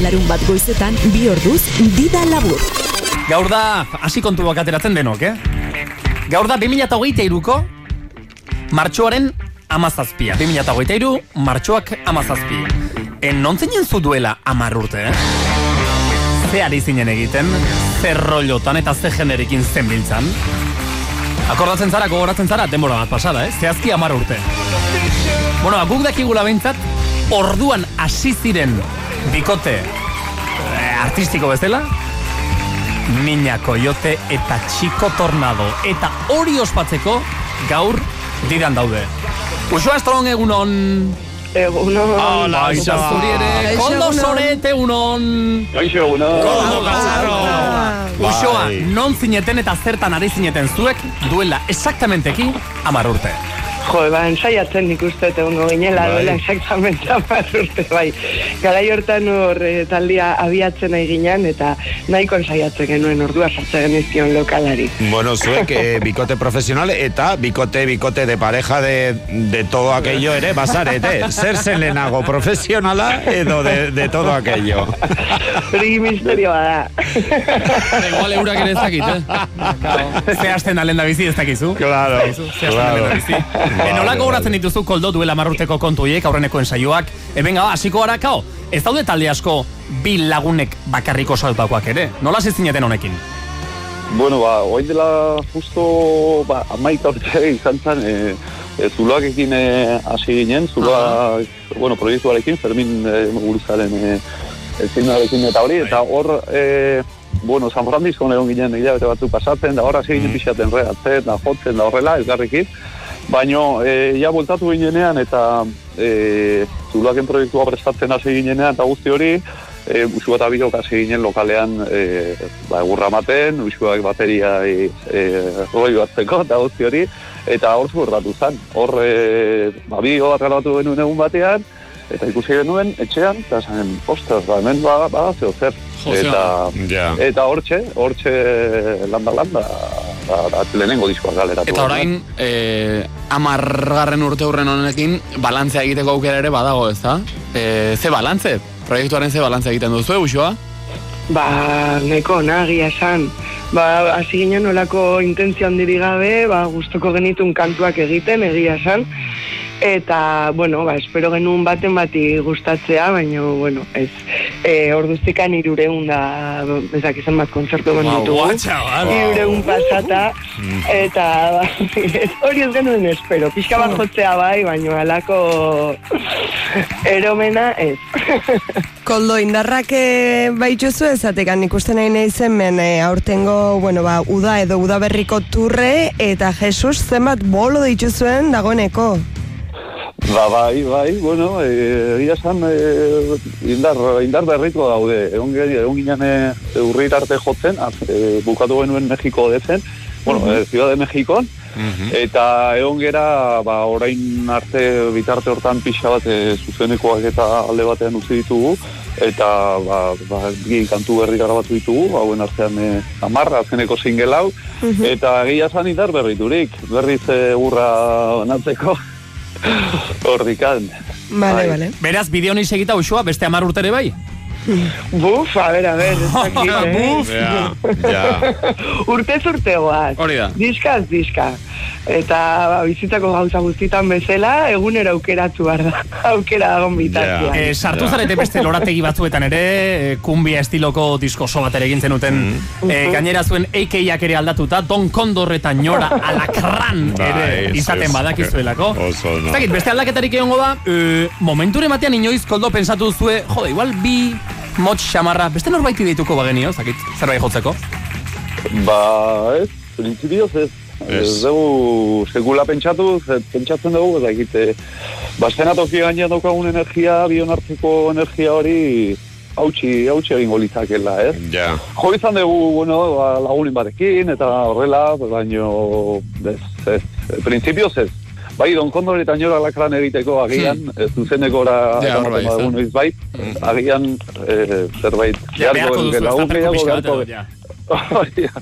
Larun bat goizetan, bi orduz, dida labur.
Gaur da, hasi kontuak ateratzen denok, eh? Gaur da, 2008ko, martxoaren amazazpia. 2008 martxoak amazazpi. En nontzinen zu duela amar urte, eh? Ze ari zinen egiten, ze rollotan eta ze generekin zenbiltzan. Akordatzen zara, gogoratzen zara, denbora bat pasada, eh? Zehazki amar urte. Bueno, ba, guk dakigula behintzat, orduan hasi ziren bikote eh, artistiko bezala, Niña Coyote eta Chico Tornado. Eta hori ospatzeko gaur didan daude. Uxua Strong egunon. Egunon. Hola,
Kaixo.
Isa zuri ere.
Kaixo,
Kondo
egunon.
sorete unon.
Kaixo, egunon.
Kondo gazarro.
Bai.
Uxua, non zineten eta zertan ari zineten zuek duela exactamenteki amar urte.
Jo, ba, ensaiatzen nik uste egongo ginela,
Bai.
duela exactamente amar urte, bai. Garai hortan hor eh, taldia abiatzen nahi ginen, eta nahiko ensaiatzen genuen ordua sartzen genizkion lokalari.
Bueno, zuek eh, bikote profesional eta bikote, bikote de pareja de, de todo aquello ere, bazarete. Zer zen lehenago, profesionala edo de, de todo aquello.
Hori misterioa da.
Igual eurak ere ez dakit, *laughs* eh? Ze hasten da lenda bizi ez dakizu. Claro,
claro.
*laughs*
eh?
Enola Eh, gogoratzen dituzu koldo duela marrurteko kontuiek, aurreneko ensaioak. E, benga, ba, hasiko gara, kao. Ez daude talde asko bi lagunek bakarriko saltakoak ere. Nola hasi zineten honekin?
Bueno, ba, oain dela justo ba, amaika urte izan zen, e, e, zuloakekin e, hasi ginen, zuloak, bueno, proiektuarekin, Fermin e, Muguruzaren e, e, zinuarekin eta hori, eta hor, e, bueno, San Francisco egon ginen hilabete batzuk pasatzen, da hor hasi ginen pixaten reatzen, da jotzen, da horrela, elgarrekin, Baino, e, ja bueltatu ginenean eta e, zuluaken proiektua prestatzen hasi ginenean eta guzti hori, e, usua eta biok hasi ginen lokalean e, ba, egurra ematen, usuak bateria e, e, roi batzeko eta guzti hori, eta hor zurratu zen. Hor, e, ba, bideo bat grabatu genuen egun batean, eta ikusi genuen etxean, eta zanen, ostras, ba, hemen ba, ba, zeo zer.
Josea.
Eta,
Ja.
eta hortxe, hortxe landa landa, da, da, lehenengo diskoa galeratu.
Eta orain, e, amargarren urte hurren honekin, balantzea egiteko aukera ere badago, ez da? E, ze balantze? Proiektuaren ze balantze egiten duzu, eh, Uxoa?
Eh,
Ba, nahiko nagia esan. Ba, hasi ginen olako intentzio handirik gabe, ba, gustoko genitun kantuak egiten, egia esan. Eta, bueno, ba, espero genuen baten bati gustatzea, baina, bueno, ez, e, orduztikan irureun da, bezak izan bat kontzertu egon
Wow,
ditugu.
guau, chaval. Mm.
Hirureun pasata, eta, ba, ez, *laughs* hori ez genuen espero. Pixka bat jotzea bai, baina alako eromena ez.
Koldo indarrak e, baituzu ezatekan ikusten nahi nahi zen men e, aurtengo, bueno, ba, uda edo udaberriko turre eta Jesus zenbat bolo dituzuen dagoeneko.
Ba, bai, bai, bueno, eh, egia esan eh, indar, indar berriko daude. Egon, ge- egon ginen eh, urrira arte jotzen, az, eh, bukatu genuen Mexiko dezen, bueno, eh, Ciudad de Mexikon, eta egon gera, ba, orain arte bitarte hortan pixa bat eh, zuzenekoak eta alde batean utzi ditugu, eta ba, ba, bi kantu berri grabatu ditugu, hauen artean eh, amarra, azkeneko single hau,
Mhm.
eta egia esan indar berriturik, berriz eh, urra banatzeko. Hordikan.
Vale,
Bai.
vale.
Beraz, bideo nahi segita usua, beste amar urtere bai?
Buf, a ber, a ber, ez
*laughs*
dakit, eh?
Buf!
Ja, ja. *laughs* Urtez urte goaz.
Hori da.
Diskaz diska. Eta ba, bizitzako gauza guztitan bezala, egunero aukeratu behar da. *laughs* Aukera dagoen bitartean.
Eh, sartu zarete beste lorategi batzuetan ere, eh, kumbia estiloko disko oso bat ere egin zenuten.
Mm.
Eh, gainera zuen AK-ak ere aldatuta, Don Condorretan nora alakran ere
Bai,
izaten
ez,
badakizuelako.
Oso,
Ez
no.
dakit, beste aldaketarik egongo da, e, momenture batean inoiz koldo pensatu zue, jode, igual bi motx xamarra, beste norbaiti deituko bagenio, ez dakit, zerbait jotzeko?
Ba, ez, printzipioz ez. Ez. dugu sekula pentsatu, ze- pentsatzen dugu, ez dakit, eh, ba, eszenatoki gainean daukagun energia, bion arteko energia hori hautsi, hautsi egingo litzakela, ez?
Ja.
Jo izan dugu, bueno, ba, lagunin batekin, eta horrela, ba, baino, ez, ez, printzipioz ez. Bai, don kondor eta nora lakran egiteko agian, ez zuzeneko ora
Hmm. Ja, hor bai,
eramaten
ez da.
badugu noizbait, agian eh, zerbait
Ja, beharko
beharko
duzu,
genuke,
ez da,
lagun
aterko
gehiago
pixka bat
beharko
edo,
ge- *laughs* Hori da.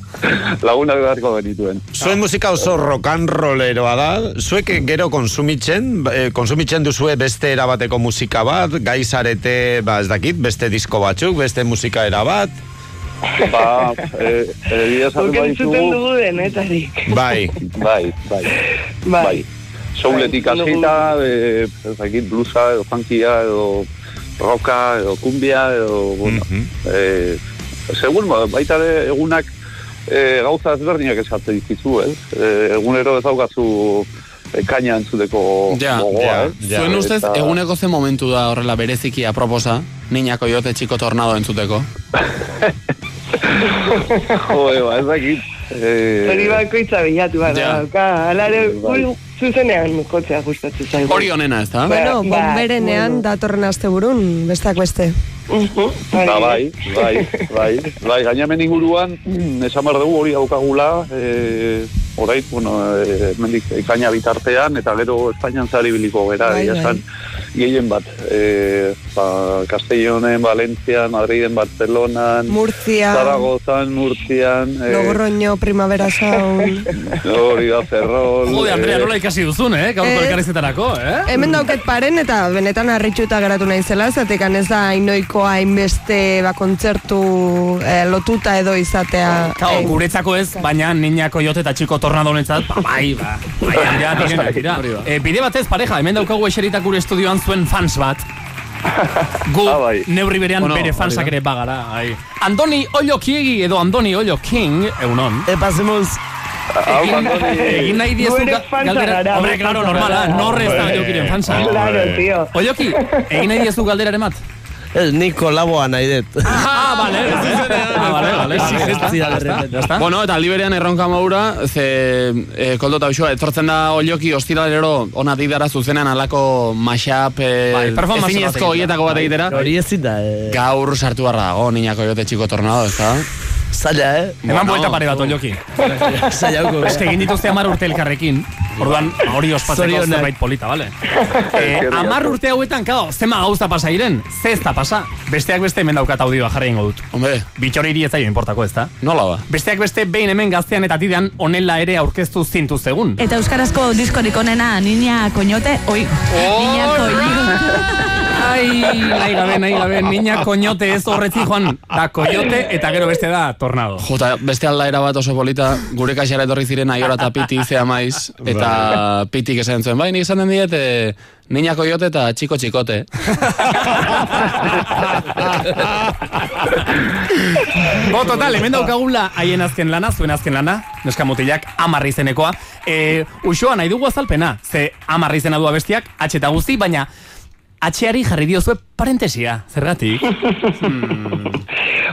Lagunak beharko genituen.
Zuen musika oso rock and rolleroa da, zuek gero konsumitzen, eh, konsumitzen duzue beste erabateko musika bat, gai zarete, ba ez dakit, beste disko batzuk, beste musika erabat.
Ba, eh, egia esaten
Guk entzuten
baditugu,
dugu denetarik.
Bai.
bai, bai, bai. Souletik hasita, eh, ez dakit, blusa, edo funkia, edo roka, edo kumbia, edo, bueno, eh, segun, baita ere egunak eh, gauza ezberdinak esatzen dizizu, ez? Eh, egunero ez daukazu eh, kaina entzuteko
Ja,
gogoa,
eh.
ja,
ez?
Zuen ustez,
Eta-
eguneko ze momentu da horrela bereziki aproposa, niñako jote txiko tornado entzuteko?
Joder, ba, ez dakit. Eh,
Hori
bai,
bakoitza bilatu behar
Ja.
da. dauka. Hala ere,
Bai.
gu- zuzenean jotzea gustatzen zaigu.
Hori onena, ez da?
Bueno,
Ba, ba,
bomberenean datorren asteburun, besteak beste.
Ba, bai, bai, bai, bai, gainamen inguruan, mm, esan behar dugu hori daukagula, e, orain, bueno, e, mendik ekaina bitartean, eta gero Espainian zari biliko gera,
Bai,
bai,
bai.
esan, gehien bat, e, ba, Castellonen, Valentzian, Madriden, Barcelonan,
Murtzian.
Zaragozan, Murtzian, e,
Logroño, primavera saun.
*laughs* hori da, Ferrol.
Jode, Andrea,
eh,
nola ikasi duzun, eh? Gaurko
Ez.
elkarrizketarako, eh?
Hemen dauket paren eta benetan harrituta geratu naizela, zatekan ez da inoikoa hainbeste ba, kontzertu eh, lotuta edo izatea.
Kao,
Eh,
guretzako ez, baina niñako jote eta txiko tornado honentzat, ba, bai, ba,
bai, *laughs*
bai, dira, direnak dira. Eh, bide batez, pareja, hemen daukagu eseritak gure estudioan zuen fans bat, Gu, neurri berean
Ah, bai. Bueno,
bere fansak
hori da.
ere bagara. Ai. Andoni Ollo Kiegi edo Andoni Ollo King, eunon.
Epazimuz.
Ah,
Egin, egin nahi diezu
Gu ere
ga-
fansa
galdera...
gara,
Hombre,
gu
claro,
fansa
normala,
gara.
norre ez da
Hombre,
Ollokiren fansa. eh.
claro, tío.
Olloki, egin nahi diezu galdera ere mat?
Ez, nik kolaboa nahi dut.
Ah, vale. Ah, vale, vale.
Exigentzia de *laughs* repente.
Ya está.
Bueno, eta liberean erronka maura, ze e, koldo eta uxua, etortzen da olioki ostiralero ona didara zuzenan alako mashup e,
Bai, performance bat
ezinezko
egitera.
hoietako bat
Bai,
egitera.
hori ezin da, eh.
Gaur sartu barra dago, niñako jote txiko tornado, ez da?
Zaila, eh?
Bueno.
Eman buelta pare bat
*laughs*
Olloki.
Saiatuko gara.
Ez que egin dituzte amar urte elkarrekin. Orduan, hori ospatzeko
Zorionak.
zerbait polita, bale? *laughs* Eh, amar urte hauetan, kao, zema gauza pasa iren, ze ez da pasa. Besteak beste hemen daukat audioa jarri ingo dut.
Hombre.
Bitxori hiri ez zaio inportako ez da.
Nola ba?
Besteak beste behin hemen gaztean eta tidean onela ere aurkeztu zintu zegun.
Eta euskarazko diskorik onena niña koñote, oi, niña
Ai, nahi gabe, nahi gabe, niña koñote ez horretzi joan, da koñote eta gero beste da tornado.
Jota, beste aldaera bat oso polita, gure kaxara etorri ziren aiora eta piti zea maiz, eta pitik esan zuen, bai, nik esaten diet, e, niñako jote eta txiko txikote.
Bo, total, hemen daukagula haien azken lana, zuen azken lana, neska mutilak, amarri izenekoa. E, usoa nahi dugu azalpena, ze amarri izena du abestiak, atxe eta guzti, baina atxeari jarri diozue parentesia, zergatik. Hmm,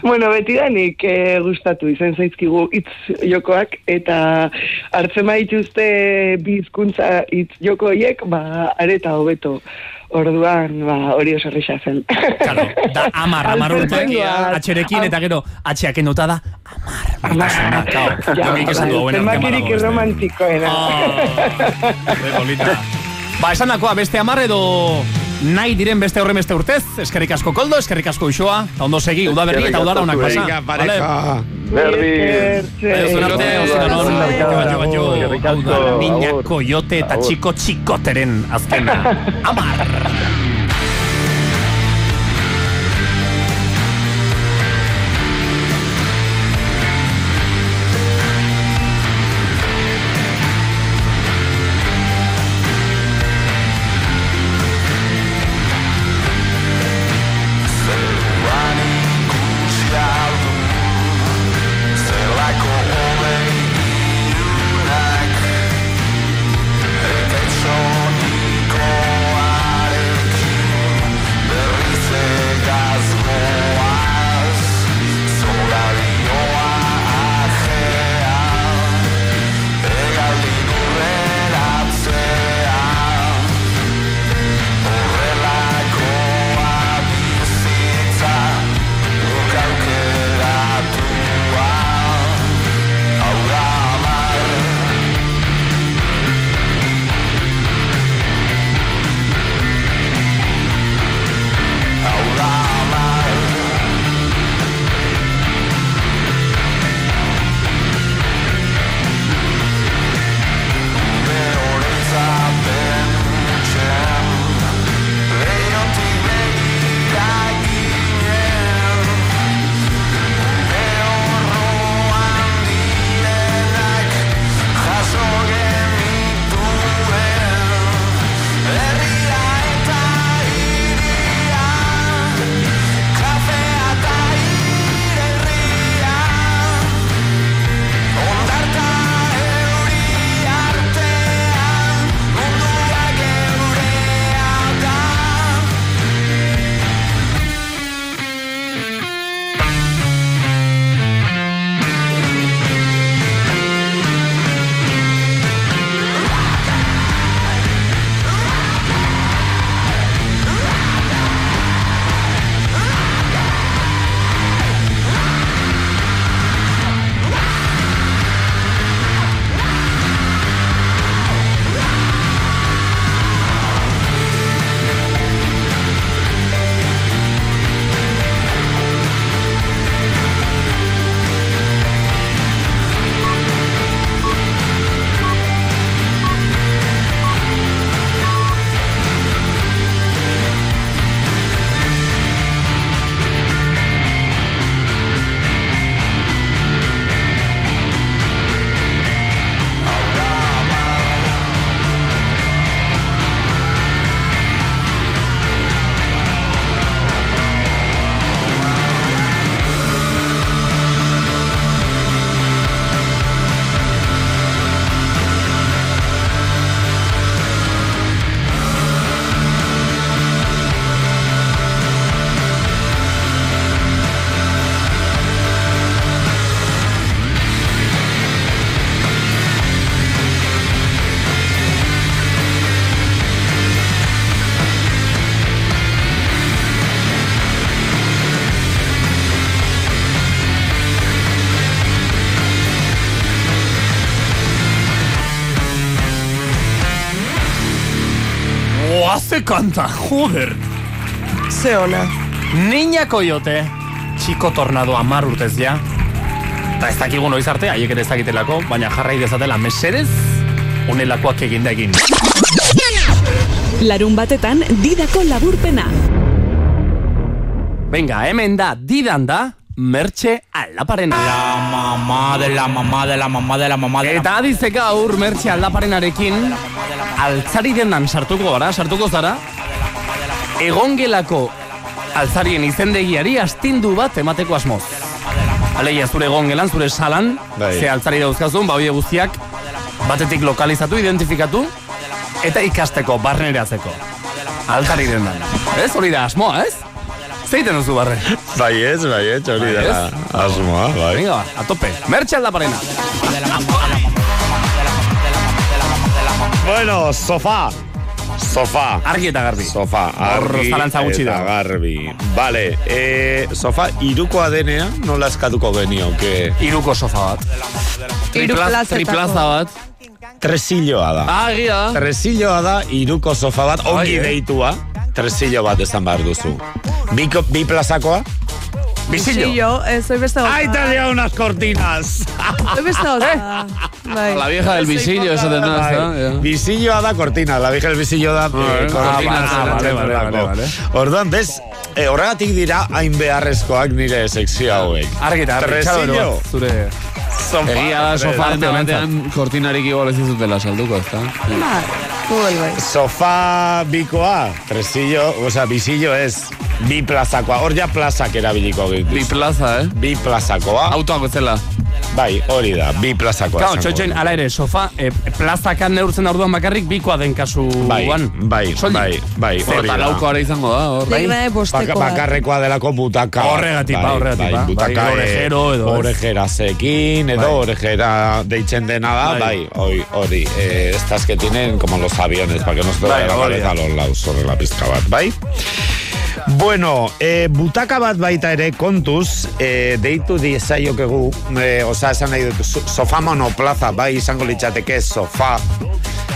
Bueno, betidanik eh, gustatu izan zaizkigu hitz jokoak eta hartzen badituzte bi hizkuntza hitz joko hiek, ba areta hobeto. Orduan, ba, hori oso erresa zen.
Da, amar, amar urteak,
Alpertengoa.
atxerekin, eta gero atxeak enduta da, amar, amar, kao. Jokik esan du,
bai,
hauen aurten
Zenbakirik
badago.
romantikoena.
Ba, esan dakoa, beste amar edo nahi diren beste horren beste urtez, eskerrik asko koldo, eskerrik asko usoa, eta ondo segi, udaberri eta udara onak pasa.
Venga,
bale?
pareja.
Baina, zuen arte, osita non, baino, baino, hau da, niña koiote eta
Agur.
txiko txikoteren azkena.
Zeruan ikusi hau du Zelako hobe ilunak Eta etxonikoarek
lo hace canta, joder.
Ze ona.
Niña Coyote, txiko tornado amar urtez ja. Eta ez dakigu noiz arte, haiek ere ez dakitelako, baina jarrai dezatela meserez, unelakoak egin da egin.
Larun batetan didako laburpena.
Venga, hemen da, didan da, mertxe aldaparen. La mamá de la mamá de la mamá de la mamá de la Eta adize gaur mertxe aldaparenarekin, altzari dendan sartuko gara, sartuko zara, egongelako altzarien izendegiari astindu bat emateko asmoz. Aleia, zure egongelan, zure salan,
Bai.
ze altzari dauzkazun, ba, horiek guztiak, batetik lokalizatu, identifikatu, eta ikasteko, barnereazeko. Altzari dendan. Ez, hori da asmoa, ez? Zeiten duzu barre.
Bai ez, bai ez, hori da asmoa, bai.
Venga, ba, a tope. Mertxe aldaparena.
Bueno, sofá. Sofá.
Argi eta garbi.
Sofá,
Hor,
argi
zalantza gutxi
eta
dago.
garbi. Vale, eh, sofá irukoa denean nola eskatuko genioke?
Iruko sofa bat.
Hiru
Tripla-
plazetako.
Triplaza bat.
Tresilloa da.
Ah,
Agia.
Tresilloa da iruko sofa bat,
eh.
ongi deitua. Tresillo bat esan behar duzu. Biko, bi plazakoa? Bizillo.
Yo, eh, soy besta gozada. Ahí te
liado unas cortinas.
soy
*laughs*
besta
Eh.
gozada. Bai.
esaten da,
Bai.
ezta? Ja.
Bizilloa da cortina, la vieja el bizillo da eh, cortina.
ah,
esaten
vale, vale,
delako.
vale, vale.
Orduan, bez, eh, horregatik dira hain beharrezkoak nire sekzio hauek.
Argi eta argi. txalo ero
Tresillo.
bat, Zure...
Egia da sofa
Arte
dena
honentzat.
batean kortinarik igual ez dizutela salduko, ezta?
Bai.
Sofa bikoa, tresillo, osea, bizillo ez, bi plazakoa. Hor ja plazak erabiliko gitu. Bi
plaza, eh?
Bi plazakoa.
Autoak bezala.
Bai, hori da, bi plazakoa.
Claro,
esango
txotxen,
dut.
ala ere, sofa, e, plazakan neurtzen da orduan bakarrik bikoa den kasuan.
Bai, bai, bai, bai,
Zer,
hori da.
talauko
ere izango da, hor.
Bai.
Baka- bakarrekoa delako butaka. bat.
Horregatik, ba, horregatik, ba.
Bai, butaka,
Bai, orejero edo ez.
Orejera zekin, edo
Bai.
orejera deitzen dena da, bai, hori, hori, eh, estas que tienen como los aviones, para que no se te
Bai,
vaya la
hori
cabeza
da.
a los lados sobre la pizka bat, bai? Bueno, e, butaka bat baita ere kontuz, e, deitu diezaiokegu, e, oza, esan nahi dut, so- sofa monoplaza, bai izango litzateke sofa,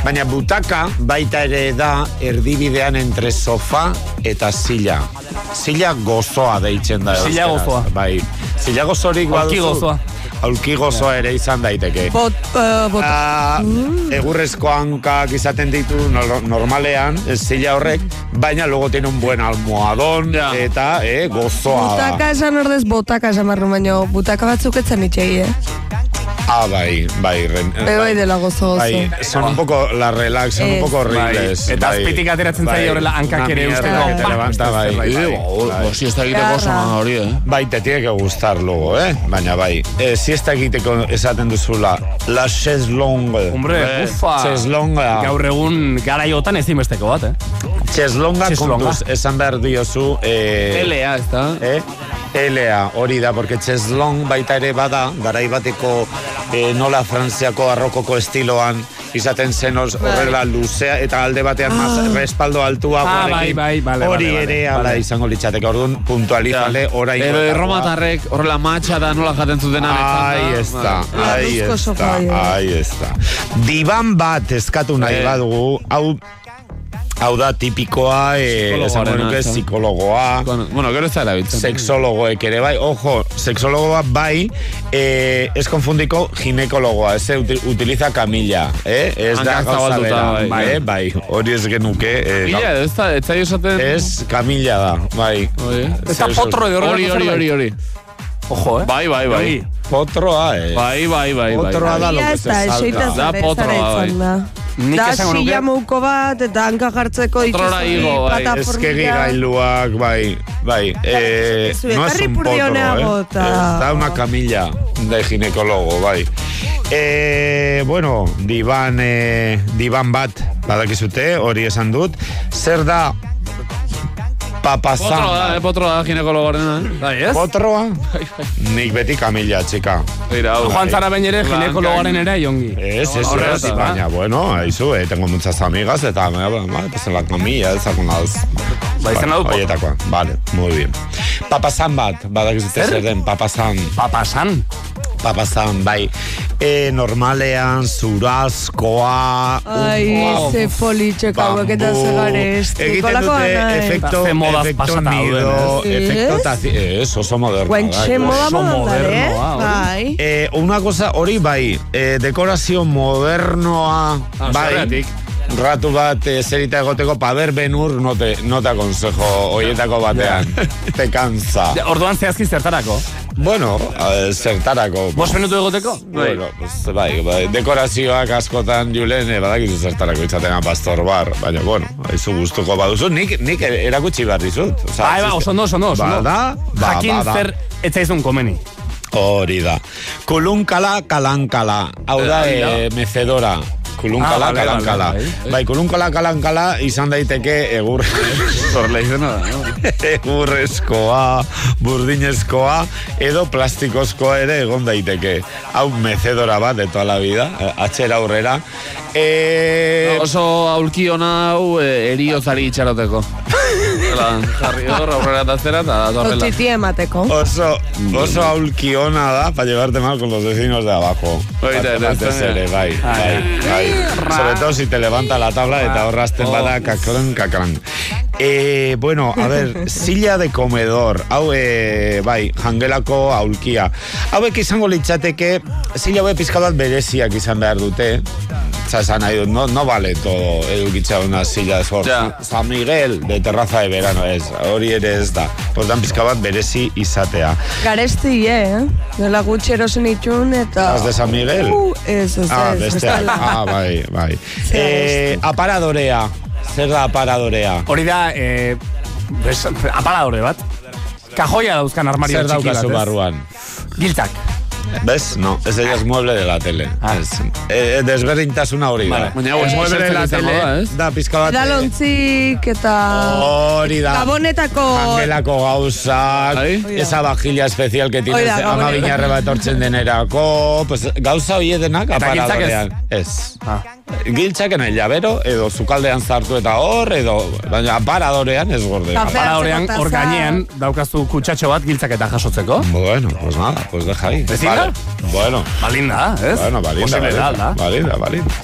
baina butaka baita ere da erdibidean entre sofa eta silla. Silla gozoa deitzen da.
Silla
euskaraz,
gozoa.
Bai, silla gozorik
Aulki gozoa.
Aulki gozoa ere izan daiteke.
Bot, eh, bot.
Ah, egurrezko hankak izaten ditu nor- normalean, zila horrek, baina luego tiene un buen almohadón eta eh, gozoa da.
Butaka esan ordez botaka esan barru, baino butaka batzuk etzen itxegi, eh?
Ah, bai, bai, ren,
Be bai dela gozo oso.
Bai, son un poco la relax, son un
Ez.
Bai,
poco horribles. Bai.
eta azpitik ateratzen zaio horrela hankak ere usteko,
Te
pa,
levanta,
beste
bai.
zerbait, bai.
si ez da egiteko oso
Garra.
ona hori, eh?
Bai, te tiene que gustar luego, eh? Baina bai, eh, siesta egiteko esaten duzula, la cheslonga.
Hombre,
Eh,
ufa.
Cheslonga.
Gaur egun garaiotan ezinbesteko bat, eh?
Cheslonga
Cheslonga.
kontuz, esan behar diozu... Eh,
LA, ez da?
Eh? LA, hori da, porque cheslong baita ere bada, garai bateko eh, nola frantziako arrokoko estiloan, izaten zen os- horrela luzea eta alde batean
Bai. Ah.
mas respaldo altua
Ah, bai, bai, vale,
hori
vale,
ere
vale,
ala
vale.
izango litzateke orduan puntualizale orain
Edo erromatarrek horrela matxa da nola jaten zutena
Bai, Ahí está, ahí está, ahí está. Diban bat eskatu nahi
Eh.
badugu, hau Hau da tipikoa, eh, esango
Psikologoarena,
nuke,
ezta?
psikologoa.
Bueno, gero ez da erabiltzen.
Sexologoek ere bai, ojo, sexologoa bai, eh, ez konfundiko ginekologoa, ez eh, uti- utiliza kamila, eh? Ez da
Hankak
gauza bera,
zabalduta, bai.
bai, eh, bai, hori ez genuke. Eh,
Mila,
gau-
ez da, ez zaio esaten...
Ez, kamila da, bai.
Ez da potro edo horrelako
Hori, hori,
zerbait.
hori, hori.
Ojo, eh?
Bai, bai, bai.
Potroa, eh?
Bai, bai, bai, bai.
Potroa da lo
Ia
que
ez
se
da,
salta.
eseita zara izan da.
Nik
Da
esango nuke-
silla mouko bat, eta hanka jartzeko
Potrora
dituzun
igo, bai. Eskegi
plataformilla.
gailuak, bai, bai. Eh,
Zue,
no es
ekarri
un potro,
purdioneago
eh.
eta-
Ez Da una camilla de ginekologo, bai. Eh, bueno, divan, eh, divan bat, badakizute, hori esan dut. Zer da
Potroa da, eh,
papazan?
potroa da ginekologarena. Bai, ez?
Potroa? Nik beti kamila, txika.
Joan zara bain ere ginekologoaren ere, jongi.
Es, eso
Horregatik,
es,
ba.
eh.
baina, bueno, aizu, eh, tengo muchas amigas, eta, eh, bueno, bueno, pues en la camilla, esa con las... Ba,
izena du,
Oietakoa, vale, muy bien. Papasan bat, badak zer
Zer?
zer den, papasan.
Papasan?
papazan, bai. E, normalean, zurazkoa...
Ai,
uf,
ze politxek hauek eta
bambu.
zegarezti.
Ba, Egiten dute
eh?
efekto,
Ze modaz
efekto
pasata
nido,
dauden, ez?
efekto tazi... Ez, oso moderno.
Guantxe moda moda, eh? Bai.
Eh, una cosa, hori bai, eh, dekorazio modernoa,
Ah,
bai,
zergatik.
ratu bat eh, zerita egoteko paber benur no te, no te aconsejo hoietako batean. te cansa.
Ja, Orduan zehazki zertarako.
Bueno, eh, zertarako.
Bost minutu egoteko?
Bueno, pues, bai, bai, dekorazioak askotan julen, eh, badakizu zertarako itzatena pastor bar, baina, bueno, haizu gustuko baduzu, nik, nik erakutsi behar dizut. Osa,
Bai, ba, oso ondo, oso ondo. oso ondo.
Bada, ba,
Jakin
bada.
zer etzaizun komeni.
Hori da. Kulunkala, kalankala. Hau
Eh,
da,
hori da.
eh, mecedora.
Ah,
Kulunkala,
vale,
kalankala.
vale,
Bai, kulunkala, kalankala izan daiteke
*laughs*
egur... Zorla izena da, no? *laughs* Egurrezkoa, burdinezkoa, edo plastikozkoa ere egon daiteke. Hau mecedora bat de toda la vida, eh, atxera aurrera. E...
Oso aulki ona hau eh, eriotzari
*laughs*
itxaroteko. Hala, jarri hor, aurrera eta zera, eta datorrela.
Otxiti emateko.
Oso, oso aulki ona da para llevarte mal con los vecinos de abajo.
Oita, eta
Batez
ez da,
ere, bai, bai, bai. Sobre todo si te levanta la tabla eta horrazten bada kakran, kakran. Eh, bueno, a ver, silla de comedor, hau, eh, bai, jangelako aulkia. Hauek izango litzateke, silla hauek pizka bat bereziak izan behar dute. Osa, esan nahi dut, no, no vale todo edukitza una silla de sor. San Miguel de terraza de verano ez, hori ere ez da. Hortan pizka bat berezi izatea.
Garesti, eh? Dela gutxi erosen itxun eta...
Las de San Miguel.
Uh, ez, ez,
Ah,
ez,
beste,
bestela.
ah, bai, bai. Eh, aparadorea. Zer da aparadorea?
Hori da, eh, bes, apaladore bat. Kajoia dauzkan armario
Zer
txiki bat,
daukazu
ez?
barruan?
Giltzak.
¿Ves? No, ese ya es mueble de la tele. Es, eh, desberdintasuna hori da.
Vale. Baina hau ez
Eh, mueble de la
zertzen
tele
izango da, ez?
da pizka bat. eh,
Edalontzik eta...
Hori da.
Gabonetako...
Angelako gauzak, esa vajilla especial que tienes
Hoi da,
ama
gabonetako.
binarre bat hortzen denerako, pues, gauza hori denak
Eta giltzak Ah.
aparadorean. Ez. Giltzak en el llavero, edo zukaldean zartu eta hor, edo, baina aparadorean ez gorde.
Apaladorean, Bai, hor gainean, daukazu kutsatxo bat giltzak eta jasotzeko.
Bueno, pues nada, pues deja ahí.
Ezin da?
Vale. Bueno.
Balinda, ez?
Bueno, balinda,
Posible da,
balinda,
da.
balinda, balinda.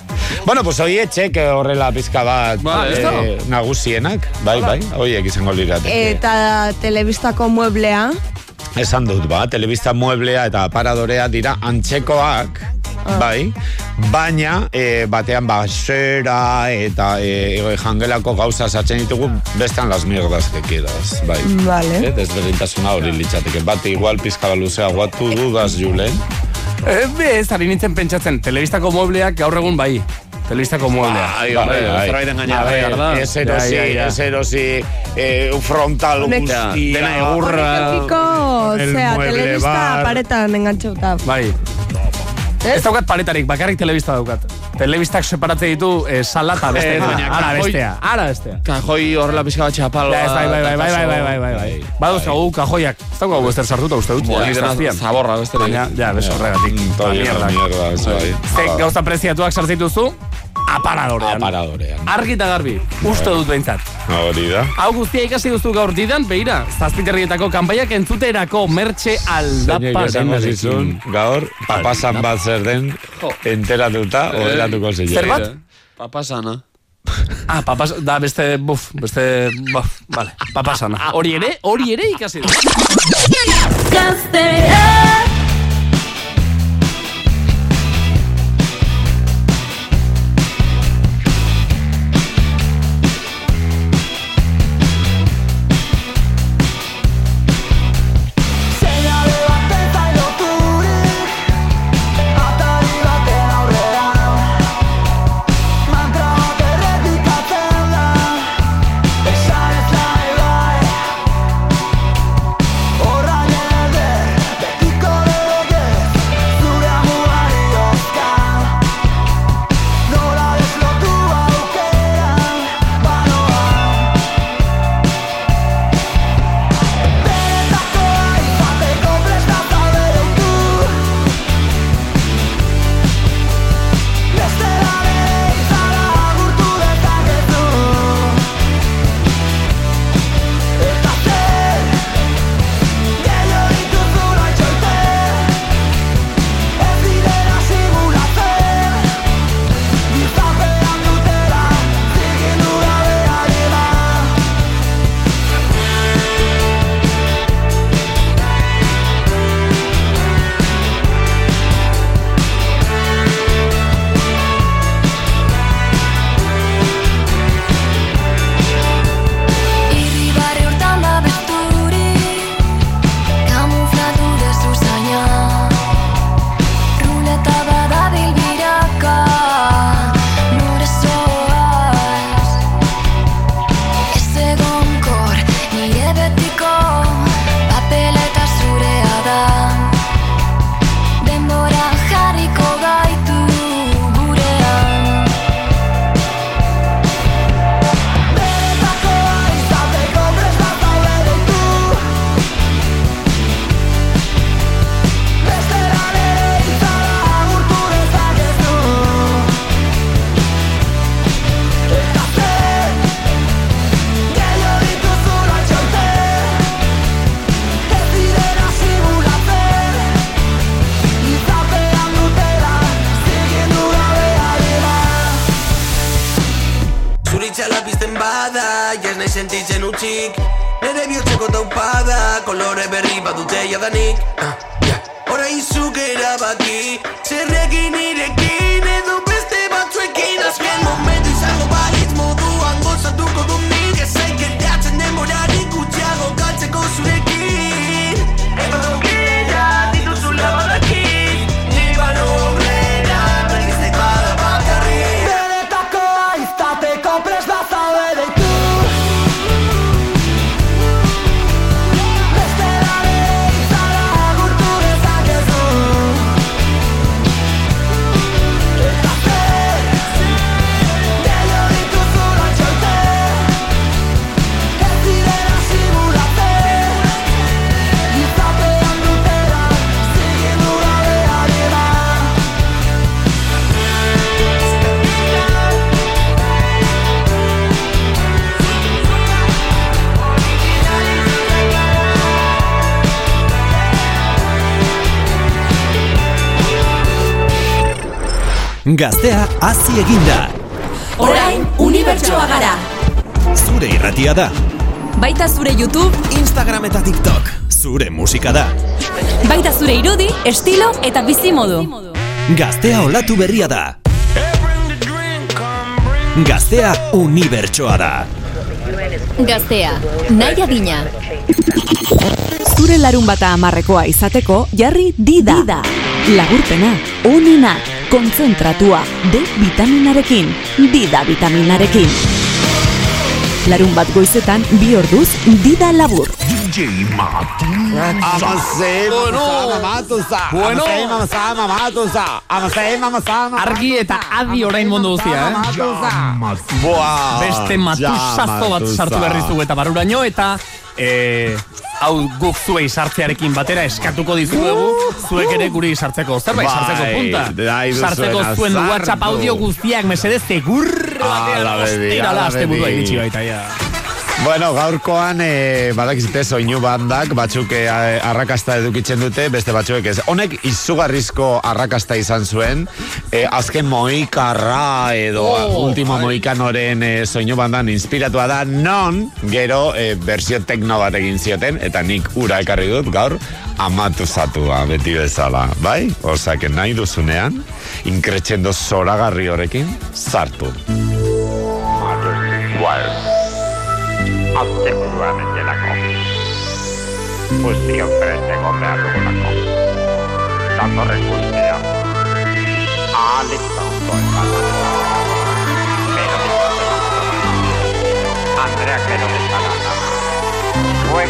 Bueno, pues hoi etxek horrela pizka bat eh,
Ba, ez da.
nagusienak, bai, bai, hoiek izango lirateke.
Eta telebistako mueblea.
Esan dut, ba, telebista mueblea eta aparadorea dira antzekoak,
Ah.
bai, baina e, batean basera eta e, e, jangelako gauza sartzen ditugu bestan las mierdas que quedas, bai.
Vale.
Eh, desberdintasuna hori litzateke. Bat igual pizka bat luzea guatu dudaz, Julen.
Eh, Ez, ari nintzen pentsatzen, telebistako muebleak gaur egun bai. Telebistako mueblea.
Ai, bai, bai. A ver,
bai.
ez erosi, ez erosi, eh, frontal
Honek-
guztia.
Dena Kiko,
el
zea,
mueble
telebista
bar.
paretan engantxauta.
Bai. Ez daukat paletarik, bakarrik telebista daukat. Telebistak separatze ditu eh, salata
Eh,
bestea.
baina
Ara
kajoi-
bestea, ara bestea.
Kajoi horrela pizka bat txapal.
Ja, ez, bai, bai, bai, bai, bai, bai, bai, bai, bai. Badauzkagu kajoiak. Ez daukagu bester sartuta uste dut.
Bueno,
Ja,
dena
zazpian.
zaborra beste lehi.
Baina, ja, bez horregatik.
Toda
Ba,
mierda,
mierda.
mierda, ez Mm, bai.
Ze gauza preziatuak sartzen dituzu, aparadorean.
Aparadorean.
Argi eta garbi, uste dut behintzat.
Hori da.
Hau guztia ikasi duzu gaur didan, behira, zazpiterrietako kanpaiak entzuterako mertxe
Zeinek
aldaparen
esango zizun, gaur, papasan bat zer den, enteratuta,
bai.
Eh,
horretuko zinen.
zer bat?
Papasana.
Ah, papas, da beste, buf, beste, buf, vale,
*laughs*
papasana. Hori ere, hori ere ikasi dut.
Seinale baten zain loturik Atari baten aurrean Mantra bat errepikatzen da Esan ez nahi bai Horrain erde betiko
Guritxala pizten bada, jaz nahi sentitzen utxik Nere bihotzeko taupada, kolore berri badute jadanik Ah, ja. Orain zuk erabaki, zerrekin irekin edo beste batzuekin Azken momentu izango balitz moduan gozatuko du nik Ez zait gertatzen denborarik gutxiago galtzeko zurekin Eta dukera dituzula badakit, ni bano obrera, berriz nahi bada bakarrik
Benetakoa izateko presta zaude deitu Besterare izara agurtu dezakezu Eta zer Gehiago dituzula txaute Ez direla simulatzen Izatean dutera Zigindu gabe arena
Gaztea hazi eginda.
Orain, unibertsoa gara.
Zure irratia da.
Baita zure YouTube,
Instagram eta TikTok. Zure musika da.
baita Bai zure irudi, estilo eta bizimodu.
Gaztea olatu berria da. Gaztea unibertsoa da.
Gaztea, nahi adina. Zure larun bata amarrekoa izateko, jarri dida. dida. Lagurpena, onena, kontzentratua, D vitaminarekin, dida vitaminarekin. Larun bat goizetan, bi orduz, dida labur.
DJ
Amase, mamazama, matuza.
Bueno.
Amase, mamazama, matuza. Amase, mamazama,
Argi eta adi orain mundu guztia, eh?
Boa,
Beste matusazo bat
matusa.
sartu berri zu eta baruraino eta eh, hau guk zuei sartzearekin batera eskatuko dizuegu zuek ere guri sartzeko zerbait sartzeko
Bai,
punta
nahi duzuena
sartzeko zuen
sartu.
WhatsApp audio guztiak mesedez segur
Ala, baby,
ostirala
ala,
asteburua
baby.
iritsi baita ja
Bueno, gaurkoan, eh, badakizite soinu bandak, batzuk eh, arrakasta edukitzen dute, beste batzuek ez. Honek izugarrizko arrakasta izan zuen, eh, azken moikarra edo
Oh,
ultima moikanoren eh, soinu bandan inspiratua da, non gero eh, bersio tekno bat egin zioten, eta nik ura ekarri dut gaur, amatu zatua beti bezala, bai? Osak, nahi duzunean, inkretxendo zoragarri horrekin, sartu.
Hazte buruaren delako Guztion preste gombear dugulako Datorren guztia Ahal eta ondo ematako Andrea gero bezala Zuek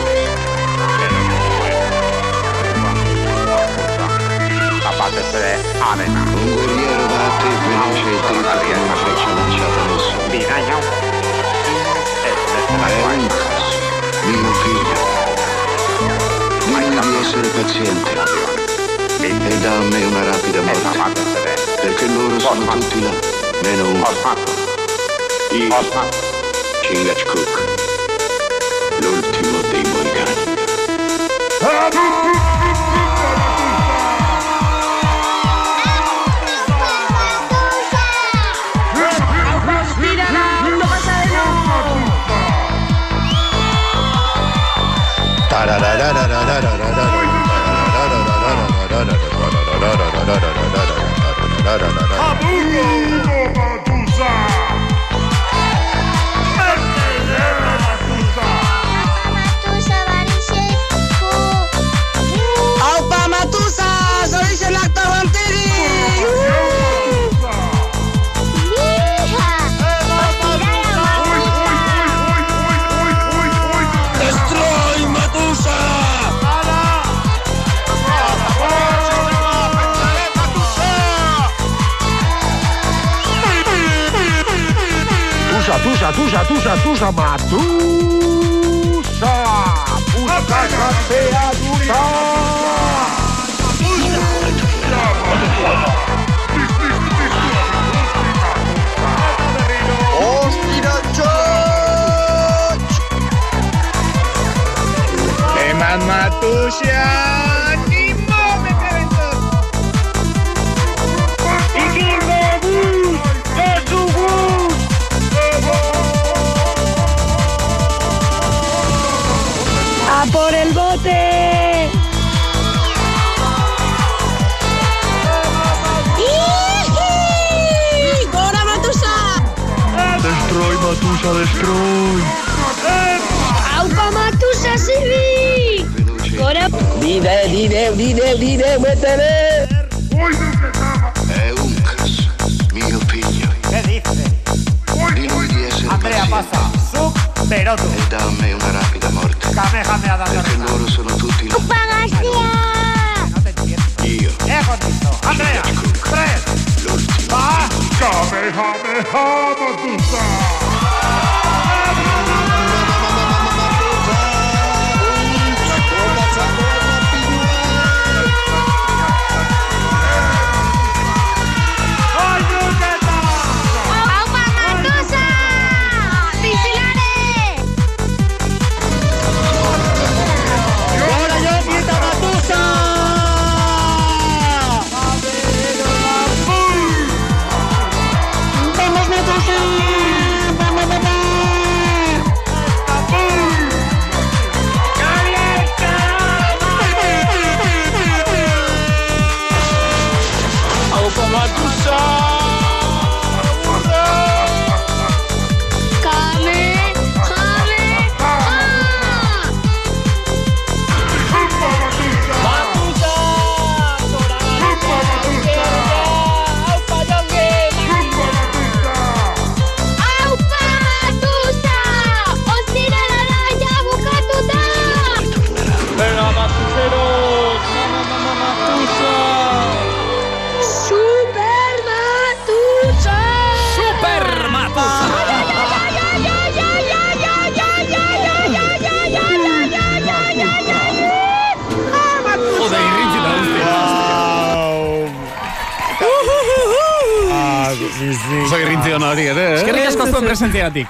gero bezala Zapatez ere arena Guerriero bate veloce e tempo Una freccia lanciata nel sole Binaio mio figlio, dimmi di essere paziente e da me una
Eh,
rapida morte, perché loro sono tutti là, meno uno. Io, Chingach Cook, l'ultimo dei moicani.
¡Aupa Matusa! ¡Soy el actor
Destroy Matusa!
Tusa, tusa, tusa, tusa, tusa, matusa. Puta katea dusa.
Eman Matusa! Animo, me calentó. Ikingo guz, ez du guz, ego.
Matusa Destroy.
¡Aupa Matusa Sirri! ¡Gora!
Dide, dide, dide, dide, métele. tá,
É, Eucas, mio figlio. Che dice? Dimmi di essere
É Andrea,
paziente
Su, pero tú.
e dammi una rapida morte. Perché loro sono tutti là. Io,
Ecco disto. Eh, Andrea, tres. Va. Come, come, come, tu
¡Aupa Matusa! ¡Pisilares!
¡Ahora yo, fiesta matusa! ¡Vamos, matusa! ¡Vamos, matusa!
¡Come! ¡Come! ¡Aupa Matusa! ¡Ostirara ja bukatuta!
¡Venga, matuseros!
¡Super Matusa!
¡Super matusa!
Joder, irrintzi da
Ah, bizi.
Oso irrintzi hona hori, ere, eh?
Eskerrik asko zuen presentziagatik.